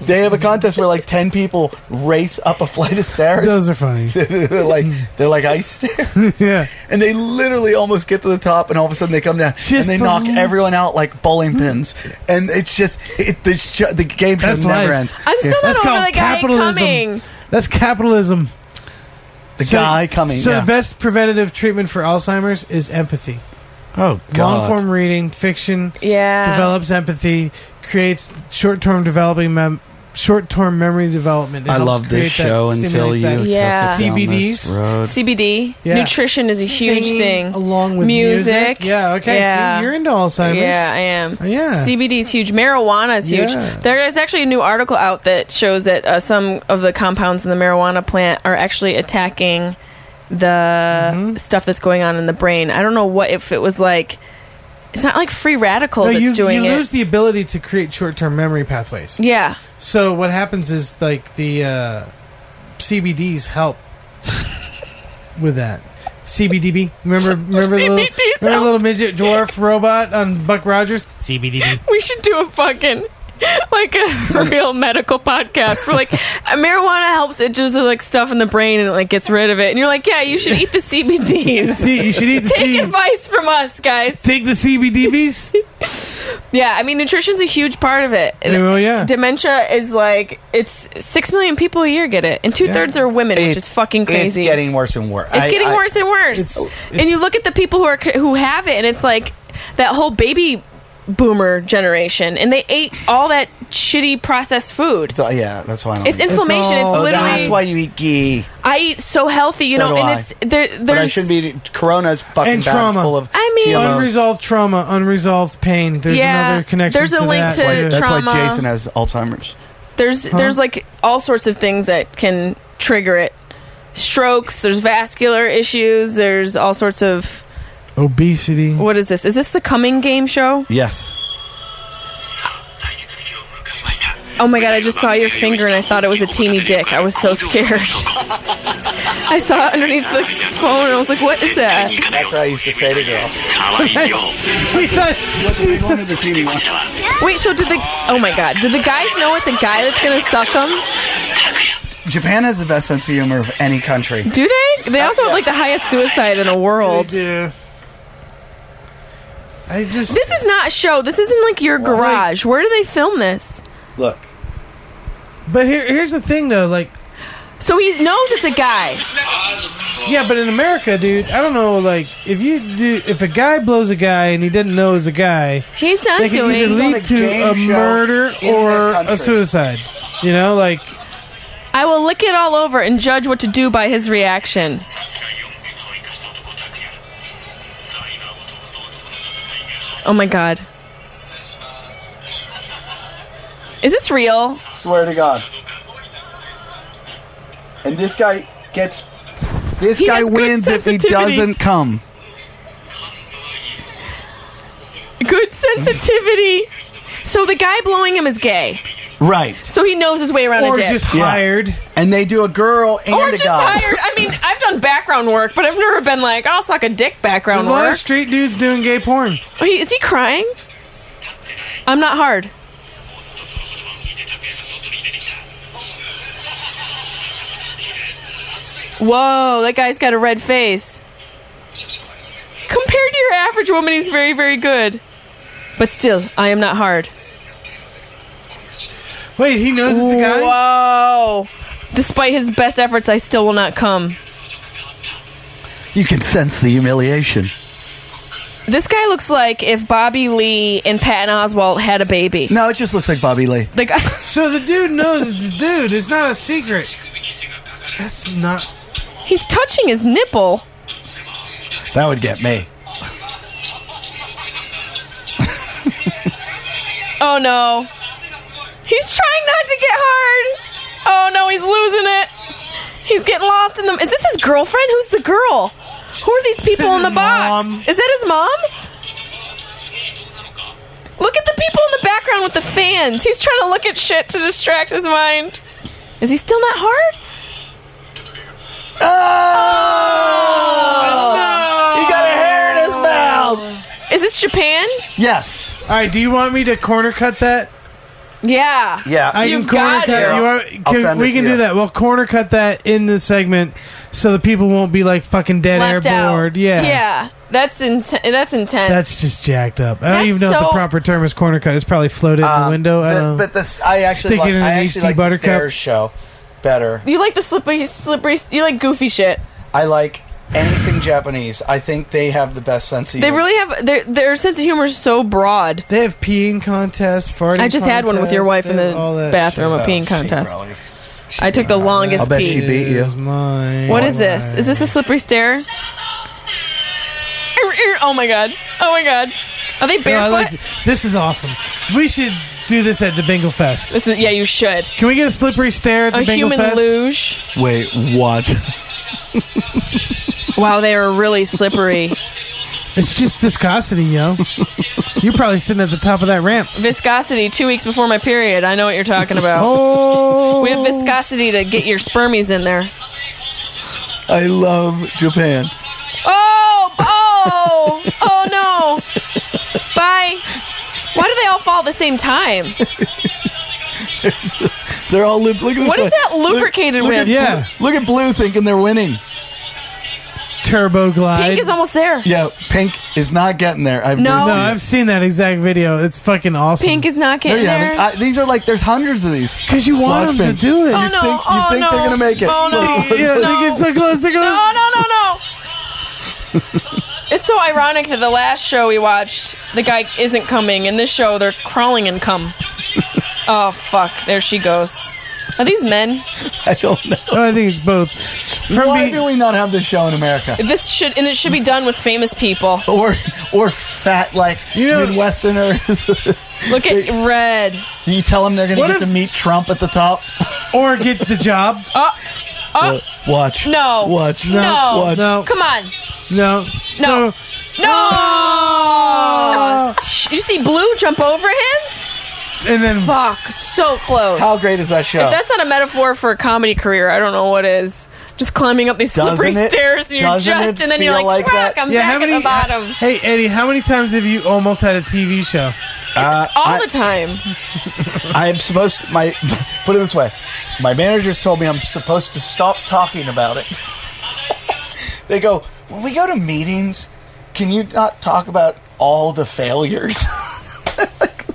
they have a contest where like ten people race up a flight of stairs.
Those are funny.
they're like they're like ice stairs,
yeah.
and they literally almost get to the top, and all of a sudden they come down
Just
and they
the- Hmm.
knock everyone out like bowling pins, and it's just it, the sh- the game show
That's
never
life.
ends.
I'm still
That's
not over
called
the guy
capitalism.
coming.
That's capitalism.
The guy coming.
So
yeah.
the best preventative treatment for Alzheimer's is empathy.
oh
Long
god.
form reading, fiction
Yeah.
develops empathy, creates short term developing mem- short term memory development. It
I
helps
love
create
this
that-
show until
stimulate
you
that-
took
Yeah.
us down this
CBDs.
road.
CBD.
Yeah.
Nutrition is a huge
Singing
thing.
along with music.
Music.
Yeah. Okay.
Yeah.
See, you're into Alzheimer's. Oh,
Yeah, I am.
Yeah.
CBD is huge. Marijuana is huge.
Yeah.
There is actually a new article out that shows that uh, some of the compounds in the marijuana plant are actually attacking the
Mm-hmm.
stuff that's going on in the brain. I don't know what if it was like. It's not like free radicals
No,
that's
you,
doing
you
it.
lose the ability to create short term memory pathways.
yeah.
So what happens is like the uh, CBDs help with that. CBDB, remember, remember, the little,
CBDs
remember
help.
the little midget dwarf robot on Buck Rogers. CBDB.
We should do a fucking like a real medical podcast. We're like marijuana helps it just like stuff in the brain and it like gets rid of it. And you're like, yeah, you should eat the CBDs.
See, you should eat the
Take
C-
advice from us, guys.
take the CBDBs.
Yeah, I mean nutrition's a huge part of it.
well, yeah.
Dementia is like it's six million people a year get it, and two thirds are women, which is fucking crazy.
It's getting worse and worse.
It's
I-
getting
I-
worse and worse.
It's-
and you look at the people who are c- who have it, and it's like that whole baby boomer generation, and they ate all that shitty processed food.
So, yeah, that's why. I don't
It's
like it.
inflammation. It's,
all-
Oh,
literally.
that's why you eat ghee.
I eat so healthy, you
So
know,
do
and
I.
it's there. There's
But I shouldn't be. eating- Corona's fucking
And
bad,
trauma.
full of.
I mean-
GMOs.
unresolved trauma, unresolved pain. There's
Yeah,
another connection.
there's a
to
link
that.
to
Like,
tra-
That's
trauma.
why Jason has Alzheimer's.
there's there's like all sorts of things that can trigger it. Strokes. There's vascular issues. There's all sorts of.
obesity.
What is this? Is this the coming game show?
Yes.
Oh my god! I just saw your finger and I thought it was a teeny dick. I was so scared. I saw it underneath the phone and I was like, "What is that?"
That's how I used to say to girl.
She thought- she-
Wait. So did the? Oh my god! Did the guys know it's a guy that's gonna suck them?
Japan has the best sense of humor of any country.
Do they? They also have like the highest suicide in the world.
Yeah. I just
This is not a show. This isn't like your garage. Where do they film this?
Look.
But here, here's the thing, though. Like,
So he knows it's a guy.
yeah, but in America, dude, I don't know. Like, if you do, if a guy blows a guy and he didn't know it was a guy,
He's not
they can either
doing.
lead
a
to
game
a
show
murder
in
or
their
a
country.
suicide. You know, like,
I will lick it all over and judge what to do by his reaction. Oh my god. Is this real?
Swear to God. And this guy gets. This
He
guy
has good
wins if he
sensitivity.
doesn't come.
Good sensitivity. So the guy blowing him is gay.
Right.
So he knows his way around
or
a dick.
just
Yeah.
hired.
And they do a girl and
or
a
just
guy.
hired. I mean, I've done background work, but I've never been like, I'll suck a dick
There's
background
a lot
work.
of street dudes doing gay porn.
Wait, is he crying? I'm not hard. Whoa, that guy's got a red face. Compared to your average woman, he's very, very good. But still, I am not hard.
Wait, he knows it's a guy.
Whoa. Despite his best efforts, I still will not come.
You can sense the humiliation.
This guy looks like if Bobby Lee and Patton Oswalt had a baby.
No, it just looks like Bobby Lee.
The guy.
So the dude knows it's a dude. It's not a secret. That's not.
He's touching his nipple.
That would get me.
Oh no. He's trying not to get hard. Oh no, he's losing it. He's getting lost in the. Is this his girlfriend? Who's the girl? Who are these people
This
in the
is
box?
mom.
Is that his mom? Look at the people in the background with the fans. He's trying to look at shit to distract his mind. Is he still not hard?
Oh! He got a hair in his mouth.
Is this Japan?
Yes.
All right, do you want me to corner cut that?
Yeah.
Yeah.
I
You've
can
got
corner cut.
it.
You are,
I'll
can-
send it
we
to
can do
you.
that. We'll corner cut that in the segment, so the people won't be like fucking dead
Left
air
out.
bored. Yeah,
Yeah. That's intense. That's intense.
That's just jacked up. I don't
That's
even know if the
so-
proper term is corner cut. It's probably floated in the
Um,
window. I
the-
don't know.
but this, I actually
Stick
like,
it in
I
an
actually
HD
like the
buttercup.
stairs show better.
you like the slippery, slippery. You like goofy shit.
I like anything Japanese. I think they have the best sense of
They
humor.
really have their their sense of humor is so broad.
They have peeing contests, farting.
I just had one with your
contests,
wife in
they have
the
all that
bathroom, a
shit. Oh,
peeing
She
contest.
probably-
I took the longest
I'll bet
pee.
she
E.
beat you.
Is mine.
What is this? Is this a slippery stair? Oh my god! Oh my god! Are they barefoot?
No, I like, this is awesome. We should do this at the Bingle Fest.
This is- yeah, you should.
Can we get a slippery stair at the
A
Bingle
human
Fest?
luge.
Wait, what?
Wow, they are really slippery.
It's just viscosity, yo. You're probably sitting at the top of that ramp.
viscosity two weeks before my period. I know what you're talking about. Oh. We have viscosity to get your spermies in there.
I love Japan.
Oh, oh, oh no. Bye. Why do they all fall at the same time?
They're all lip. Look at this
What is
one.
that
Look-
lubricated
look
with?
at
Yeah.
Blue- Look at blue thinking they're winning.
Turbo glide.
Pink is almost there.
Yeah, pink is not getting there. I've
No.
No,
noticed it.
I've seen that exact video. It's fucking awesome.
Pink is not
No,
getting
you haven't.
there.
I, these are like there's hundreds of these.
because you want
Watch
them
Pink.
to do it.
oh
you
no.
think- you
oh
think
no.
they're gonna make it.
Oh no.
yeah,
no.
they get so close to going.
no, no, no, no. It's so ironic that the last show we watched, the guy isn't coming. In this show, they're crawling and come. oh fuck! There she goes. Are these men?
I don't know.
Oh, I think it's both. From
Why
be-
do we not have this show in America?
This should and it should be done with famous people.
Or or fat like
You know-
Midwesterners.
Look at Red.
do you tell them they're going to
What
get
if-
to meet Trump at the top?
or get the job.
Oh
Watch.
no!
Watch.
No!
Watch.
No.
Come on!
No.
No.
So,
No!
Ah.
Sh- You see Blue jump over him?
and then
Fuck! So close.
How great is that show?
If that's not a metaphor for a comedy career, I don't know what is. Just climbing up these slippery
Doesn't it-
stairs and you're
doesn't
just,
it
and then you're
feel
like,
like
"Fuck,
that?"
I'm
yeah,
back
how many?
at the bottom.
Hey Eddie, how many times have you almost had a TV show?
Uh,
All
I,
the time.
I'm supposed to, my put it this way. My managers told me I'm supposed to stop talking about it. they go, when we go to meetings, can you not talk about all the failures? Like,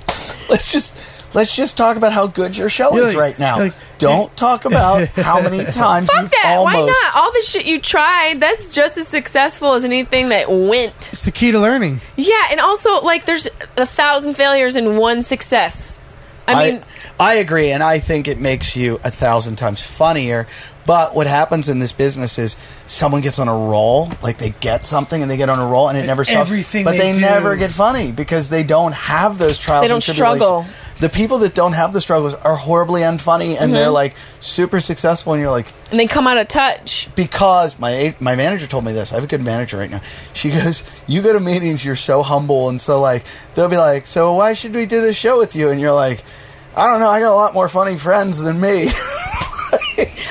let's just let's just talk about how good your show
You're
is
like-
right now.
like-
Don't talk about how many times
Fuck
you've
that.
almost.
Why not? All the shit you tried, that's just as successful as anything that went.
It's the key to learning.
Yeah, and also, like, there's a thousand failures and one success. I mean,
I, agree, and I think it makes you a thousand times funnier. But what happens in this business is someone gets on a roll, like they get something and they get on a roll, and it never stops.
everything
but
they
they,
do-
never get funny because they don't have those trials.
They don't
and tribulations.
struggle.
The people that don't have the struggles are horribly unfunny, and
Mm-hmm.
they're like super successful, and you're like,
and they come out of touch.
because my my manager told me this. I have a good manager right now. She goes, "You go to meetings, you're so humble and so like they'll be like, "So why should we do this show with you?" And you're like, "I don't know. I got a lot more funny friends than me."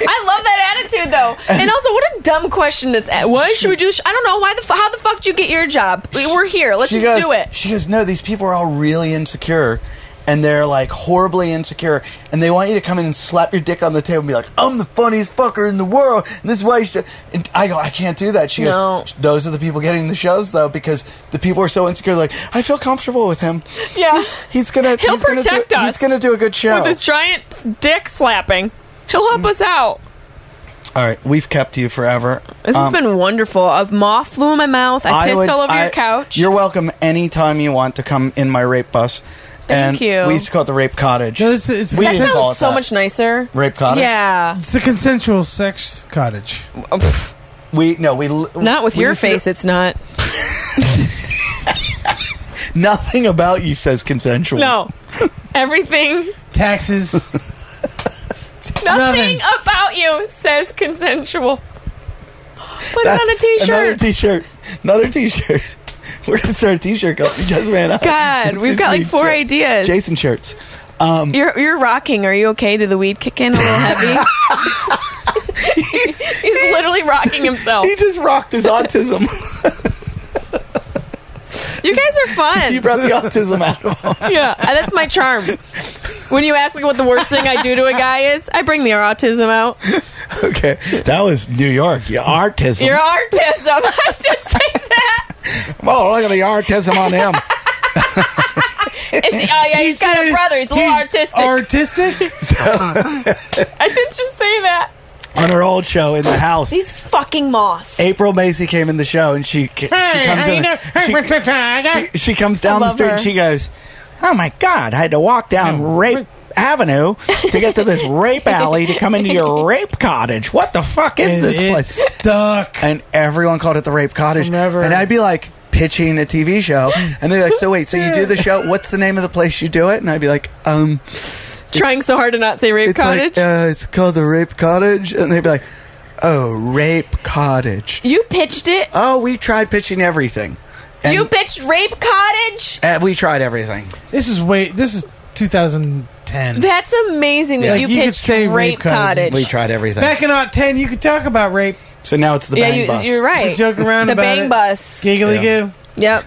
I love that attitude, though. And also, what a dumb question that's at. Why should we do this? I don't know. Why the f- How the fuck did you get your job? We- We're here. Let's
she
just
goes,
do it.
She goes, "No, these people are all really insecure." And they're like horribly insecure, and they want you to come in and slap your dick on the table and be like, "I'm the funniest fucker in the world," and this is why you should. And I go, "I can't do that." She
No.
goes, "Those are the people getting the shows, though, because the people are so insecure. Like, I feel comfortable with him."
Yeah.
He's gonna
He'll
he's gonna do-
protect us
He's gonna do a good show. Mm.
With this giant s- dick slapping. He'll help us out.
All right, we've kept you forever.
This
Um,
has been wonderful. A moth flew in my mouth. I, pissed
would-
all over
I-
your couch.
You're welcome anytime you want to come in my rape bus. and
Thank you.
We used to call it the rape cottage.
No, it's, it's,
We
that
didn't
it's,
call
sounds
it
so
that.
much nicer.
rape cottage.
Yeah.
it's a consensual sex cottage.
Oh, pff,
We no we l-
Not with
we
your
used to
face, it's not.
do- nothing about you says consensual.
No. Everything,
Taxes.
nothing,
Nothing.
about you says consensual. Put it
That's
on a t
Another
shirt.
t-shirt. Another t-shirt. We're gonna start a t-shirt company. Just ran out.
God,
It's
we've
just
got
me,
like four
Ja-
ideas.
Jason shirts. Um,
You're you're rocking. Are you okay? Did the weed kick in a little heavy? He's literally rocking himself.
He just rocked his autism.
You guys are fun.
he brought the autism out of him.
yeah, uh, that's my charm. When you ask me what the worst thing I do to a guy is, I bring their autism out.
Okay, that was New York. Your autism.
Your autism. I did say that.
oh, look at the autism on him.
It's, oh yeah, he's got a brother. He's a little artistic.
Artistic?
I did just say that.
on her old show in the house.
He's fucking moss.
April Macy came in the show and she she comes in, she, she comes down the
love
street
her.
and she goes, "Oh my god, I had to walk down Rape Avenue to get to this rape alley to come into your rape cottage. What the fuck is
And
this
it
place?"
stuck.
and everyone called it the Rape Cottage.
Forever.
And I'd be like pitching a TV show, and they're like, "So wait, so you do the show? What's the name of the place you do it?" And I'd be like, "Um,
Trying so hard to not say rape
it's
cottage.
like uh, it's called the Rape Cottage," and they'd be like, "Oh, Rape Cottage."
you pitched it.
Oh, we tried pitching everything. And,
you bitched rape cottage.
and we tried everything.
This is way. This is 2010.
That's amazing that
Yeah.
you
You could
pitched
say
rape,
rape cottage.
cottage.
We tried everything.
Back in 10, you could talk about rape.
so now it's the
yeah,
bang
you,
bus.
you're right.
joke around
the
about
bang
it.
bus.
Giggly goo.
Yep.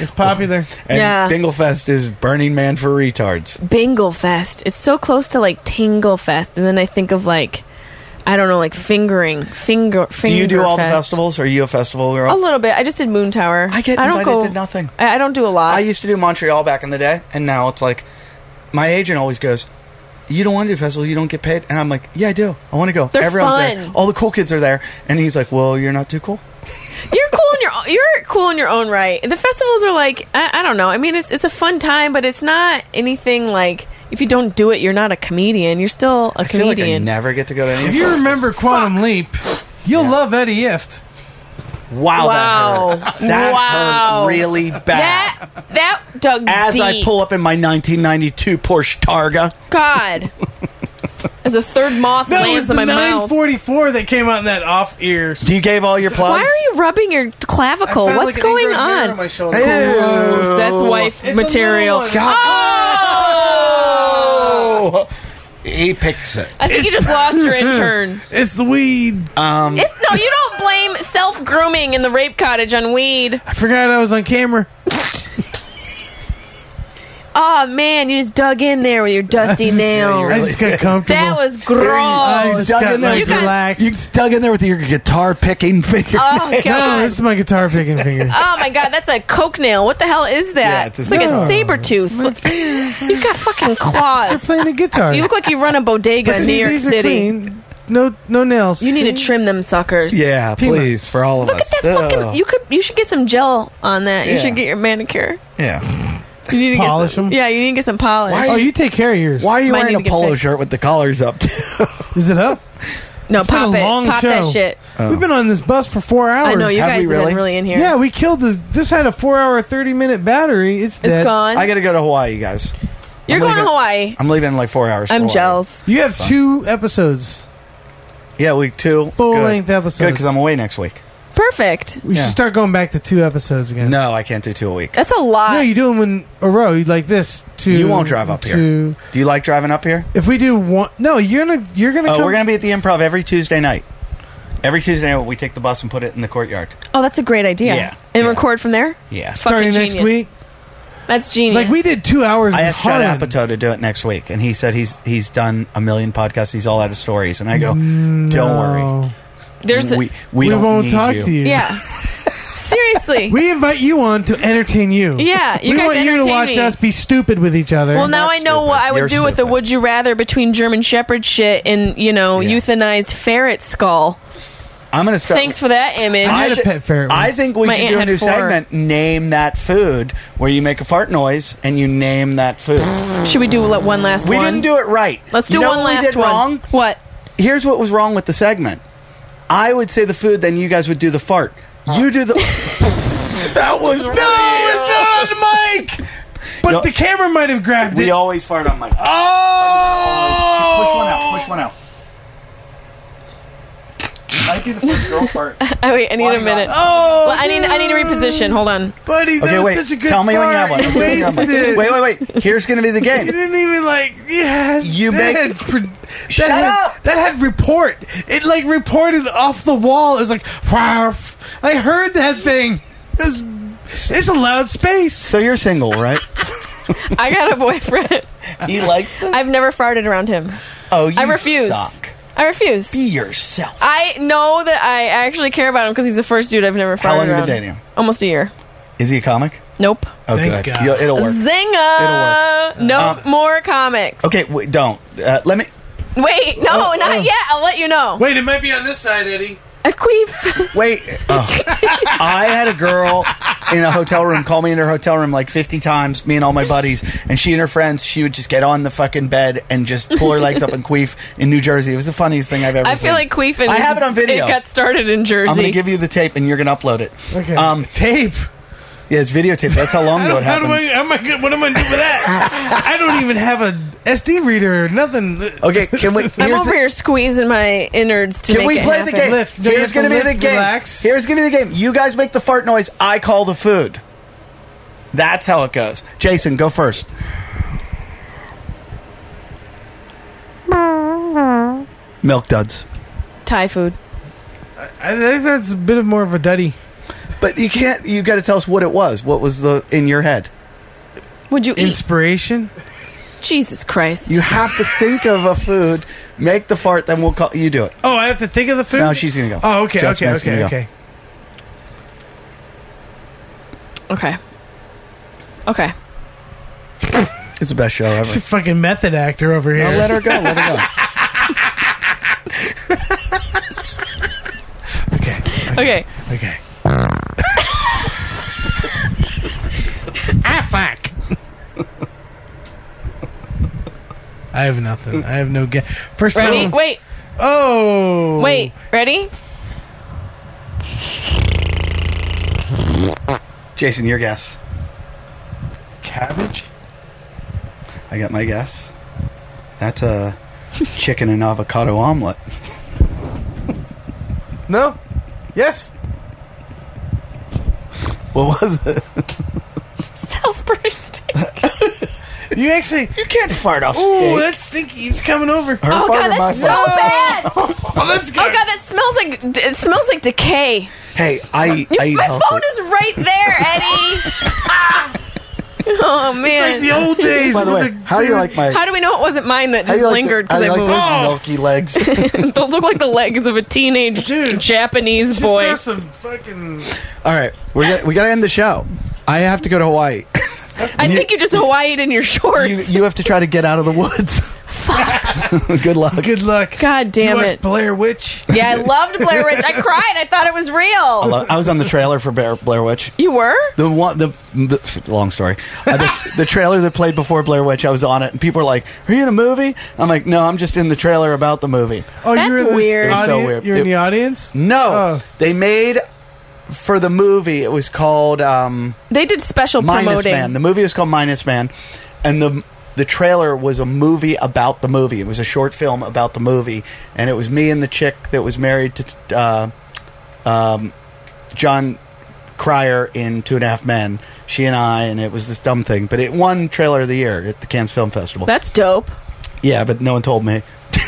It's popular.
And
Yeah.
Binglefest is Burning Man for retards.
Bingle Fest. It's so close to like Tingle Fest, and then I think of like, I don't know, like fingering, finger. finger
Do you do all the
fest.
festivals? Are you a festival
A
girl?
little bit. I just did Moon Tower.
I get
I don't
invited
go,
to nothing.
I, I don't do a lot.
I used to do Montreal back in the day, and now it's like my agent always goes, "You don't want to do a festival. You don't get paid." And I'm like, "Yeah, I do. I want to go."
They're
Everyone's there.
fun.
All the cool kids are there, and he's like, "Well, you're not too cool."
you're cool in your own- you're cool in your own right. The festivals are like I, I don't know. I mean, it's it's a fun time, but it's not anything like if you don't do it, you're not a comedian. You're still a
I feel like I
comedian.
never get to go to any.
If
of
you
them.
remember Quantum Leap, you'll love Eddie Ift.
wow, that
Wow.
hurt. That
Wow.
hurt really bad.
that that dug
As I
deep.
pull up in my 1992 Porsche Targa.
God. As a third moth
That was
lands
the
in my mouth.
944 that came out in that off ear.
Do you gave all your plugs?
Why are you rubbing your clavicle?
Found,
What's
like, an
going
ingrown hair
on?
my shoulder.
Gross. That's wife
It's a
material. Oh!
little one.
Oh, he picks it.
I think you just lost your intern.
It's the weed.
Um,
It's, no, you don't blame self grooming in the rape cottage on weed.
I forgot I was on camera.
Oh man, you just dug in there with your dusty nails.
I just got comfortable.
that was
I
gross.
just
Dug
got
in there
like,
with your-
relaxed.
you dug in there with your guitar picking finger.
Oh
no,
god.
this is my guitar picking finger.
Oh my god, that's a coke nail. What the hell is that?
Yeah, it's
it's
a
like
nail.
a saber tooth. Look- You've got fucking claws.
Playing the guitar.
You look like you run a bodega
But
in
see,
New York
these are
City.
clean. No, no nails.
You need to
See?
trim them suckers.
yeah,
Peanuts.
please for all of
Look
us.
at that
Ugh.
fucking. You could. You should get some gel on that. You
Yeah.
should get your manicure.
yeah.
You need to
Polish
get some,
'em?
Yeah, you need to get some polish.
Why-
Oh, you take care of yours.
Why are you
Might need
wearing a
to get
polo
fixed.
shirt with the collars up? too?
Is it up?
No,
been
pop
a
it.
long
Pop that
show.
shit.
We've been on this bus for four hours.
I know you
Oh. Have
guys
we
have been
really?
really in here.
Yeah, we killed this. This had a four-hour, thirty-minute battery. It's dead.
it's gone.
I got to go to Hawaii, you guys.
You're going
I'm
to
leaving-
Hawaii.
I'm leaving in like four hours. for
I'm
Hawaii.
gels.
You have two episodes,
Yeah, week two.
full-length episodes.
Good, because I'm away next week.
Perfect.
We
Yeah.
should start going back to two episodes again.
No, I can't do two a week.
That's a lot.
No, you do them in a row. You like this to
You won't drive up here.
to-
Do you like driving up here?
If we do one, no, you're gonna you're gonna.
Oh,
come,
we're going to be at the improv every Tuesday night. Every Tuesday night, we take the bus and put it in the courtyard.
oh, that's a great idea.
Yeah.
And
Yeah.
record from there.
Yeah.
starting
fucking
next
genius.
week.
That's genius.
Like we did two hours.
I
in
asked Judd
Holland.
Apatow to do it next week, and he said he's he's done a million podcasts. He's all out of stories, and I go, "Don't worry,
Oh,
There's. A,
we
we,
we, don't
won't
need
talk to you.
yeah. Seriously.
we invite you on to entertain you.
Yeah, you
we
guys
want you to
entertain
watch
me.
us be stupid with each other.
well, now
not
I know
stupid.
what I would
You're
do with a
stupid.
would you rather between German Shepherd shit and, you know,
Yeah.
euthanized ferret skull.
I'm going to start.
Thanks for that image.
I had a
should-
pet ferret
I
once.
think we
My
should
aunt
do a
had
new
four.
segment. Name that food, where you make a fart noise and you name that food.
Should we do le- one last
we
one?
didn't do it right.
Let's do
You know
one
what
last
we did
one.
Wrong.
What?
Here's what was wrong with the segment. I would say the food, then you guys would do the fart. You do the. that was uh, no.
it's not on the mic. But
No.
the camera might have grabbed
We
it.
always fart on mic. Push
oh,
one out. Push one out. I do the first girl part.
Oh, wait, I need a
Why
minute.
not?
Oh,
Well, I need I need to reposition. Hold on.
buddy. That
Okay,
was
wait.
such a good
Tell me when you have
fart.
one.
You
When you have one.
wasted it.
Wait, wait, wait. Here's going to be the
You
game.
didn't even like. Yeah,
You
that
make-
had pro- that
Shut
had,
up!
That had report. It like reported off the wall. It was like, "Warf." I heard that thing. It was, it's a loud space.
So you're single, right?
I got a boyfriend.
he likes this.
I've never farted around him.
oh, you
I refuse.
Suck.
I refuse.
Be yourself.
I know that I actually care about him because he's the first dude I've never farted
How long have you
around.
been dating him?
Almost a year.
Is he a comic?
Nope.
Oh,
Thank
good.
God.
You'll- it'll work. Uh,
Zinga! No more comics.
Okay, Oh, wait, don't. Uh, let me.
Wait, no, not yet. I'll let you know.
Wait, it might be on this side, Eddie.
A queef.
Wait. Oh. I had a girl in a hotel room call me in her hotel room like 50 times, me and all my buddies, and she and her friends, she would just get on the fucking bed and just pull her legs up and queef in New Jersey. It was the funniest thing I've ever
I
seen.
feel like queefing.
I
is-
have it on video.
It got started in Jersey.
I'm going to give you the tape and you're going to upload it.
Okay.
Um,
tape.
yeah, it's videotape. That's how long ago it
How do
happened.
I? How am I gonna- what am I gonna do with that? I don't even have a SD reader. or Nothing.
okay, can we.
I'm
here's
over
the-
here squeezing my innards to
Can
make
we
it
play
happen.
the game?
Lift. No, you
Here's
have
gonna
to
be the
lift,
game.
relax.
Here's gonna be the game. You guys make the fart noise. I call the food. That's how it goes. Jason, go first. Milk duds.
Thai food.
I think that's a bit of more of a duddy.
But you can't. You got to tell us what it was. What was the in your head?
Would you eat?
Inspiration.
Jesus Christ.
You have to think of a food. Make the fart. Then we'll call. You do it.
Oh, I have to think of the food.
No, she's gonna go.
Oh, okay,
Jess
okay,
Smith's
okay,
gonna go.
okay.
okay.
Okay.
It's the best show
She's a
ever.
fucking method actor over here.
No, let her go. Let her go.
Okay,
Okay.
okay. ah, fuck. I have nothing. I have no guess. First
Ready?
time.
Wait.
Oh.
Wait. Ready?
Jason, your guess.
Cabbage.
I got my guess. That's a chicken and avocado omelet.
No. Yes.
What was it?
Salisbury steak.
You actually.
You can't fart off
Ooh, that's stinky. It's coming over.
Her
Oh
fart or
god,
my
that's so
fart?
bad. Oh
Oh, that's good.
god, that smells like d- it smells like decay.
Hey, I
Your-
I eat
my
healthy.
phone is right there, Eddie. ah. Oh man.
like the old days.
By the
with
way, how do you like my?
How do we know it wasn't mine that
how
just
do you like
lingered
the- how
because
do
I
you like
moved?
those
Oh.
milky legs?
Those look like the legs of a teenage
Dude.
Japanese
Just
boy.
throw some fucking.
All right, we got we got to end the show. I have to go to Hawaii.
I think you just Hawaiied in your shorts.
You, you have to try to get out of the woods. Good luck.
Good luck.
God
Did you
damn
watch
it.
Blair Witch.
Yeah, I loved Blair Witch. I cried. I thought it was real.
Hello, I was on the trailer for Bear, Blair Witch.
You were?
The one, the, the long story. Uh, the, the trailer that played before Blair Witch, I was on it, and people were like, "Are you in a movie?" I'm like, "No, I'm just in the trailer about the movie."
Oh,
That's
you're in the
weird.
It's so
audience-
weird.
You're
It-
in the audience.
No,
Oh.
they made for the movie. It was called um,
They did special
Minus
promoting.
Man. The movie was called Minus Man, and the the trailer was a movie about the movie. It was a short film about the movie, and it was me and the chick that was married to uh, um, John Cryer in Two and a Half Men. She and I, and it was this dumb thing. But it won trailer of the year at the Cannes Film Festival.
That's dope.
yeah, but no one told me.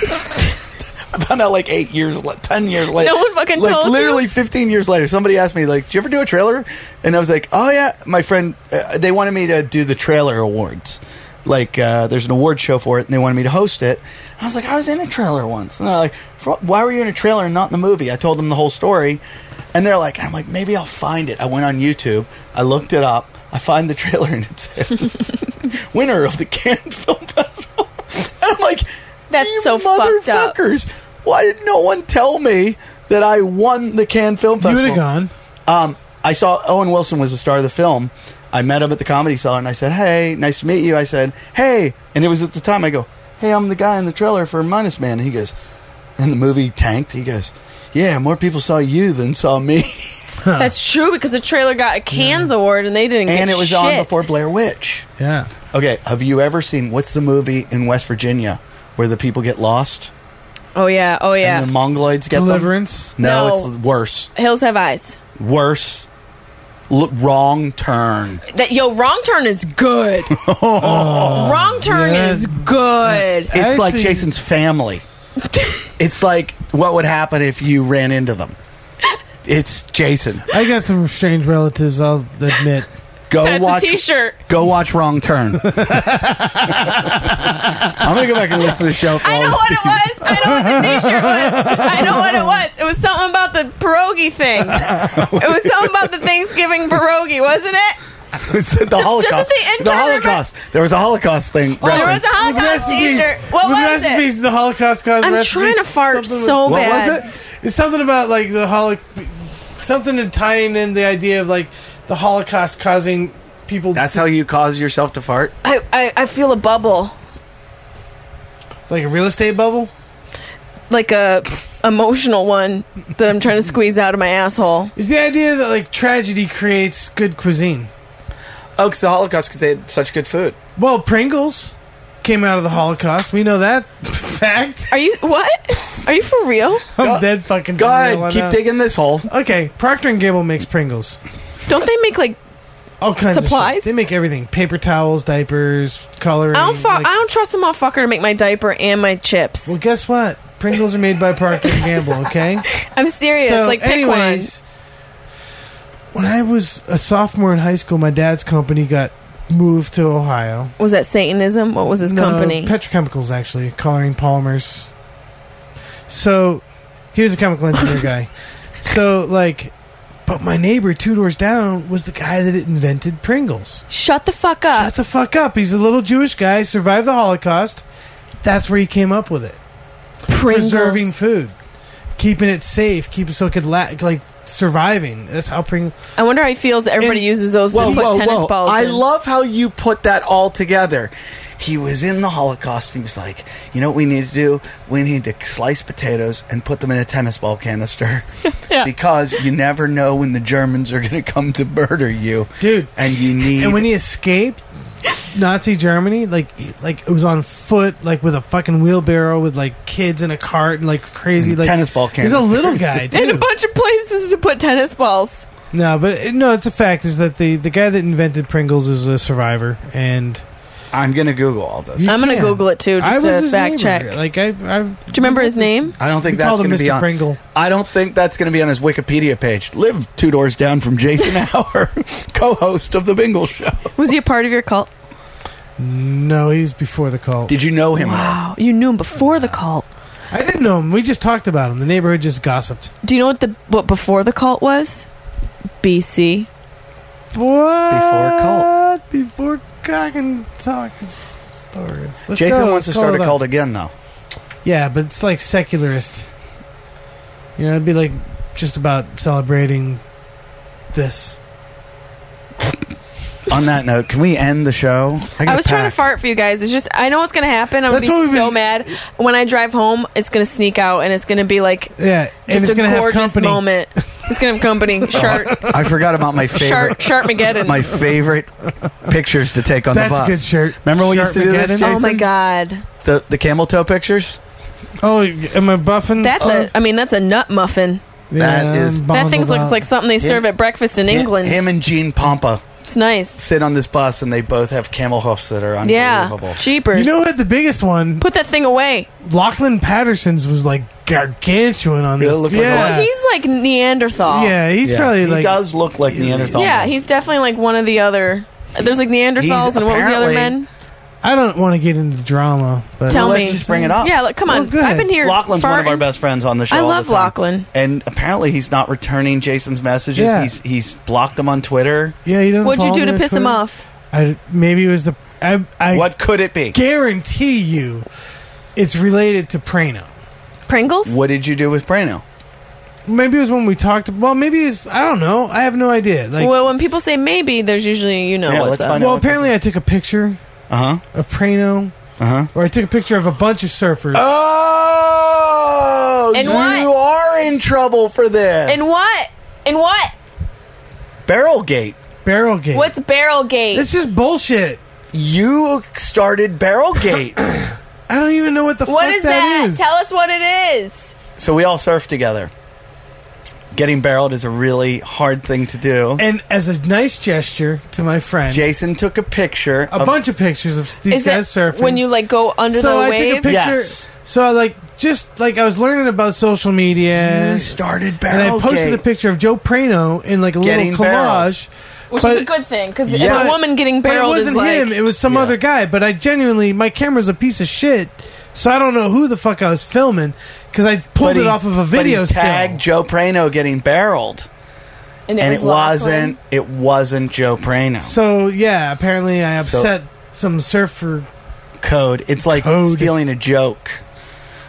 I found out like eight years, la- ten years later.
No one fucking
like,
told you?
Literally fifteen years later, somebody asked me like, "Did you ever do a trailer?" And I was like, "Oh yeah." My friend, uh, they wanted me to do the trailer awards. Like, uh, there's an award show for it, and they wanted me to host it. I was like, "I was in a trailer once." And they're like, "For- "Why were you in a trailer and not in the movie?" I told them the whole story, and they're like, "I'm like, maybe I'll find it." I went on YouTube, I looked it up, I find the trailer, and it says, "Winner of the Cannes Film Festival." and I'm like.
That's
You
so fucked up.
motherfuckers. Why did no one tell me that I won the Cannes Film
You
Festival?
would have gone.
Um, I saw Owen Wilson was the star of the film. I met him at the Comedy Cellar and I said, "Hey, nice to meet you." I said, "Hey," and it was at the time I go, "Hey, I'm the guy in the trailer for Minus Man," and he goes, and the movie tanked. He goes, "Yeah, more people saw you than saw me,"
That's true because the trailer got a Cannes award and they didn't get
and it was on
shit.
before Blair Witch.
Yeah.
Okay, have you ever seen what's the movie in West Virginia where the people get lost?
Oh yeah. Oh yeah.
And the Mongoloids get
Deliverance.
them. No,
No.
it's worse.
Hills have eyes.
Worse. Look, wrong turn.
That yo, wrong turn is good. wrong turn
yeah.
is good.
Oh. It's like
Actually-
Jason's family. it's like what would happen if you ran into them. It's Jason.
I got some strange relatives. I'll admit.
Go
That's
watch.
a T-shirt.
Go watch Wrong Turn. I'm gonna go back and listen to the show. For
I
all
know
the-
what it was. I know what the T-shirt was. I know what it was. It was something about the pierogi thing. It was something about the Thanksgiving pierogi, wasn't it?
the Holocaust.
the end turn remember-
Holocaust. There was a Holocaust thing.
there was
reference.
a Holocaust T-shirt. What
with
was
recipes,
it?
the Holocaust caused
I'm
recipe.
trying to fart
Something with-
so
what
bad.
was it?
It's something about like the holoc, something to tying in the idea of like the Holocaust causing people
That's how you cause yourself to fart.
I, I I feel a bubble,
like a real estate bubble.
like a emotional one that I'm trying to squeeze out of my asshole.
Is the idea that like tragedy creates good cuisine?
Oh, because the Holocaust, because they had such good food.
Well, Pringles came out of the Holocaust. We know that fact.
Are you what? Are you for real?
I'm dead fucking.
Go
real
ahead,
on
keep
that.
digging this hole.
Okay, Procter and Gamble makes Pringles.
Don't they make like
All kinds
Supplies?
of shit. They make everything: paper towels, diapers, coloring.
I don't fu-
like-
I don't trust the motherfucker to make my diaper and my chips.
well, guess what? Pringles are made by Procter and Gamble. Okay.
I'm serious. like pick
anyways, when I was a sophomore in high school, my dad's company got moved to Ohio.
one. Was that Satanism? What was his
No,
company?
Petrochemicals, actually, coloring polymers. So he was a chemical engineer guy. So, like, but my neighbor two doors down was the guy that invented Pringles.
Shut the fuck up.
Shut the fuck up. He's a little Jewish guy, survived the Holocaust. That's where he came up with it.
Pringles.
Preserving food, keeping it safe, keeping so it could la- like surviving. That's how Pringles.
I wonder how he feels. that Everybody
And-
uses those to put tennis balls.
I
in.
love how you put that all together. He was in the Holocaust. He was like, you know what we need to do? We need to slice potatoes and put them in a tennis ball canister because you never know when the Germans are going to come to murder you,
Dude.
And you need
And when he escaped Nazi Germany, like he- like it was on foot, like with a fucking wheelbarrow, with like kids in a cart and like crazy
And
like
tennis ball
He's a little
canisters.
guy
and a
too.
bunch of places to put tennis balls.
no, but it- no, it's a fact is that the the guy that invented Pringles is a survivor and.
I'm going to Google all this.
I'm gonna
Yeah.
Google it too, just
I was
to
his
fact
neighbor.
check.
Like I, I do
Do you remember his name?
I don't think
We
that's
called him
going to be
Mr.
on.
Pringle.
I don't think that's going to be on his Wikipedia page. Live two doors down from Jason Hour, co-host of the Bingle Show.
Was he a part of your cult?
No, he was before the cult.
Did you know him?
Wow, you knew him before the cult.
I didn't know him. We just talked about him. The neighborhood just gossiped.
Do you know what the what before the cult was? BC.
What?
Before cult.
Before I can talk his stories. Let's
Jason
go.
wants to
Let's
start a
it
cult again, though.
up. Yeah, but it's like secularist. You know, it'd be like just about celebrating this.
On that note, can we end the show?
I was trying to fart for you guys. It's just I know what's gonna happen. I'm
That's
gonna
what
be
we've
so
been-
mad when I drive home. It's gonna sneak out and it's gonna be like
Yeah, and
just
it's
a
gonna have
gorgeous
company.
moment. It's gonna have company. Shark,
I forgot about my
shark,
favorite,
shark Mageddon.
my favorite pictures to take on
That's
the
a
bus.
good shirt.
Remember when we used to do this,
Sharkmageddon?
Jason?
oh my god,
The the camel toe pictures.
Oh, am I buffing? Oh,
that's a. I mean, that's a nut muffin.
That is-
That thing looks like something they serve at breakfast in England.
Him and Gene Pompa
It's nice.
sit on this bus, and they both have camel hoofs that are
Yeah,
unbelievable.
cheapers.
You know what? The biggest one,
Put that thing away.
Lachlan Patterson's, was like gargantuan on
Really
this.
looked like a-
yeah.
Well, he's like Neanderthal.
yeah, he's
Yeah.
probably
he
like
does look like Neanderthal.
yeah, he's definitely like one of the other. There's like Neanderthals
He's
and what was the other
apparently-
men?
I don't want to get into the drama, but
Tell
Let's
me.
just bring it up.
Yeah, look, come
Well,
on.
good.
I've been here.
Lachlan's one of our
farting.
best friends on the show.
I
all the
love
time.
Lachlan.
and apparently he's not returning Jason's messages.
Yeah.
He's he's blocked him on Twitter.
yeah, you don't.
What'd you
follow
do
me
to
on
piss him
Twitter?
off?
I, maybe it was the I, I
What could it be?
guarantee you, it's related to Prano.
Pringles?
What did you do with Brano?
Maybe it was when we talked. Well, maybe it's I don't know. I have no idea. Like, well,
well, when people say maybe, there's usually you know
Yeah,
what's
let's
up.
find out. what
apparently I took a picture
Uh huh.
of Prano,
Uh huh.
or I took a picture of a bunch of surfers.
Oh,
And
you
what?
are in trouble for this.
And what? And what?
Barrelgate.
Barrelgate.
What's barrel gate?
It's just bullshit.
You started Barrelgate.
I don't even know what the
What
fuck
is that?
is.
Tell us what it is.
So we all surf together. Getting barreled is a really hard thing to do.
and as a nice gesture to my friend,
Jason took a picture.
a bunch of pictures of these
Is
guys
that
surfing.
when you like go under
so
the
I
wave?
took a picture.
Yes.
So I like just like I was learning about social media.
You started
and I
barrel
posted
gate.
a picture of Joe Prano in like a
Getting
little collage.
Which
But-
is a good thing because
Yeah.
a woman getting
But it
barreled is
wasn't
like
him. It was some
Yeah.
other guy. But I genuinely, my camera's a piece of shit, so I don't know who the fuck I was filming because I pulled
But he-
it off of a
but he
video still.
tagged Joe Prano getting barreled,
and it,
and
was
it wasn't.
Lachlan.
It wasn't Joe Prano.
So yeah, apparently I
So-
upset some surfer.
Code. It's like
Code.
stealing a joke.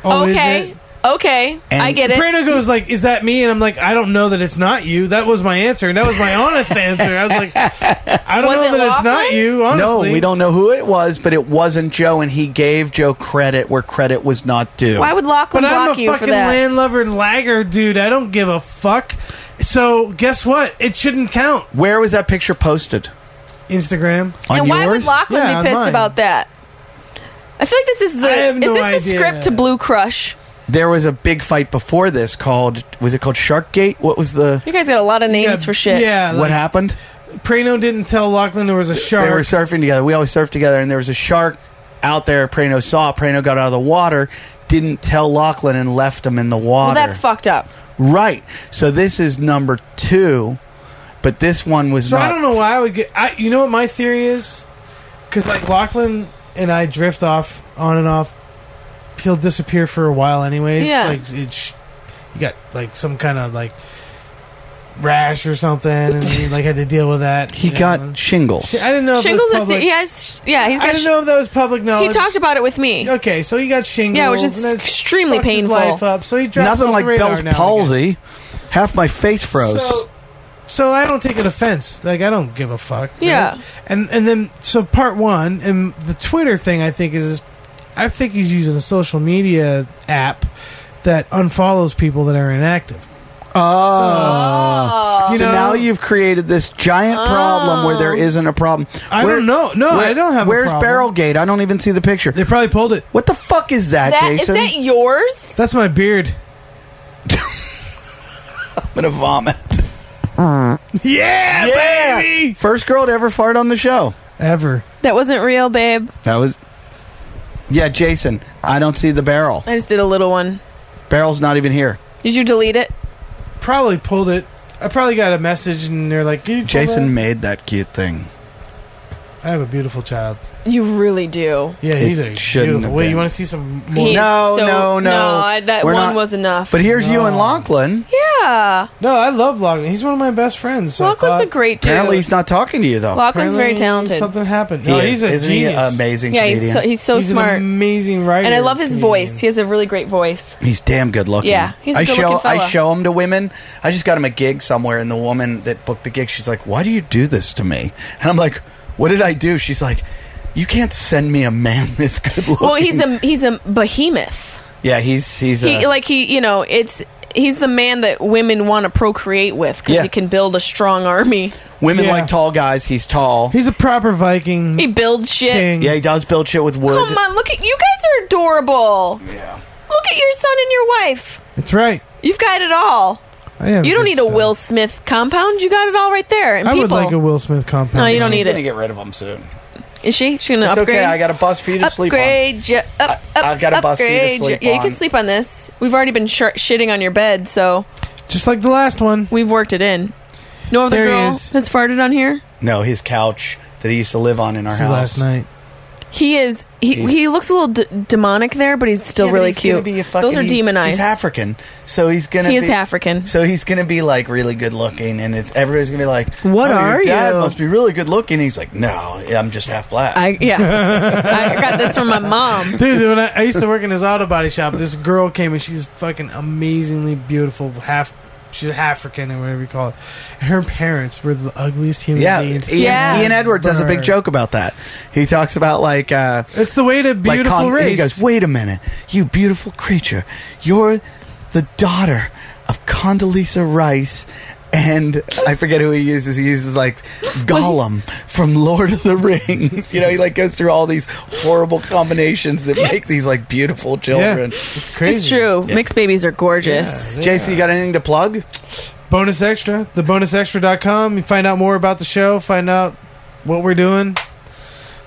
Oh, is
okay.
it?
Okay,
And
I get it.
Brando goes like, "Is that me?" And I'm like, "I don't know that it's not you." That was my answer, and that was my honest answer. I was like, "I don't
Was
know
it
that it's not
Lachlan?
you." Honestly,
No, we don't know who it was, but it wasn't Joe, and he gave Joe credit where credit was not due.
Why would Lachlan
But I'm
block
a
you for
fucking
that?
landlubber laggard, dude. I don't give a fuck. So guess what? It shouldn't count.
Where was that picture posted?
Instagram.
On
and why would
yours?
Lachlan
Yeah, on
be pissed
mine.
about that? I feel like this is the
I have
is
no
this the
idea.
script to Blue Crush?
There was a big fight before this called. Was it called Sharkgate? What was the?
You guys got a lot of names
Yeah,
for shit.
Yeah.
what
What happened?
happened?
Prano didn't tell Lachlan there was a shark.
They were surfing together. We always surfed together, and there was a shark out there. Prano saw. Prano got out of the water, didn't tell Lachlan, and left him in the
Well,
water.
that's fucked up.
right. So this is number two, but this one was
so
not.
I don't know why I would get. I, you know what my theory is? Because like Lachlan and I drift off on and off. He'll disappear for a while, anyways.
Yeah.
Like it sh- you got like some kind of like rash or something, and he like had to deal with that.
He
you know?
got shingles.
I didn't know. If
Shingles
it was
is
public.
he has yeah he's
I
got.
didn't
sh-
know if that was public
He
knowledge.
talked about it with me.
Okay, so he got shingles.
Yeah, which is
and that
extremely
fucked
painful.
His life up, so he dropped
Nothing
off
like
the radar
Bell's
now and again.
palsy. Half my face froze.
So, so I don't take an offense. Like I don't give a fuck. right?
Yeah.
And and then so part one and the Twitter thing I think is, I think he's using a social media app that unfollows people that are inactive.
oh.
You
Uh, so
know-
now you've created this giant problem where
Oh.
there isn't a problem.
I
Where-
don't know. No,
where-
I don't have.
Where's
a problem.
Barrelgate? I don't even see the picture.
They probably pulled it.
What the fuck is that,
That is
Jason?
that yours?
That's my beard.
I'm gonna vomit.
Yeah,
Yeah!
baby.
First girl to ever fart on the show.
Ever.
That wasn't real, babe.
That was. Yeah, Jason. I don't see the barrel.
I just did a little one.
Barrel's not even here.
Did you delete it?
Probably pulled it. I probably got a message and they're like, "Can you pull
Jason
that?"
made that cute thing.
I have a beautiful child.
You really do.
Yeah,
It
he's a
shouldn't
beautiful.
have
Wait,
been.
you want to see some more?
He-
No,
so-
no, no.
no, I- that
We're
one
not-
was enough.
But here's you and Lachlan.
yeah,
No, I love Lachlan. He's one of my best friends. So I
Lachlan's a
thought-
great dude.
Apparently, he's not talking to you though.
Lachlan's very
Apparently
talented.
Something happened.
He
No,
is.
he's a
Isn't
genius.
he amazing
Yeah,
comedian?
he's so, he's so
He's an
smart,
amazing writer,
and I love his
comedian.
voice. He has a really great voice.
He's damn good looking.
Yeah, he's a
I
good-looking
show
fella.
I show him to women. I just got him a gig somewhere, and the woman that booked the gig, she's like, "Why do you do this to me?" And I'm like, "What did I do?" She's like, "You can't send me a man this good looking."
Well, he's a he's a behemoth.
yeah. He's he's
He
a,
like he you know it's he's the man that women want to procreate with because
Yeah.
he can build a strong army.
women
yeah.
like tall guys. He's tall.
He's a proper Viking
He builds shit.
king.
yeah, he does build shit with wood.
Come on, look at you guys are adorable. Yeah. Look at your son and your wife.
That's right.
You've got it all.
I am
You don't
good
need a
stuff.
Will Smith compound. You got it all right there. And
I would
people.
like a Will Smith compound.
No, you don't
She's
need
gonna
it.
get rid of him soon.
Is she? She's gonna
It's
upgrade.
okay. I got a bus for you to sleep on.
upgrade. You, up, up,
I've got a bus for you to
upgrade
sleep
Yeah, you
on.
can sleep on this. We've already been sh- shitting on your bed, so
Just like the last one.
we've worked it in. No other
There he
girl
is.
has farted on here.
No, his couch that he used to live on in our
This is
house
last night.
He is. He
He's-
he looks a little d- demonic there, but he's still
Yeah, but
really
he's
cute.
gonna be a fucking-
Those are
he-
demonized.
He's African, so he's gonna.
He is
be-
African.
So he's gonna be like really good looking, and it's everybody's gonna be like,
What
"Oh,
are
your dad
you?"
Must be really good looking. He's like, no, I'm just half black.
I yeah. I got this from my mom.
Dude, when I, I used to work in his auto body shop, this girl came and she's fucking amazingly beautiful, half she's African or whatever you call it. And her parents were the ugliest human
yeah,
beings.
Ian,
Yeah.
Ian Edwards does a big
Burr.
joke about that. He talks about like, uh,
It's the way to
like
beautiful
con-
race.
He goes, wait a minute, you beautiful creature, you're the daughter of Condoleezza Rice and I forget who he uses. He uses like Gollum from Lord of the Rings. You know, he like goes through all these horrible combinations that make these like beautiful children.
It's crazy.
It's true. Mixed babies are gorgeous.
Yeah, they
Jason, you got anything to plug?
Bonus Extra, thebonusextra.com. You find out more about the show, find out what we're doing.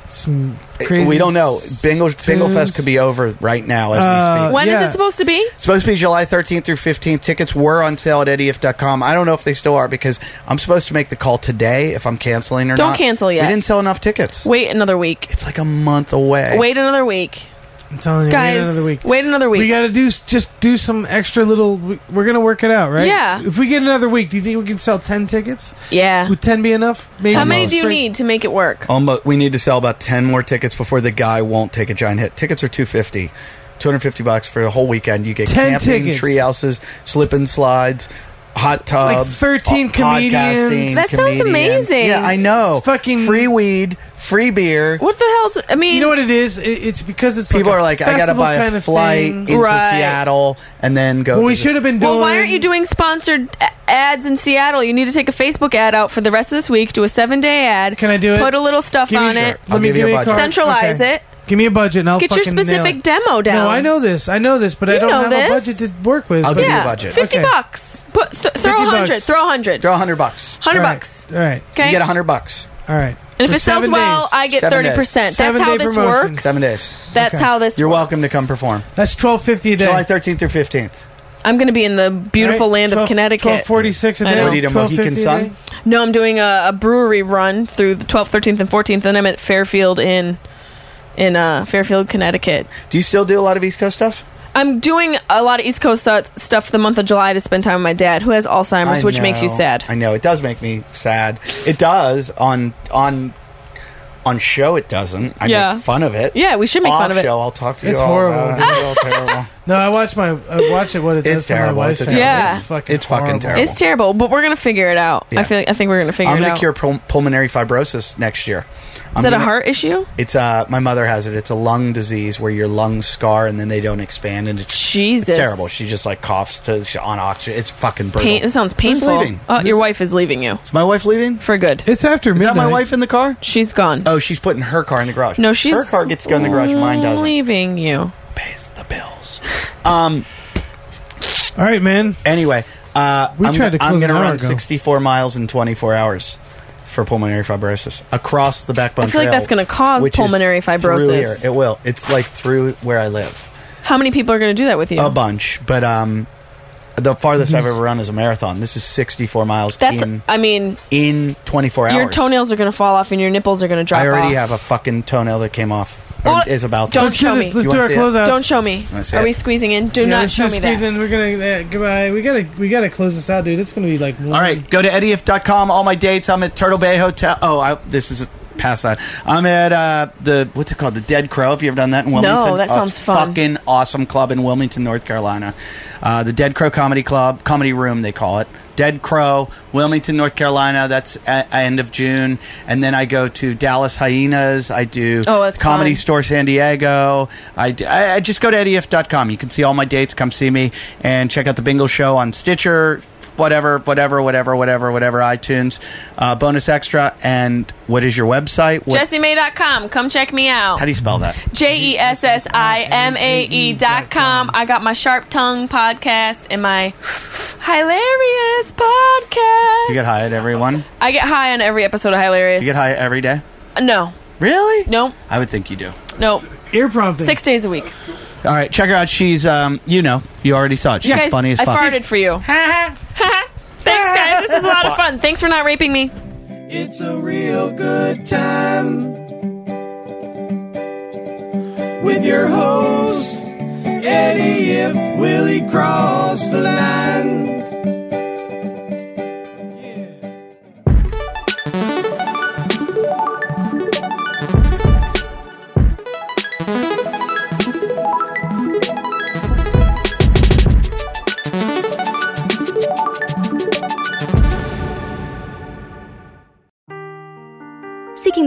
Some crazy.
we don't know. Bingle Bingle
tunes.
Fest could be over right now as we
Uh,
speak.
When is
yeah.
it supposed to be?
It's supposed to be July 13th through 15th. Tickets were on sale at eddief.com. I don't know if they still are because I'm supposed to make the call today if I'm canceling or
Don't
not.
cancel yet.
We didn't sell enough tickets.
Wait another week.
It's like a month away.
Wait another week.
I'm telling you,
Guys,
wait another week.
Wait another week.
We got to do s- just do some extra little. we- We're gonna work it out, right?
Yeah.
If we get another week, do you think we can sell ten tickets?
yeah.
Would ten be enough? Maybe.
How many do you
Spring-
need to make it work?
Almost, Um, we need to sell about 10 more tickets before the guy won't take a giant hit. Tickets are 250. 250 bucks for the whole weekend. You get
10
camping,
tickets.
tree houses, slip and slides, hot
like
tubs,
13
po-
comedians.
podcasting,
That sounds
comedians.
amazing.
Yeah, I know.
It's fucking-
free weed, free beer.
What the hell's? I mean,
You know what it is? It, it's because it's
People
like a
are like, I gotta
festival
buy
kind
a
of
flight
thing.
into
Right.
Seattle and then go.
Well,
to
we
the-
should have been doing.
Well, why aren't you doing sponsored a- ads in Seattle? You need to take a Facebook ad out for the rest of this week. Do a seven day ad.
Can I do it?
Put a little stuff
Give me-
on it.
I'll
Let me
give you
give
a
you a
budget.
card.
Centralize
Okay.
it.
Give me a budget and I'll
Get your
fucking nail
specific
it.
demo down.
No, I know this. I know this, but I
You
don't
know
have
this.
a budget to work with.
I'll
but-
give you a
Yeah,
budget.
fifty
Okay.
bucks. Put th- throw a
50
hundred.
bucks.
Throw a hundred.
Throw 100 bucks.
Hundred
All right,
bucks.
All right.
Okay.
You get 100 bucks.
All right.
and if
For
it sells
seven
well,
days.
I get
Seven
thirty
days.
percent. That's
Seven
how
day
this
promotions.
works.
Seven days.
That's
Okay.
how this.
You're
works.
welcome to come perform.
That's twelve fifty a day.
July 13th through 15th.
I'm going to be in the beautiful
Right?
land
12
of Connecticut.
1246 a
I
day.
know.
Would eat a Mohican
1250 a
Sun.
day?
No, I'm doing a, a brewery run through the 12th, 13th, and 14th. Then I'm at Fairfield in in uh, Fairfield, Connecticut.
Do you still do a lot of East Coast stuff?
I'm doing a lot of East Coast stu- stuff the month of July to spend time with my dad, who has Alzheimer's,
I
which makes you
know.
sad.
I know it does make me sad. It does on on on show. It doesn't. I
Yeah.
make fun of it.
yeah, we should make
Off
fun of it.
show, I'll talk to you.
It's
all
horrible,
about it.
dude.
It's all terrible.
No, I watch my I watch it. What it does
It's
to
terrible.
my
It's
wife's
a
family.
terrible-
it's fucking
It's fucking
horrible.
terrible.
It's terrible, but we're gonna figure it out.
Yeah.
I feel. I think we're gonna figure
I'm
it
gonna
out.
cure pul- pulmonary fibrosis next year. I'm
Is that a
gonna-
heart issue?
It's uh, my mother has it. It's a lung disease where your lungs scar and then they don't expand, and it's, it's
Jesus,
terrible. She just like coughs to she, on oxygen. It's fucking brutal.
Pain, it sounds
Who's
painful.
leaving?
Oh,
Who's-
your wife is leaving you
Is my wife leaving?
for good.
It's after
Is
midnight.
that my wife in the car?
She's gone.
Oh, she's putting her car in the garage.
no, she's
her car gets to go in the garage. Mine doesn't.
Leaving you.
Pays the bills. Um.
All right, man.
Anyway, uh,
We
I'm,
tried to
I'm
close
gonna
an hour
run
ago.
64 miles in 24 hours for pulmonary fibrosis across the backbone.
I feel like
trail,
that's gonna cause
which is
pulmonary
through
fibrosis.
here. It will. It's like through where I live.
How many people are gonna do that with you?
a bunch, but um, the farthest I've ever run is a marathon. This is 64 miles
That's.
in
I mean,
in 24 hours.
your toenails are going to fall off and your nipples are going to drop
I already
off.
have a fucking toenail that came off. Or
Well,
is about.
don't
to.
Let's do
show
this.
me.
Let's
You
do
wanna
our
see it?
closeouts.
Don't show me.
That's
Are
it.
we squeezing in? Do
Yeah,
not
let's
show
do
me that.
squeeze in. We're gonna uh, goodbye. We gotta we gotta close this out, dude. It's gonna be like one.
All right, go to eddief.com. All my dates. I'm at Turtle Bay Hotel. Oh, I, this is a pass on. I'm at uh, the what's it called? The Dead Crow. Have you ever done that in Wilmington?
that
Oh,
sounds
it's
fun.
Fucking awesome club in Wilmington, North Carolina. Uh, the Dead Crow Comedy Club, Comedy Room they call it. Dead Crow, Wilmington, North Carolina. That's a- end of June, and then I go to Dallas Hyenas. I do
Oh, that's
Comedy
fun.
Store San Diego. I, d- I- I just go to eddief.com. You can see all my dates. Come see me and check out the Bingle Show on Stitcher, whatever, whatever, whatever, whatever, whatever, iTunes, uh, bonus extra. And what is your website? What,
JessieMay.com. Come check me
how
out.
do you spell that?
J E S S I M A E dot com. I got my Sharp Tongue podcast and my Hilarious podcast.
Do you get high at everyone?
I get high on every episode of Hilarious.
Do you get high every day?
No.
Really?
No.
I would think you do.
No.
Ear prompting.
Six days a week.
All right, check her out. She's, um, you know, you already saw it. She's
You guys,
funny as
I
fuck.
farted for you. Thanks, guys. This is a lot of fun. Thanks for not raping me.
It's a real good time with your host, Eddie If Willie Cross the Line.
Seeking